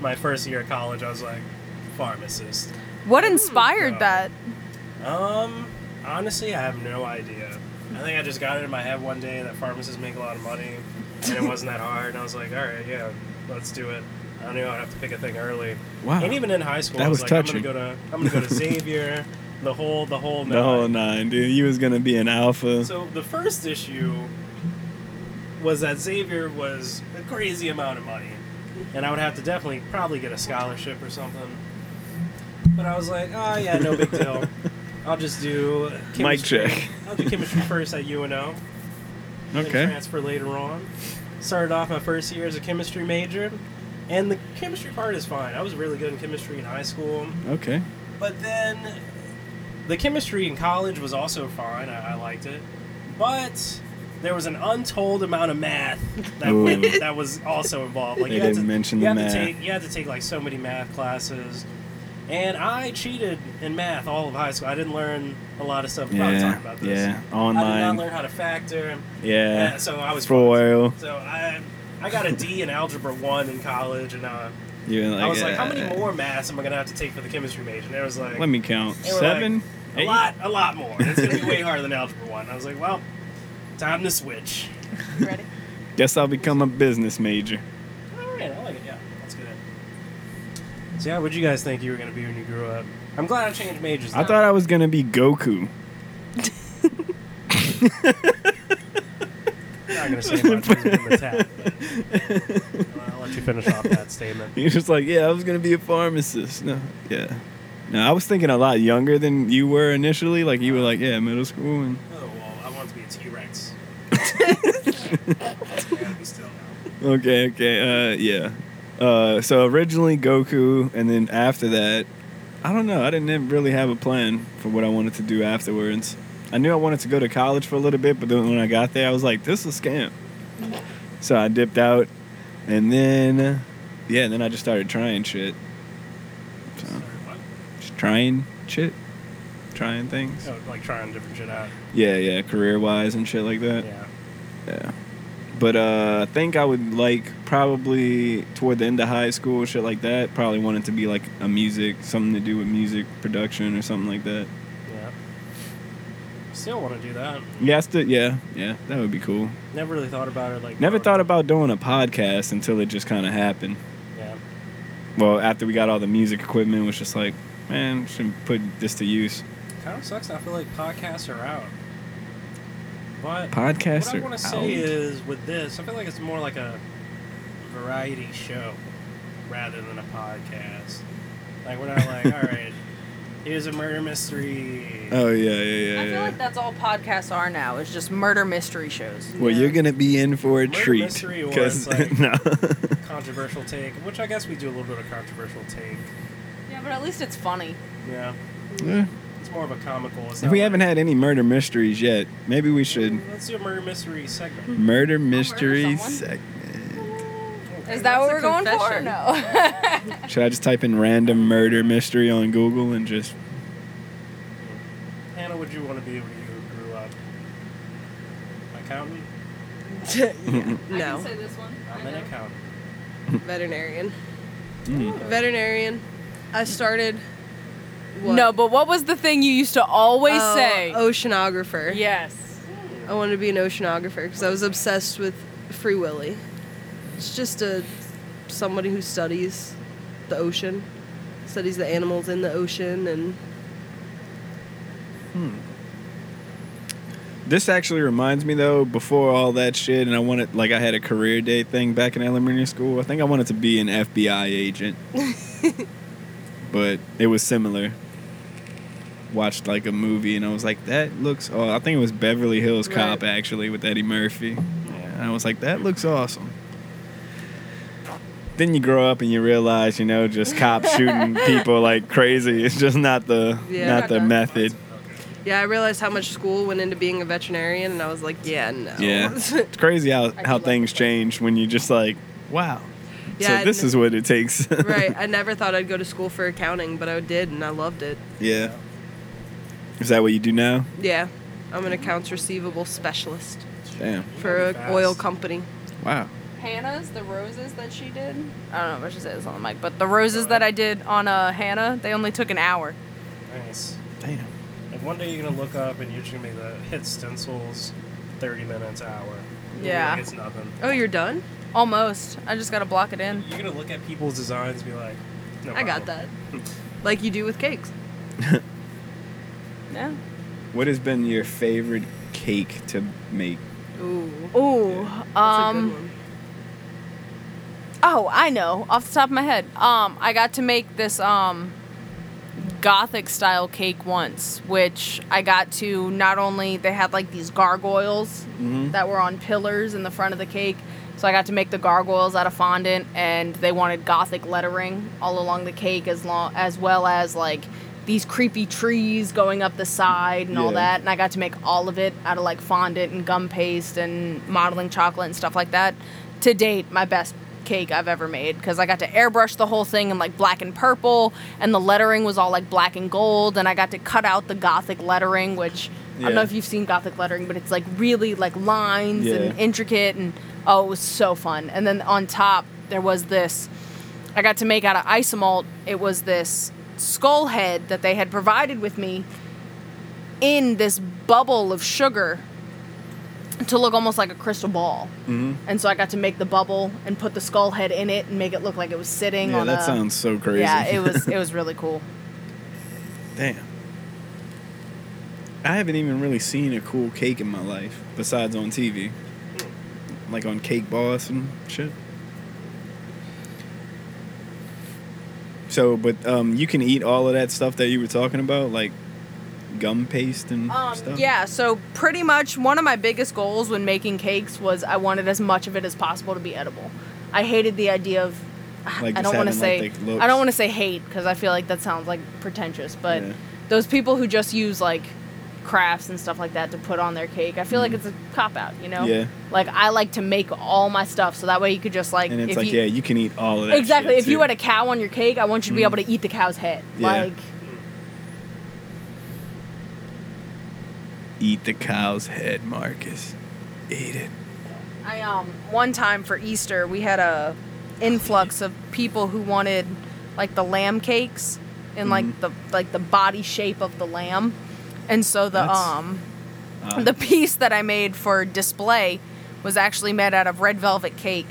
S1: my first year of college. I was like, pharmacist.
S2: What inspired that?
S1: Um, Honestly, I have no idea. I think I just got it in my head one day that pharmacists make a lot of money, and it wasn't that hard. And I was like, all right, yeah, let's do it. I knew I'd have to pick a thing early.
S5: Wow.
S1: And even in high school,
S5: That
S1: I was,
S5: was
S1: like,
S5: touching.
S1: I'm gonna go to I'm gonna go to Xavier, the whole the whole
S5: The whole
S1: nine.
S5: nine, dude. You was gonna be an alpha.
S1: So the first issue was that Xavier was a crazy amount of money, and I would have to definitely probably get a scholarship or something. But I was like, oh yeah, no big deal. I'll just do
S5: Mic
S1: chemistry-
S5: check.
S1: I'll do chemistry first at UNO. then
S5: okay.
S1: transfer later on. Started off my first year as a chemistry major, and the chemistry part is fine. I was really good in chemistry in high school.
S5: Okay.
S1: But then the chemistry in college was also fine. I, I liked it. But there was an untold amount of math that,
S5: Ooh.
S1: went, that was also involved. Like
S5: They
S1: you had
S5: didn't
S1: to,
S5: mention
S1: you
S5: the
S1: had to
S5: math.
S1: take you had to take like so many math classes. And I cheated in math all of high school. I didn't learn a lot of stuff. We'll probably talk
S5: Yeah.
S1: about this.
S5: Yeah.
S1: I did not
S5: Online.
S1: learn how to factor. Yeah,
S5: Yeah.
S1: so I was
S5: For a while.
S1: So I I got a D in algebra one in college, and uh,
S5: You were like,
S1: I was like, how many
S5: uh,
S1: more maths am I gonna have to take for the chemistry major? And it was like,
S5: Let me count.
S1: They were
S5: Seven.
S1: like, a
S5: eight?
S1: lot, a lot more. It's gonna be way harder than algebra one. I was like, well, time to switch.
S2: Ready?
S5: Guess I'll become a business major.
S1: All right, I like it. Yeah, that's good. So yeah, what would you guys think you were gonna be when you grew up? I'm glad I changed majors.
S5: I thought I was gonna be Goku.
S1: I'm not gonna say much. 'cause I'm gonna tap. I'll let you finish off that statement.
S5: You're just like, yeah, I was gonna be a pharmacist. No, yeah. No, I was thinking a lot younger than you were initially. Like you were like, yeah, middle school, and
S1: Oh well, I want to be a T-Rex. I gotta be still now.
S5: okay, okay, uh, yeah. Uh, so originally Goku, and then after that, I don't know. I didn't really have a plan for what I wanted to do afterwards. I knew I wanted to go to college for a little bit, but then when I got there, I was like, this is a scam. So I dipped out, and then yeah, then I just started trying shit,
S1: Sorry, what?
S5: just trying shit, trying things.
S1: Oh, like trying different shit out.
S5: Yeah, yeah, career wise and shit like that. Yeah.
S1: Yeah.
S5: But uh, I think I would like probably toward the end of high school, shit like that, probably wanted to be like a music, something to do with music production or something like that.
S1: Yeah. Still want to do that.
S5: Yeah, I still, yeah, yeah, that would be cool.
S1: Never really thought about it. Like
S5: Never
S1: growing
S5: thought
S1: up.
S5: about doing a podcast until it just kind of happened.
S1: Yeah.
S5: Well, after we got all the music equipment, it was just like, man, should put this to use.
S1: Kind of sucks. I feel like podcasts are out. But
S5: Podcasts
S1: what I
S5: are
S1: want to
S5: out.
S1: say is with this, I feel like it's more like a variety show rather than a podcast. Like we're not like, all right, here's a murder mystery.
S5: oh yeah, yeah, yeah.
S2: I feel
S5: yeah.
S2: like that's all podcasts are now. It's just murder mystery shows.
S5: well, you're gonna be in for a
S1: Murder
S5: treat.
S1: mystery or
S5: 'cause-
S1: it's like-
S5: no.
S1: Controversial take, which I guess we do a little bit of controversial take.
S2: Yeah, but at least it's funny.
S1: Yeah,
S5: Yeah.
S1: it's more of a comical. It's
S5: If
S1: not
S5: we
S1: like-
S5: haven't had any murder mysteries yet, maybe we should
S1: Let's do a murder mystery segment.
S5: murder mystery
S2: someone.
S5: segment.
S2: Is that what we're
S7: That's a
S2: going for? or
S7: confession.
S2: No.
S5: Should I just type in random murder mystery on Google and just
S1: Hannah, would you want to be when you grew up? Accountant?
S7: I can
S6: No.
S7: say this one.
S1: I'm an accountant.
S6: Veterinarian.
S5: Hmm.
S6: Veterinarian. I started. What?
S2: no, but what was the thing you used to always
S6: Oh,
S2: say?
S6: Oceanographer.
S2: Yes.
S6: I wanted to be an oceanographer because I was obsessed with Free Willy. It's just a somebody who studies the ocean, studies the animals in the ocean, and
S5: This actually reminds me though, before all that shit, and I wanted like I had a career day thing back in elementary school. I think I wanted to be an FBI agent, but it was similar. Watched like a movie and I was like, that looks. Oh, I think it was Beverly Hills Cop
S6: Right.
S5: actually with Eddie Murphy. And I was like, that looks awesome. Then you grow up and you realize, you know, just cops shooting people like crazy. It's just not the
S6: Yeah.
S5: not the method.
S6: yeah, I realized how much school went into being a veterinarian, and I was like, yeah, no.
S5: Yeah.
S2: Oh.
S5: It's crazy how, how things change when you just like, wow.
S6: Yeah,
S5: so this
S6: and-
S5: is what it takes.
S6: right. I never thought I'd go to school for accounting, but I did, and I loved it.
S5: yeah. Is that what you do now?
S6: Yeah, I'm an accounts receivable specialist
S5: Damn.
S6: for an oil company.
S5: Wow.
S2: Hannah's the roses that she did. I don't know if I should say this on the mic, but the roses that I did on uh, Hannah, they only took an hour.
S1: Nice.
S5: Damn.
S1: If One day you're gonna look up and you're just gonna be the hit stencils, thirty minutes hour. You'll be
S2: Yeah.
S1: like, it's nothing.
S2: Oh, you're done? Almost. I just gotta block it in.
S1: You're gonna look at people's designs and be like, no.
S2: I got
S1: problem.
S2: that. Like you do with cakes. yeah.
S5: What has been your favorite cake to make?
S6: Ooh.
S2: Ooh.
S6: That's a
S2: Um.
S6: good one.
S2: Oh, I know off the top of my head. Um, I got to make this um gothic style cake once, which I got to not only they had like these gargoyles
S6: Mm-hmm.
S2: that were on pillars in the front of the cake. So I got to make the gargoyles out of fondant and they wanted gothic lettering all along the cake as long as well as like these creepy trees going up the side and all
S5: Yeah.
S2: that and I got to make all of it out of like fondant and gum paste and modeling chocolate and stuff like that. To date, my best cake I've ever made because I got to airbrush the whole thing in like black and purple and the lettering was all like black and gold and I got to cut out the gothic lettering which I don't know
S5: Yeah.
S2: if you've seen gothic lettering but it's like really like lines and
S5: Yeah.
S2: intricate and oh it was so fun and then on top there was this I got to make out of isomalt it was this skull head that they had provided with me in this bubble of sugar to look almost like a crystal ball. Mm-hmm. And so I got to make the bubble and put the skull head in it and make it look like it was sitting
S5: Yeah,
S2: on
S5: that
S2: a
S5: sounds so crazy.
S2: Yeah, it was it was really cool.
S5: Damn. I haven't even really seen a cool cake in my life besides on TV. Like on Cake Boss and shit. So, but um, you can eat all of that stuff that you were talking about, like gum paste and
S2: Um,
S5: stuff.
S2: yeah, so pretty much one of my biggest goals when making cakes was I wanted as much of it as possible to be edible. I hated the idea of ah,
S5: Like
S2: I
S5: just
S2: don't
S5: having,
S2: want to say
S5: like, the
S2: I
S5: looks.
S2: don't want to say hate because I feel like that sounds like pretentious, but
S5: Yeah.
S2: those people who just use like crafts and stuff like that to put on their cake, I feel like it's a cop out, you know?
S5: Mm. Yeah.
S2: Like I like to make all my stuff so that way you could just like
S5: And it's
S2: if
S5: like,
S2: you,
S5: yeah, you can eat all of that.
S2: exactly
S5: shit,
S2: if you
S5: too. Mm.
S2: had a cow on your cake, I want you to be able to eat the cow's head.
S5: Yeah.
S2: Like
S5: eat the cow's head, Marcus. Eat it.
S2: I um one time for Easter we had a influx of people who wanted like the lamb cakes and
S5: Mm.
S2: like the like the body shape of the lamb. And so the
S5: That's-
S2: um
S5: Uh,
S2: the piece that I made for display was actually made out of red velvet cake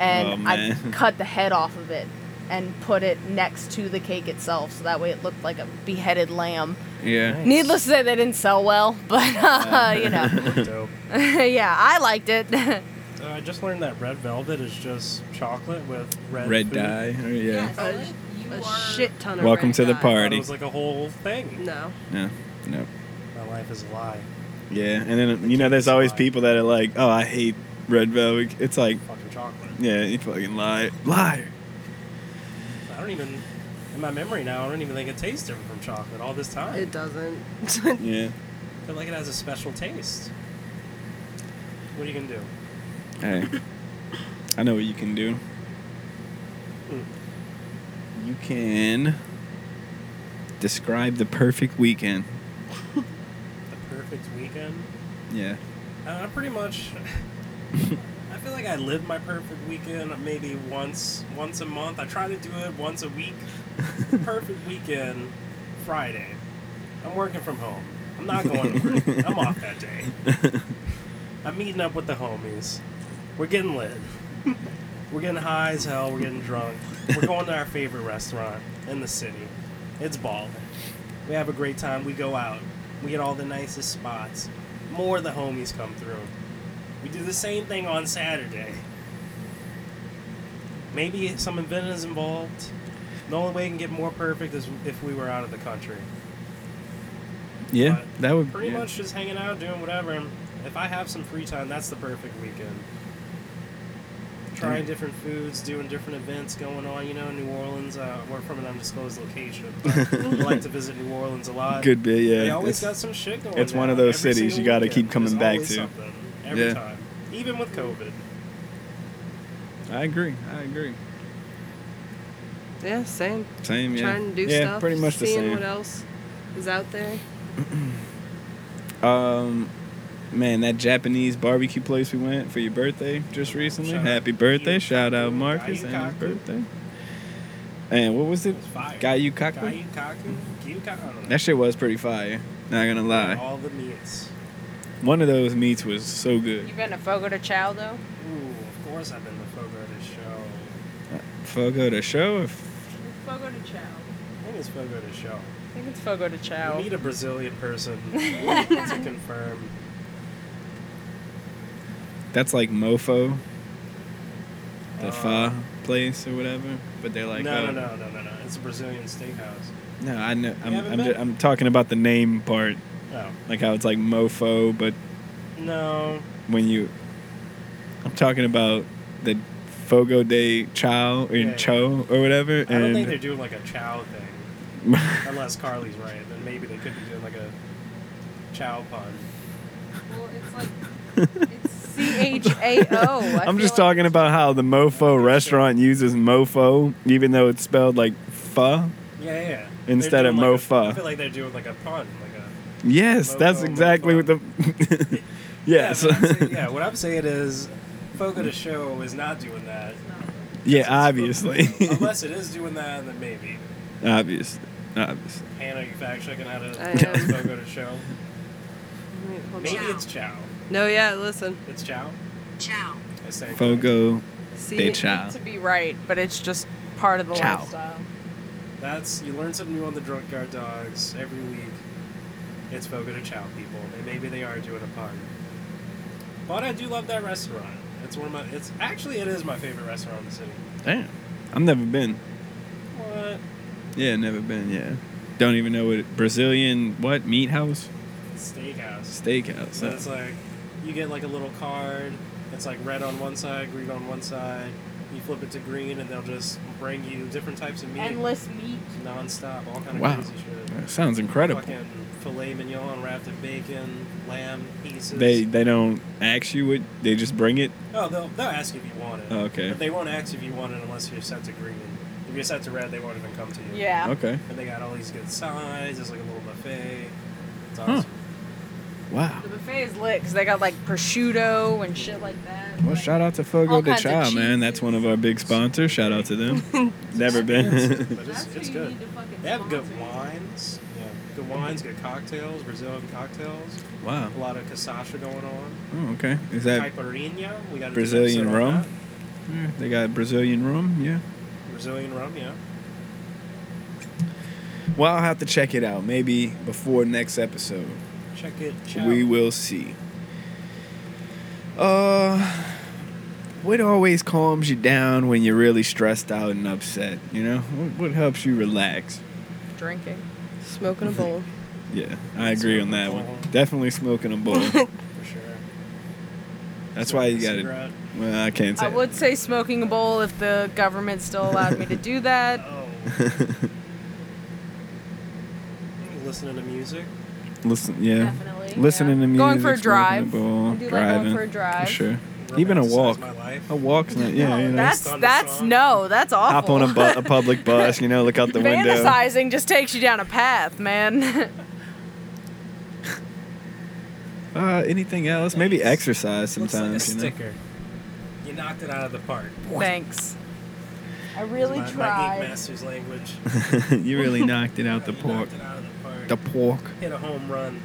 S2: and
S5: Oh,
S2: I
S5: man.
S2: cut the head off of it and put it next to the cake itself so that way it looked like a beheaded lamb.
S5: yeah.
S2: Needless to say they didn't sell well, but uh, you know.
S1: Dope.
S2: yeah, I liked it.
S1: Uh, I just learned that red velvet is just chocolate with red
S5: Red
S1: food.
S5: dye. or- Yeah.
S6: A, a shit ton of
S5: Welcome
S6: red
S5: to the
S6: dye.
S1: I thought
S5: party.
S1: It was like a whole thing.
S6: No.
S5: No. No.
S1: My life is a lie.
S5: Yeah, and then you know, there's always people that are like, "Oh, I hate red velvet." It's like,
S1: Fucking chocolate.
S5: yeah, you fucking lie, liar.
S1: I don't even. In my memory now, I don't even think it tastes different from chocolate all this time.
S6: It doesn't.
S5: Yeah,
S1: I feel like it has a special taste. What are you gonna do?
S5: hey, I know what you can do. You can describe the perfect weekend.
S1: The perfect weekend?
S5: Yeah,
S1: Uh, pretty much. I feel like I live my perfect weekend maybe once once a month. I try to do it once a week. perfect weekend, Friday. I'm working from home. I'm not going. to work. I'm off that day. I'm meeting up with the homies. We're getting lit. We're getting high as hell. We're getting drunk. We're going to our favorite restaurant in the city. It's ballin'. We have a great time. We go out. We get all the nicest spots. More of the homies come through. We do the same thing on Saturday. Maybe some event is involved. The only way it can get more perfect is if we were out of the country.
S5: yeah,
S1: But
S5: that would
S1: pretty
S5: yeah.
S1: much just hanging out, doing whatever. And If I have some free time, that's the perfect weekend. Trying different foods, doing different events going on. You know, New Orleans. Uh, we're from an undisclosed location. But we like to visit New Orleans a lot.
S5: Good bit,
S1: They
S5: yeah.
S1: always
S5: It's,
S1: got some shit going.
S5: it's one
S1: down
S5: of those
S1: every
S5: cities
S1: single
S5: you gotta
S1: weekend.
S5: keep coming
S1: There's
S5: back
S1: always
S5: to.
S1: something, every
S5: Yeah.
S1: time, even with COVID.
S5: I agree. I agree.
S6: Yeah, same.
S5: Same, yeah.
S6: Trying to do
S5: yeah,
S6: stuff.
S5: pretty much the
S6: seeing
S5: same.
S6: what else is out there.
S5: Um, man, that Japanese barbecue place we went for your birthday just recently.
S1: Shout out
S5: Happy birthday!
S1: Gaiyu-
S5: Shout out Marcus and his
S1: Gaiyu-kaku.
S5: birthday. And what was it?
S1: It was fire.
S5: Gaiyu Kaku.
S1: Gaiyu Kaku. Gaiyu Kaku. I don't know.
S5: That shit was pretty fire. Not gonna lie.
S1: All the meats.
S5: One of those meats was so good.
S7: You've been to Fogo de Chao though?
S1: Ooh, of course I've been to Fogo to show.
S5: Fogo to oh, show. If,
S7: Fogo de Chao.
S1: When is Fogo to show?
S7: I think it's Fogo de Chao.
S1: Meet a Brazilian person to confirm.
S5: that's like Mofo, the
S1: Uh,
S5: pho place or whatever. But they're like,
S1: no,
S5: oh,
S1: no, no, no, no, no. It's a Brazilian steakhouse.
S5: no, I know. I'm,
S1: haven't
S5: I'm,
S1: been?
S5: ju- I'm talking about the name part,
S1: Oh.
S5: like how it's like Mofo, but
S1: No.
S5: when you, I'm talking about the Fogo de Chao or
S1: Yeah, yeah.
S5: Cho or whatever.
S1: I don't
S5: and
S1: think they're doing like a chow thing. Unless Carly's right, then maybe they could be doing like a chow pun.
S7: Well, it's like it's C H A O. I
S5: I'm
S7: feel
S5: just
S7: like-
S5: talking about how the Mofo restaurant uses Mofo, even though it's spelled like pho.
S1: Yeah, yeah, yeah.
S5: Instead
S1: They're
S5: of
S1: doing, like, a-
S5: mofa.
S1: I feel like they're doing like a pun, like a.
S5: Yes, that's
S1: Mofo,
S5: exactly
S1: mofo.
S5: what the. yes.
S1: Yeah, but I'm saying- yeah, what I'm saying is, Fogo de Show is not doing that.
S5: yeah, obviously.
S1: Unless it is doing that, then maybe.
S5: obviously. Obviously.
S1: Hannah, you fact checking how to
S6: I am.
S1: Fogo de Show? Maybe it's Chow.
S6: No, yeah, listen.
S1: It's Chow?
S8: Ciao.
S1: I think.
S5: Fogo
S6: See,
S5: de
S7: Not
S5: Chao.
S7: to be right, but it's just part of the
S5: Chao.
S7: lifestyle.
S1: That's you learn something new on the drunk guard dogs every week. It's Fogo de Chow people, and maybe they are doing a pun. But I do love that restaurant. It's one of my. It's actually it is my favorite restaurant in the city.
S5: Damn. I've never been.
S1: What?
S5: Yeah, never been, yeah. Don't even know what it, Brazilian what meat house
S1: Steakhouse.
S5: steakhouse.
S1: So
S5: uh,
S1: it's like you get like a little card. It's like red on one side, green on one side. You flip it to green, and they'll just bring you different types of meat,
S7: Endless meat.
S1: nonstop, all kind of
S5: Wow.
S1: crazy shit.
S5: that sounds incredible.
S1: Fucking filet mignon wrapped in bacon, lamb pieces.
S5: They they don't ask you what they just bring it.
S1: oh, they'll they'll ask you if you want it.
S5: Oh, okay.
S1: But they won't ask if you want it unless you're set to green. If you're set to red, they won't even come to you.
S7: Yeah.
S5: Okay.
S1: And they got all these good sides. There's like a little buffet. It's
S5: Huh.
S1: awesome.
S5: Wow.
S7: The buffet is lit because they got like prosciutto and shit like that.
S5: Well, shout out to Fogo
S7: All
S5: de
S7: kinds of
S5: Chao, man.
S7: cheeses.
S5: That's one of our big sponsors. Shout out to them. Never been.
S1: But it's, it's good. They have good wines. Yeah, good wines, good cocktails, Brazilian cocktails.
S5: wow.
S1: A lot of cachaça going on.
S5: Oh, okay. Is that
S1: Caipirinha. We got a
S5: Brazilian
S1: dessert on
S5: rum? yeah, they got Brazilian rum? Yeah.
S1: that. Brazilian rum, yeah.
S5: Well, I'll have to check it out. Maybe before next episode,
S1: Check it. Chow.
S5: we will see. Uh, what always calms you down when you're really stressed out and upset? You know, what, what helps you relax?
S7: Drinking.
S6: smoking a bowl.
S5: Yeah, I agree on that one. Definitely smoking a bowl.
S1: for sure.
S5: That's why you got to.
S1: Cigarette.
S5: Well, I can't say.
S7: I would say smoking a bowl if the government still allowed me to do that.
S1: Oh,
S5: it.
S1: listening to music.
S5: Listen, yeah.
S7: Definitely,
S5: Listening
S7: yeah.
S5: to music.
S7: Going for a
S5: smoking
S7: drive.
S5: bowl,
S7: I do like going
S5: driving,
S7: for a drive.
S5: For sure. Even a
S1: Romanticize
S5: walk.
S1: My life.
S5: A walk's not. Yeah, you know.
S7: that's
S1: Thunder
S7: that's
S1: song.
S7: no, that's awful.
S5: hop on a, bu- a public bus. You know, look out the window.
S7: Fantasizing just takes you down a path, man.
S5: Uh, anything else? Maybe
S1: Thanks.
S5: exercise
S1: Looks like a
S5: sometimes. you know.
S1: sticker. You knocked it out of the park.
S7: Thanks. I really
S1: my, my geek
S7: tried.
S1: master's language.
S5: you really knocked it out the
S1: You
S5: pork.
S1: knocked it out of the park.
S5: The pork.
S1: hit a home run.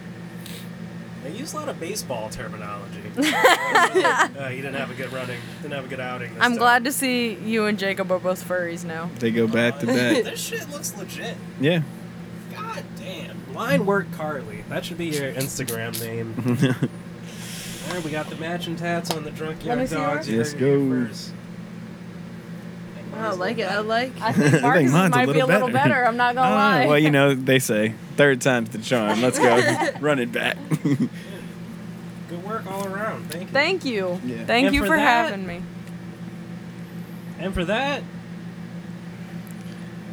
S1: They use a lot of baseball terminology. uh, you didn't have a good running. Didn't have a good outing. This
S7: I'm
S1: time.
S7: glad to see you and Jacob are both furries now.
S5: They go back to back.
S1: This shit looks legit.
S5: Yeah.
S1: God damn. Line work Carly. That should be your Instagram name. All right, we got the matching tats on the drunk
S7: Let me
S1: yard
S7: see yours.
S1: dogs. You
S5: Yes,
S1: heard it here
S5: go.
S1: first.
S6: Oh, I like it. I like.
S7: I
S5: I
S7: think
S5: think
S7: Marcus
S5: mine's a
S7: might be a
S5: little
S7: little
S5: better.
S7: better. I'm not gonna
S5: Ah,
S7: lie.
S5: well, you know they say third time's the charm. Let's go. Run it back.
S1: Good work all around. Thank you.
S7: Thank you.
S5: Yeah.
S7: Thank
S1: And
S7: you
S1: for
S7: for,
S1: that-
S7: having me.
S1: and for that.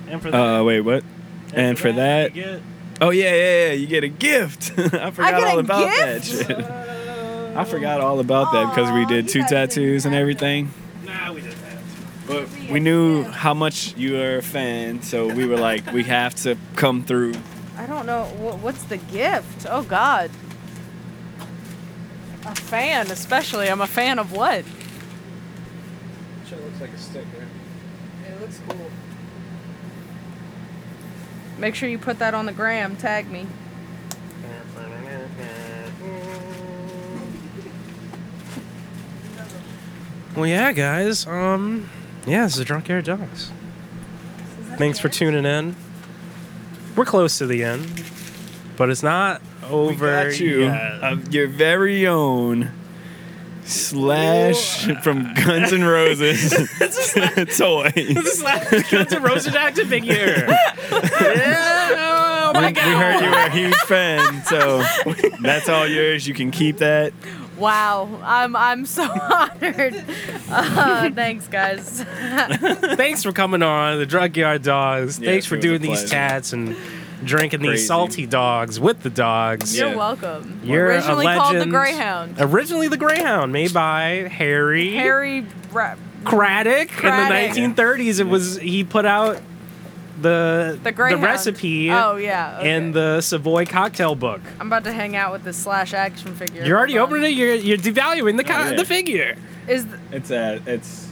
S1: And for that.
S5: uh, wait, what? And for that,
S1: you get-
S5: oh yeah, yeah, yeah, you get a gift. I forgot
S7: get a
S5: all about
S7: gift?
S5: that shit.
S1: uh,
S5: I forgot all about that because we
S7: Aw,
S5: did
S7: you
S5: two
S7: guys didn't
S5: tattoos and
S7: have
S5: everything.
S1: Nah, we did that.
S5: But we knew how much you were a fan, so we were like, we have to come through.
S7: I don't know wh- what's the gift. Oh God. A fan, especially. I'm a fan of what?
S1: Shit looks like a sticker.
S6: It looks cool.
S7: Make sure you put that on the gram. Tag me.
S1: Bam, Well, yeah, guys. Um, yeah, this is Drunk Air Dogs. Thanks for tuning in. We're close to the end, but it's not over
S5: got you
S1: yet.
S5: of your very own slash from Guns N' Roses toy.
S1: This is like Guns N' Roses action figure. yeah. Oh
S5: We,
S1: my
S5: we heard you were a huge fan, so that's all yours. You can keep that.
S2: Wow, I'm I'm so honored. Uh, thanks, guys.
S1: Thanks for coming on the Drug Yard Dogs.
S5: Yes,
S1: Thanks for
S5: it was a
S1: doing these
S5: pleasure.
S1: chats and drinking
S5: Crazy.
S1: these salty dogs with the dogs.
S5: Yeah.
S2: You're welcome.
S1: You're
S2: originally
S1: a legend.
S2: called the Greyhound.
S1: Originally the Greyhound, made by Harry,
S2: Harry. Ra-
S1: Craddock,
S2: Craddock.
S1: in the 1930s. It was he put out the
S2: the Greyhound.
S1: recipe
S2: Oh yeah. Okay.
S1: in the Savoy cocktail book.
S2: I'm about to hang out with this slash action figure.
S1: You're already
S2: Hold on.
S1: opening it. You're you're devaluing the co-
S5: yeah.
S1: the figure.
S2: Is th-
S5: It's a, it's,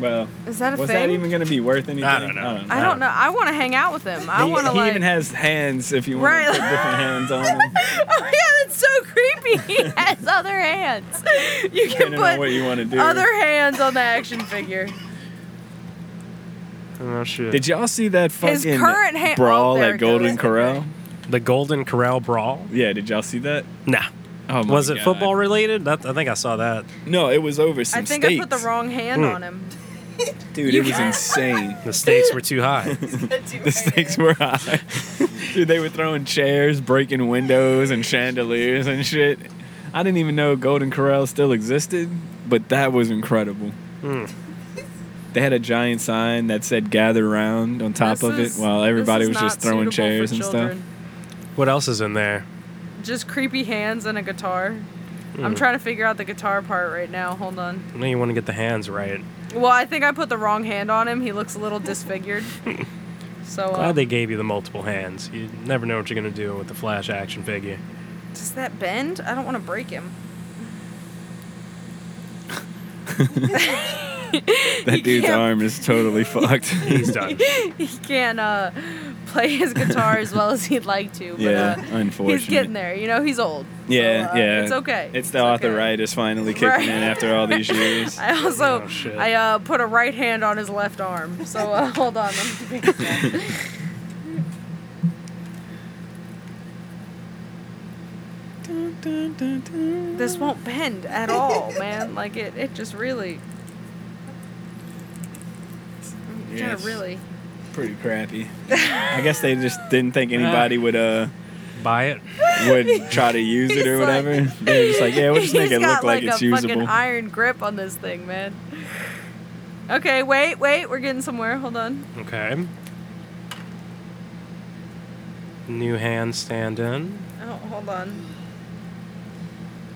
S5: well,
S2: is that a
S5: was
S2: thing?
S5: that even Ah. going to be worth anything? Oh,
S1: I don't know.
S2: I don't know. I want to hang out with him. I
S5: he
S2: want to
S5: he
S2: like.
S5: even has hands if you want
S2: Right.
S5: to put different hands on them.
S2: oh yeah, that's so creepy. He has other hands. You can
S5: Depending on
S2: put
S5: what you want to do.
S2: other hands on the action figure.
S1: Oh shit!
S5: Did y'all see that fucking
S2: His current hand-
S5: brawl
S2: oh, there
S5: at
S2: it
S5: Golden
S2: goes.
S5: Corral?
S1: the Golden Corral brawl?
S5: Yeah, did y'all see that?
S1: Nah.
S5: Oh my
S1: was it
S5: God.
S1: football related? That, I think I saw that.
S5: No, it was over some
S2: I think I put the
S5: steaks.
S2: wrong hand
S1: Mm.
S5: Hmm.
S2: on him.
S5: Dude, it was insane.
S1: The stakes were too high.
S5: The stakes were high. Dude, they were throwing chairs, breaking windows and chandeliers and shit. I didn't even know Golden Corral still existed, but that was incredible.
S1: Mm.
S5: They had a giant sign that said "Gather Round" on top
S2: This
S5: of
S2: is-
S5: it, while everybody
S2: this is
S5: was just
S2: not
S5: throwing
S2: suitable for
S5: chairs and stuff.
S2: children.
S1: What else is in there?
S2: Just creepy hands and a guitar.
S5: Hmm.
S2: I'm trying to figure out the guitar part right now. Hold on.
S1: I know you want to get the hands right.
S2: Well, I think I put the wrong hand on him. He looks a little disfigured. So uh,
S1: Glad they gave you the multiple hands. You never know what you're gonna do with the flash action figure.
S2: does that bend? I don't want to break him.
S5: That dude's arm is totally fucked.
S1: He's done.
S2: he can't uh, play his guitar as well as he'd like to. But,
S5: yeah,
S2: uh,
S5: unfortunate.
S2: he's getting there. You know, he's old.
S5: Yeah,
S2: So, uh,
S5: yeah.
S2: it's okay.
S5: It's the
S2: It's okay.
S5: arthritis finally kicking
S2: Right.
S5: in after all these years.
S2: I also
S1: Oh, shit.
S2: I uh, put a right hand on his left arm. So uh, hold on. I'm this won't bend at all, man. Like it, it just really, yeah,
S5: Yes.
S2: really.
S5: Pretty crappy. I guess they just didn't think anybody would uh
S1: Buy it.
S5: would try to use it or
S2: He's like-
S5: whatever. They're just like, yeah, we'll just make
S2: He's
S5: it look
S2: got
S5: like,
S2: like,
S5: it's
S2: a
S5: usable.
S2: fucking iron grip on this thing, man. Okay, wait, wait, we're getting somewhere. Hold on.
S1: Okay. New hand stand in.
S2: Oh, hold on.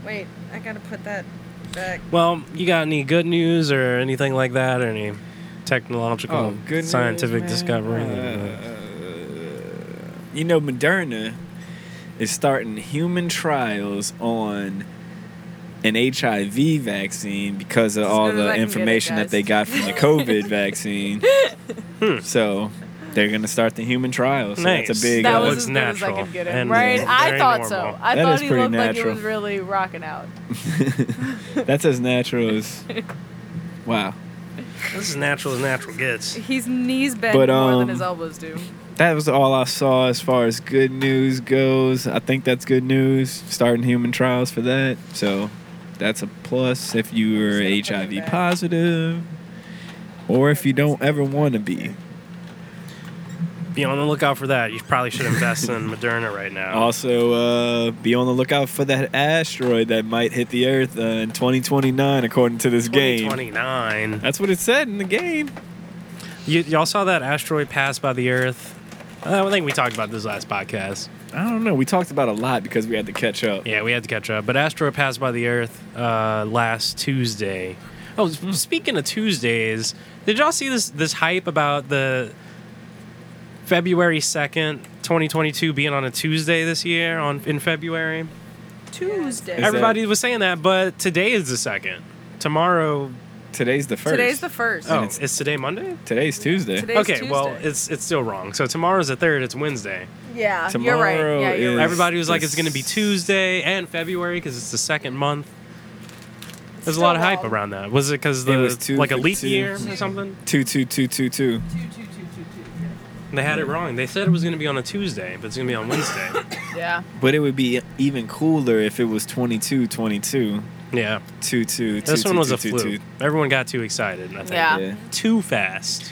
S2: Wait, I gotta put that back.
S1: Well, you got any good news or anything like that, or any technological Oh,
S5: Oh,
S1: scientific discovery?
S5: Uh,
S1: Uh,
S5: you know, Moderna is starting human trials on an HIV vaccine because of
S2: As
S5: all
S2: good as
S5: the
S2: I can get it,
S5: information that
S2: guys. Hmm.
S5: they got from the COVID vaccine. So they're going to start the human trials. So That's
S1: Nice.
S5: a big.
S1: That
S2: That
S5: uh,
S2: was
S1: looks
S2: as good as I
S1: natural
S2: could get it.
S1: and
S2: right? I
S1: very
S2: thought so.
S1: normal.
S2: I
S5: That is
S2: thought he
S5: pretty
S2: looked like he
S5: natural.
S2: was really rocking out.
S5: that's as natural as. Wow.
S1: This is natural as natural gets.
S2: His knees bend
S5: But,
S2: more
S5: um,
S2: than his elbows do.
S5: that was all I saw as far as good news goes. I think that's good news. Starting human trials for that, so that's a plus if you are
S2: Just gonna put them
S5: HIV
S2: back.
S5: positive, or if you don't ever want to be.
S1: Be on the lookout for that. You probably should invest in Moderna right now.
S5: Also, uh, be on the lookout for that asteroid that might hit the Earth uh, in 2029, according to this game.
S1: 29.
S5: That's what it said in the game.
S1: You, y'all saw that asteroid pass by the Earth. Uh, I think we talked about this last podcast.
S5: I don't know. We talked about a lot because we had to catch up.
S1: Yeah, we had to catch up. But asteroid passed by the Earth uh, last Tuesday. Oh, s- speaking of Tuesdays, did y'all see this this hype about the February second, twenty twenty two, being on a Tuesday this year on in February?
S2: Tuesday.
S5: Is that-
S1: Everybody was saying that, but today is the second. Tomorrow,
S5: Today's the first.
S2: Today's the first.
S1: oh,
S5: it's-
S1: it's, today Monday.
S5: Today's Tuesday.
S2: Today's
S1: okay, well,
S2: Tuesday.
S1: it's it's still wrong. So tomorrow's the third. It's Wednesday.
S2: yeah, you're right.
S5: tomorrow
S2: Yeah, you're
S5: is-
S2: right.
S1: Everybody was like,
S5: this-
S1: it's going to be Tuesday and February because it's the second month.
S2: It's
S1: There's a lot of
S9: still
S1: hype
S9: wrong.
S1: around that. Was it because the
S5: It was two
S1: like a
S5: for
S1: leap
S5: two.
S1: year or something?
S5: Two two two two
S10: Two,
S5: two.
S10: two, two, two, two.
S1: They had it
S5: Mm-hmm.
S1: wrong. They said it was going to be on a Tuesday, but it's going to be on Wednesday.
S2: Yeah.
S5: But it would be even cooler if it was 22 22
S1: yeah.
S5: 2 2
S1: This
S5: two,
S1: one
S5: two,
S1: was
S5: two,
S1: a
S5: two,
S1: fluke.
S5: two.
S1: Everyone got too excited. I think.
S2: Yeah.
S5: Yeah.
S1: Too fast.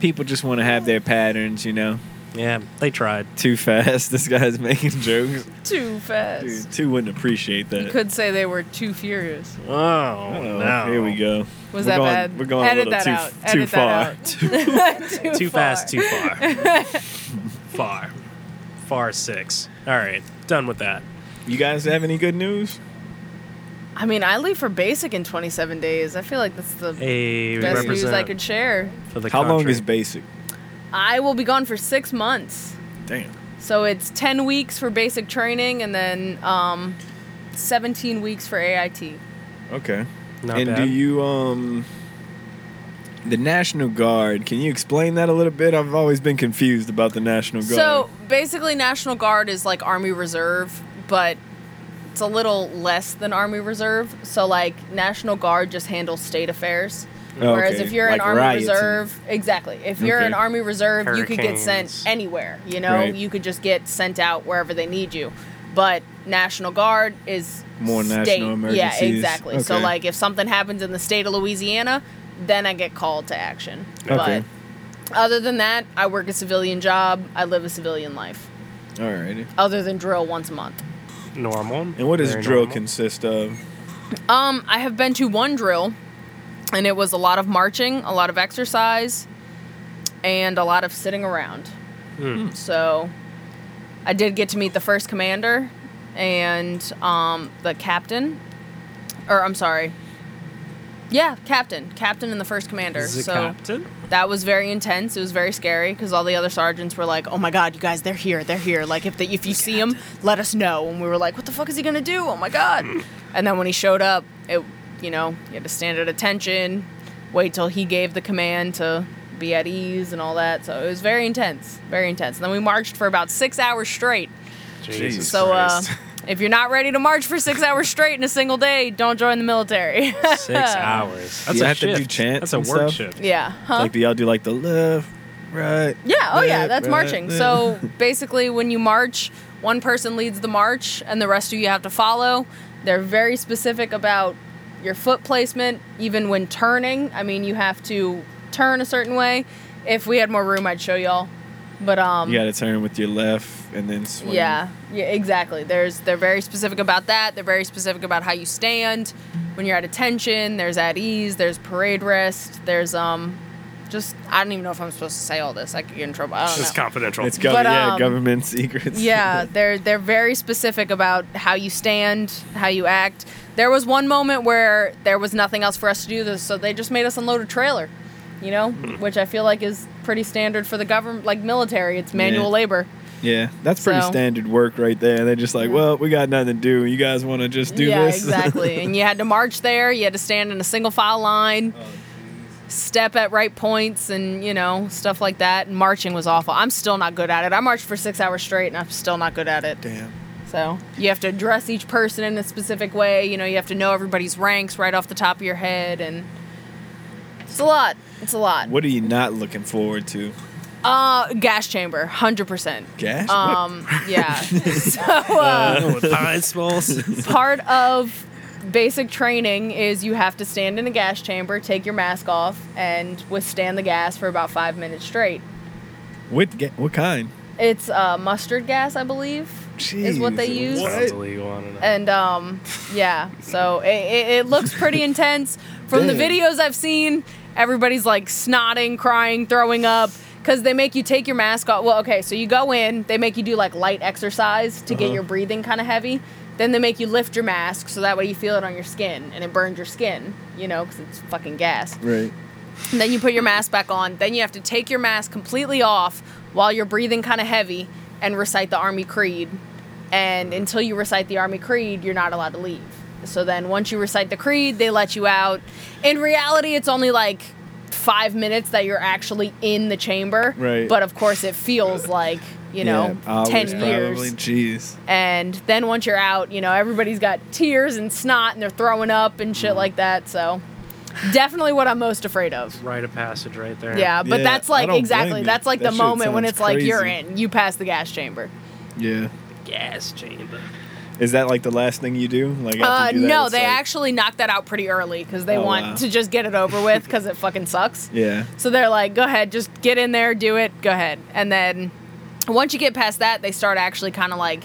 S5: People just want to have their patterns, you know.
S1: Yeah, they tried.
S5: Too fast. This guy's making jokes.
S2: Too fast.
S5: Dude, two wouldn't appreciate that.
S2: You could say they were too furious.
S1: Oh,
S5: Oh,
S1: no.
S5: Here we go.
S2: Was
S5: We're
S2: that
S5: going-
S2: bad?
S5: We're going
S2: Edit
S5: a little
S2: that
S5: too,
S2: out.
S5: too
S2: Edit
S5: far.
S2: that out.
S1: Too fast, too far. far. Far six. All right. Done with that.
S5: you guys have any good news?
S2: I mean, I leave for basic in 27 days. I feel like that's the
S1: Hey, we
S2: best news
S1: represent
S2: I could share.
S1: for the
S5: How long
S1: country.
S5: is basic?
S2: I will be gone for six months.
S5: Damn.
S2: So it's 10 weeks for basic training and then um, 17 weeks for AIT.
S5: Okay.
S1: Not
S5: and
S1: bad.
S5: do you um the National Guard? Can you explain that a little bit? I've always been confused about the National Guard.
S2: So basically, National Guard is like Army Reserve, but it's a little less than Army Reserve. So like National Guard just handles state affairs.
S5: Oh,
S2: Whereas
S5: okay.
S2: if you're an
S5: Like
S2: Army
S5: riots and-
S2: Reserve, exactly. If you're
S5: Okay.
S2: an Army Reserve, you could get
S1: Hurricanes.
S2: sent anywhere. You know,
S5: Right.
S2: you could just get sent out wherever they need you. But National Guard is
S5: More national
S2: state. Yeah,
S5: emergencies.
S2: exactly. So
S5: Okay.
S2: like if something happens in the state of Louisiana, then I get called to action.
S5: Okay.
S2: But other than that, I work a civilian job. I live a civilian life.
S5: all right.
S2: Other than drill once a month.
S1: normal?
S5: And what does
S1: Very
S5: drill
S1: normal.
S5: consist of?
S2: Um, I have been to one drill, and it was a lot of marching, a lot of exercise, and a lot of sitting around.
S1: Hmm.
S2: So, I did get to meet the first commander and um, the captain, or I'm sorry. Yeah, captain, captain, and the first commander.
S1: Is it
S2: so
S1: captain?
S2: that was very intense. It was very scary because all the other sergeants were like, "Oh my god, you guys, they're here, they're here! Like if they, if you see them, let us know." And we were like, "What the fuck is he gonna do? Oh my god!" And then when he showed up, it you know you had to stand at attention, wait till he gave the command to be at ease and all that. So it was very intense, very intense. And then we marched for about six hours straight.
S5: Jesus
S2: So uh,
S5: Christ.
S2: if you're not ready to march for six hours straight in a single day, don't join the military.
S1: Six hours. That's
S5: you
S1: a
S5: have to do
S1: shift.
S5: chants
S1: That's a
S5: and
S1: work
S5: stuff?
S1: shift.
S2: yeah, huh?
S5: Like, do y'all do like the left, right?
S2: Yeah, oh yeah,
S5: left,
S2: that's
S5: right,
S2: marching.
S5: left?
S2: So basically, when you march, one person leads the march and the rest of you have to follow. They're very specific about your foot placement, even when turning. I mean, you have to turn a certain way. If we had more room, I'd show y'all. But um
S5: you got to turn with your left and then swing.
S2: yeah, yeah, exactly. There's they're very specific about that. They're very specific about how you stand when you're at attention. There's at ease. There's parade rest. There's um, just I don't even know if I'm supposed to say all this. I could get in trouble. I don't
S1: It's
S2: know.
S1: confidential.
S5: It's gov-
S2: But,
S5: yeah,
S2: um,
S5: government secrets.
S2: Yeah, they're they're very specific about how you stand, how you act. There was one moment where there was nothing else for us to do, this, so they just made us unload a trailer, you know,
S5: Hmm.
S2: which I feel like is pretty standard for the government, like military. It's manual
S5: Yeah.
S2: labor.
S5: yeah, that's pretty
S2: So-
S5: standard work right there. They're just like, well, we got nothing to do. You guys want to just do
S2: yeah,
S5: this?
S2: exactly. and you had to march there. You had to stand in a single file line.
S5: Oh,
S2: Step at right points and you know stuff like that. And marching was awful. I'm still not good at it. I marched for six hours straight and I'm still not good at it.
S5: Damn.
S2: So you have to address each person in a specific way. You know, you have to know everybody's ranks right off the top of your head, and it's a lot. It's a lot.
S5: What are you not looking forward to?
S2: Uh, gas chamber, hundred percent.
S5: Gas?
S2: Um, yeah. so uh,
S1: Oh, with pine spools.
S2: part of basic training is you have to stand in a gas chamber, take your mask off, and withstand the gas for about five minutes straight.
S5: what? What, ga- what kind?
S2: It's uh, mustard gas, I believe, is what they
S5: Jesus.
S2: use.
S5: What?
S1: Sounds illegal. I don't know.
S2: and um, yeah, so it, it, it looks pretty intense. From the
S5: Damn.
S2: videos I've seen, everybody's like snotting, crying, throwing up because they make you take your mask off. Well, okay, so you go in, they make you do like light exercise to get your breathing kind of heavy. Then they make you lift your mask so that way you feel it on your skin and it burns your skin, you know, because it's fucking gas.
S5: Right.
S2: And then you put your mask back on. Then you have to take your mask completely off while you're breathing kind of heavy and recite the Army Creed. And until you recite the Army Creed, you're not allowed to leave. So then once you recite the Creed, they let you out. In reality, it's only like five minutes that you're actually in the chamber.
S5: Right.
S2: But of course, it feels like you know,
S5: Yeah, hours
S2: 10 years.
S5: Probably. Jeez.
S2: And then once you're out, you know, everybody's got tears and snot and they're throwing up and
S5: Mm.
S2: shit like that. So definitely what I'm most afraid of.
S1: Rite of passage right there.
S2: Yeah, but
S5: Yeah,
S2: that's
S5: I
S2: like
S5: don't blame
S2: exactly
S5: you.
S2: that's like
S5: That
S2: the
S5: shit
S2: moment when
S5: sounds
S2: it's like you're
S5: crazy.
S2: in, you pass the gas chamber.
S5: Yeah.
S1: Gas chamber.
S5: Is that like the last thing you do? Like
S2: Uh,
S5: after you do that,
S2: no,
S5: it's
S2: they
S5: like-
S2: actually knocked that out pretty early because they
S5: Oh,
S2: want
S5: wow.
S2: to just get it over with because it fucking sucks.
S5: Yeah.
S2: So they're like, go ahead, just get in there, do it, go ahead. And then once you get past that, they start actually kind of like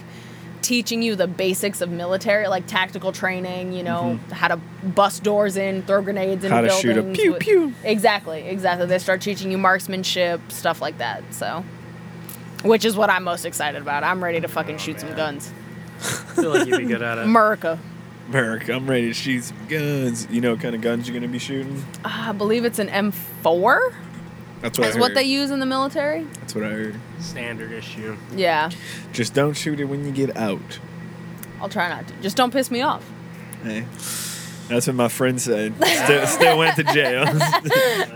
S2: teaching you the basics of military, like tactical training, you know, how to bust doors in, throw grenades in
S5: Mm-hmm. How to shoot
S2: buildings.
S5: a pew,
S2: with-
S5: pew.
S2: Exactly, exactly. They start teaching you marksmanship, stuff like that. So, which is what I'm most excited about. I'm ready to fucking shoot some guns.
S1: I feel like you'd be good at it.
S2: America.
S5: America, I'm ready to shoot some guns. You know what kind of guns you're gonna be shooting?
S2: Ah, I believe it's an M4
S5: That's what
S2: is
S5: I
S2: what
S5: heard.
S2: they use in the military.
S5: That's what I heard.
S1: Standard issue.
S2: Yeah,
S5: Just don't shoot it when you get out.
S2: I'll try not to. Just don't piss me off.
S5: Hey. That's what my friend said. Still, still went to jail.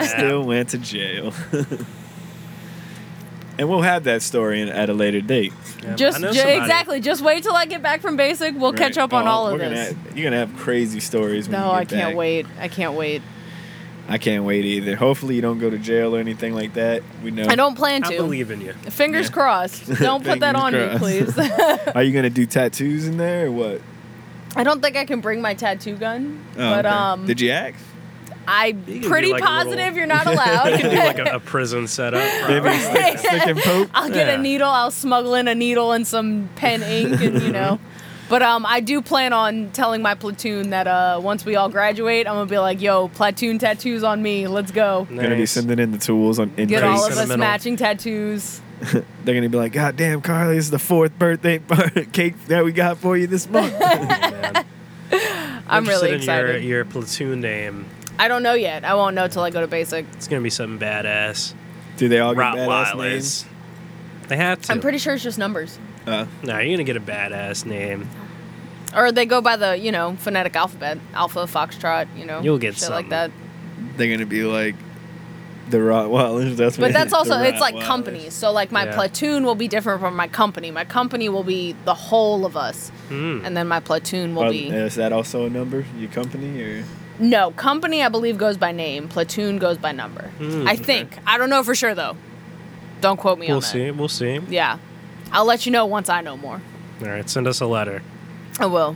S5: still went to jail. and we'll have that story in, at a later date.
S1: Yeah,
S2: just
S1: I know
S2: ju-
S1: somebody-
S2: exactly. Just wait till I get back from basic. We'll
S5: Right.
S2: catch up on
S5: Oh,
S2: all of
S5: we're gonna
S2: this.
S5: have- you're gonna have crazy stories. When
S2: No,
S5: you get
S2: I can't
S5: back.
S2: wait. I can't wait.
S5: I can't wait either. Hopefully, you don't go to jail or anything like that. We know.
S2: I don't plan
S1: I
S2: to.
S1: believe in you.
S2: Fingers
S5: Yeah.
S2: crossed. Don't put that on
S5: Fingers
S2: me,
S5: crossed.
S2: please.
S5: Are you gonna do tattoos in there or what? Oh,
S2: I don't think I can bring my tattoo gun,
S1: Oh,
S2: but
S5: okay.
S2: um,
S5: did you act?
S2: I'm
S1: can do,
S2: pretty
S1: like, a
S2: positive
S1: little-
S2: you're not allowed.
S1: You could do like a, a prison setup.
S5: Maybe
S1: probably.
S5: stick, stick and poke.
S2: I'll get
S1: Yeah.
S2: a needle. I'll smuggle in a needle and some pen ink, and you know. But um, I do plan on telling my platoon that uh, once we all graduate, I'm gonna be like, "Yo, platoon tattoos on me. Let's go.
S5: Gonna be
S1: Nice.
S5: sending in the tools on in
S2: Get
S5: case.
S2: all of us
S1: Sentimental.
S2: matching tattoos."
S5: They're gonna be like, God damn, Carly, it's the fourth birthday par- cake that we got for you this month.
S1: Man.
S2: I'm
S1: interested
S2: really
S1: in
S2: excited.
S1: Your, e- your platoon name.
S2: I don't know yet. I won't know till I go to basic.
S1: It's gonna be something badass.
S5: Do
S1: Oh,
S5: they all get badass names?
S1: Rottweilers. They have to.
S2: I'm pretty sure it's just numbers,
S5: Uh,
S1: No, you're gonna get a badass name.
S2: or they go by the you know phonetic alphabet, alpha, foxtrot. You know,
S1: You'll get
S2: shit
S1: something.
S2: like that.
S5: they're gonna be like the Rottweilers. That's what
S2: But that's
S5: the
S2: also it's like
S5: Rottweilers.
S2: companies. So like my
S1: Yeah.
S2: platoon will be different from my company. My company will be the whole of us.
S1: Hmm.
S2: And then my platoon will
S5: Are-
S2: be
S5: Um, Is that also a number? Your company or
S2: No, company I believe goes by name, platoon goes by number. I think. I don't know for sure though. Don't quote me
S1: Hmm, We'll
S2: on that.
S1: see. We'll see.
S2: Yeah. I'll let you know once I know more.
S1: All right, send us a letter.
S2: I will.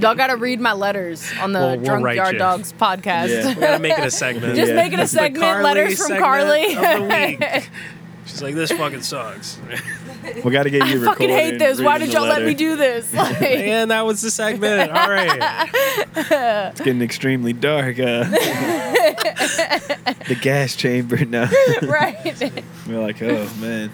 S2: Y'all got to read my letters on the
S1: We'll- we'll
S2: Drunk
S1: write
S2: Yard
S1: you.
S2: Dogs podcast.
S5: Yeah.
S1: We gotta make it a segment.
S2: Just
S5: Yeah.
S2: make it a
S1: It's the
S2: segment,
S1: Carly
S2: letters from
S1: segment
S2: Carly.
S1: of the week. She's like, this fucking sucks.
S5: we got to get
S2: I
S5: you.
S2: fucking
S5: recorded
S2: hate
S5: and
S2: this. Why
S5: reading
S2: did
S5: the
S2: y'all let me
S5: letter.
S2: do this? Like,
S1: and that was the segment. All right.
S5: It's getting extremely dark. Uh, the gas chamber now.
S2: right.
S5: We're like, oh man,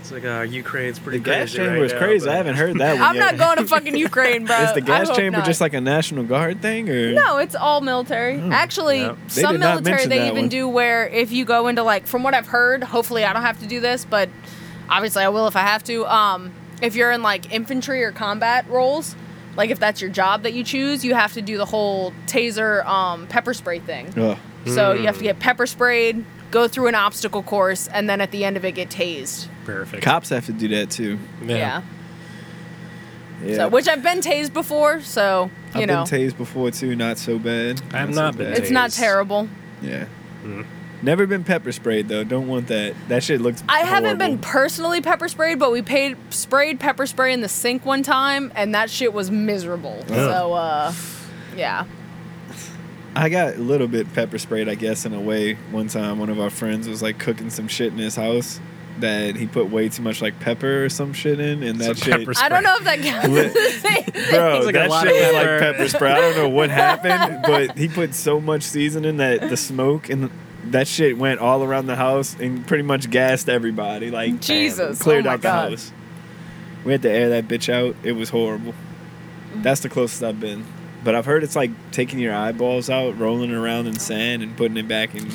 S1: It's like uh, Ukraine's
S5: the
S1: pretty
S5: gas
S1: crazy.
S5: chamber
S1: right
S5: is
S1: now,
S5: crazy.
S1: but-
S5: I haven't heard that one
S2: I'm
S5: yet.
S2: not going to fucking Ukraine, bro.
S5: Is the
S2: Uh, I
S5: gas
S2: hope
S5: chamber
S2: not.
S5: just like a National Guard thing, or
S2: No, it's all military. Actually,
S1: Yeah.
S5: Hmm. They
S2: some
S5: did not
S2: military
S5: mention
S2: they
S5: that
S2: even
S5: one.
S2: do where if you go into like from what I've heard, hopefully I don't have to do this, but obviously I will if I have to. Um, if you're in like infantry or combat roles, like if that's your job that you choose, you have to do the whole taser um, pepper spray thing.
S5: Ugh.
S2: So you
S5: Hmm.
S2: have to get pepper sprayed, go through an obstacle course, and then at the end of it get tased.
S1: Perfect.
S5: cops have to do that too.
S2: Yeah.
S5: Yeah,
S2: So which I've been tased before, so you
S5: I've
S2: know
S5: been tased before too. Not so bad.
S1: I have
S5: so
S1: not been
S5: bad.
S2: it's not
S1: tased.
S2: terrible.
S5: Yeah.
S1: Mhm.
S5: Never been pepper sprayed though. Don't want that. That shit looks.
S2: I haven't
S5: horrible.
S2: been personally pepper sprayed, but we paid sprayed pepper spray in the sink one time, and that shit was miserable. So, uh, yeah,
S5: I got a little bit pepper sprayed, I guess, in a way. One time, one of our friends was like cooking some shit in his house that he put way too much like pepper or some shit in, and that
S1: Some
S5: shit.
S1: pepper
S2: I don't know if that counts. as the same thing.
S5: Bro,
S1: It's like a
S5: that
S1: lot
S5: shit
S1: of
S5: was like
S1: pepper.
S5: pepper spray. I don't know what happened, but he put so much seasoning that the smoke and that shit went all around the house and pretty much gassed everybody. Like,
S2: Jesus,
S5: cleared
S2: oh my
S5: out the
S2: God.
S5: house. We had to air that bitch out. It was horrible.
S2: Mm-hmm.
S5: That's the closest I've been. But I've heard it's like taking your eyeballs out, rolling around in sand, and putting it back in.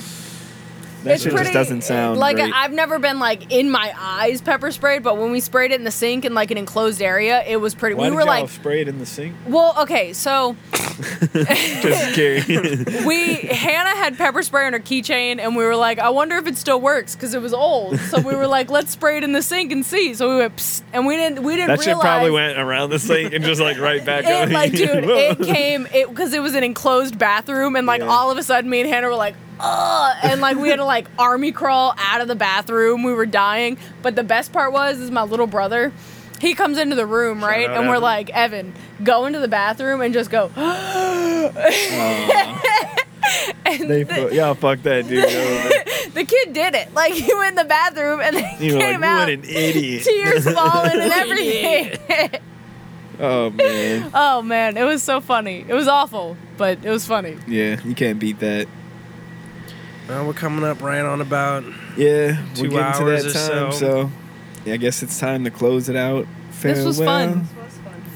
S5: That
S2: It's
S5: shit
S2: pretty-
S5: just doesn't sound
S2: like
S5: great.
S2: I've never been like in my eyes pepper sprayed, but when we sprayed it in the sink in like an enclosed area, it was pretty.
S5: Why
S2: we
S5: did
S2: were
S5: y'all
S2: like,
S5: spray it in the sink?
S2: well, okay, so
S5: Just kidding.
S2: we Hannah had pepper spray on her keychain, and we were like, I wonder if it still works because it was old. So we were like, let's spray it in the sink and see. So we went, Psst, and we didn't, we didn't
S5: that shit
S2: realize.
S5: probably went around the sink and just like right back up.
S2: It, like, dude, it came it because it was an enclosed bathroom, and like
S5: Yeah.
S2: all of a sudden, me and Hannah were like, "Ugh!" and like we had to like army crawl out of the bathroom. We were dying, but the best part was is my little brother. He comes into the room, right,
S5: out,
S2: and we're
S5: Evan.
S2: like, "Evan, go into the bathroom and just go." and
S5: They
S2: the,
S5: fu- y'all fuck that dude. over.
S2: the kid did it. Like he went in the bathroom and then
S5: You were like,
S2: came out,
S5: what an idiot.
S2: tears falling and everything.
S5: oh man,
S2: Oh man, it was so funny. It was awful, but it was funny.
S5: yeah, you can't beat that.
S1: Well, we're coming up right on about.
S5: Yeah,
S1: Two
S5: we're getting to
S1: hours
S5: that
S1: or so.
S5: time, so. yeah, I guess it's time to close it out. Farewell.
S2: This was fun.
S11: was fun.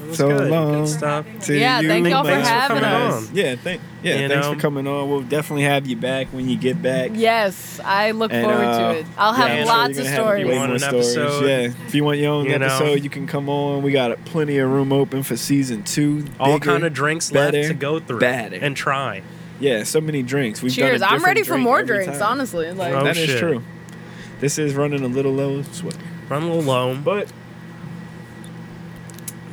S1: It was
S5: So
S1: good.
S5: long.
S1: Good stuff.
S5: to
S2: Yeah,
S5: you,
S2: thank y'all for
S5: Lance.
S2: having
S1: Thanks for us. coming on.
S5: Yeah, thank yeah,
S1: You
S5: thanks
S1: know?
S5: for coming on. We'll definitely have you back when you get back.
S2: Yes, I look
S5: And,
S2: forward
S5: uh,
S2: to it. I'll
S5: yeah,
S2: have
S5: I'm sure
S2: lots
S5: you're
S2: of
S5: gonna have
S2: stories.
S5: way
S1: You want
S5: more
S1: an
S5: stories.
S1: episode?
S5: Yeah, if you want your own
S1: You know?
S5: episode, you can come on. We got plenty of room open for season two.
S1: All
S5: bigger,
S1: kind of drinks
S5: better,
S1: left to go through
S5: better.
S1: and try.
S5: Yeah, so many drinks. We've
S2: Cheers!
S5: Done a
S2: I'm ready
S5: different
S2: for
S5: drink
S2: more
S5: every
S2: drinks,
S5: time.
S2: honestly. Like
S1: Oh,
S5: that is
S1: shit.
S5: true. This is running a little low, of sweat.
S1: Run a little low.
S5: but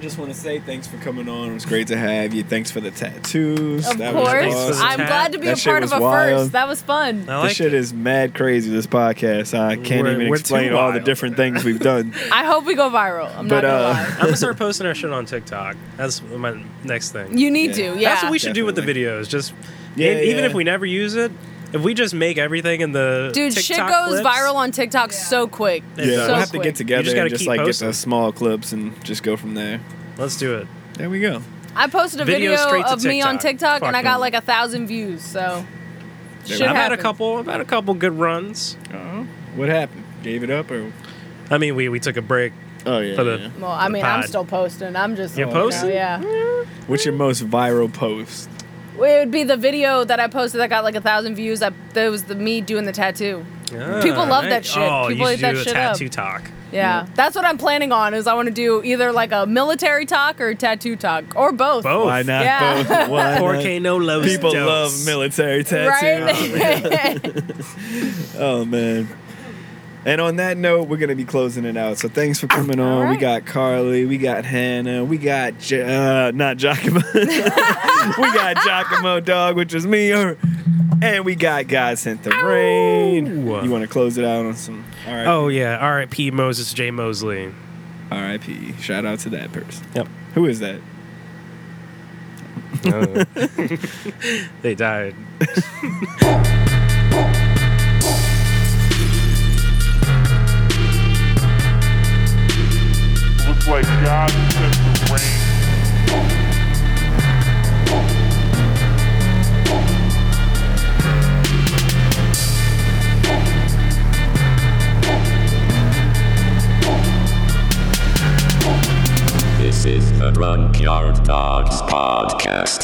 S5: just want to say thanks for coming on. It was great to have you. Thanks for the tattoos.
S2: of
S5: That was
S2: course,
S1: awesome.
S2: I'm
S1: That
S2: glad to be a
S5: shit
S2: part of
S5: was
S2: a
S5: wild.
S2: first. That was
S1: I
S2: fun.
S5: This
S1: like
S5: shit
S1: it.
S5: is mad crazy. This podcast, I can't
S1: We're-
S5: even
S1: we're
S5: explain
S1: too
S5: all the
S1: wild.
S5: different things we've done.
S2: I hope we go viral. I'm
S5: But,
S2: not gonna
S5: uh,
S1: I'm
S2: lie.
S1: gonna start posting our shit on TikTok. That's my next thing.
S2: You need
S5: Yeah.
S2: to. Yeah.
S1: That's what we should do with the
S5: Definitely.
S1: videos. Just
S5: Yeah,
S1: e- even
S5: yeah.
S1: if we never use it, if we just make everything in the
S2: Dude, shit
S1: TikTok
S2: goes
S1: clips,
S2: viral on TikTok
S11: Yeah.
S2: so quick.
S1: It
S5: yeah,
S1: does.
S2: so
S5: we'll have to
S2: quick.
S5: get together
S1: You just gotta
S5: and just
S1: keep
S5: like
S1: posting.
S5: get those small clips and just go from there.
S1: Let's do it.
S5: There we go.
S2: I posted a
S1: Video
S2: video,
S1: straight to
S2: of me on
S1: TikTok.
S2: TikTok and I got
S1: Fucking-
S2: like a thousand views. So
S5: There
S2: shit
S5: we
S1: I've had a
S2: happens.
S1: couple. I've had a couple good runs.
S5: go. What happened? Gave it up or?
S1: I mean, we we took a break.
S5: Oh yeah.
S1: For the-
S5: yeah.
S2: Well, I
S1: The
S2: mean, I'm
S1: pod.
S2: still posting. I'm just
S1: You're
S2: you know,
S1: posting?
S2: yeah.
S5: What's your most viral post?
S2: It would be the video that I posted that got like a thousand views. I, that was the me doing the tattoo. People
S1: Ah,
S2: love
S1: nice.
S2: that shit.
S1: Oh,
S2: People
S1: you
S2: eat
S1: should
S2: that
S1: do a
S2: shit up.
S1: tattoo talk.
S2: Yeah, that's what I'm planning on. Is I want to do either like a military talk or a tattoo talk or both.
S1: Both.
S5: Why not
S2: Yeah.
S5: both? Why not?
S1: 4K no lows.
S5: People
S1: dose.
S5: love military tattoos.
S2: Right?
S5: Oh man. And on that note, we're gonna be closing it out. So thanks for coming on. We
S2: right.
S5: got Carly, we got Hannah, we got J- uh, not Giacomo, we got Giacomo Dog, which is me, or- and we got God sent the rain.
S1: Ow.
S5: You want to close it out on some? All right.
S1: Oh yeah. R.I.P. Moses J. Mosley.
S5: Oh, R.I.P. Shout out to that person.
S1: Yep.
S5: Who is that?
S1: They died.
S3: Looks like God sent the rain.
S4: This is the Drunkyard Dogs Podcast.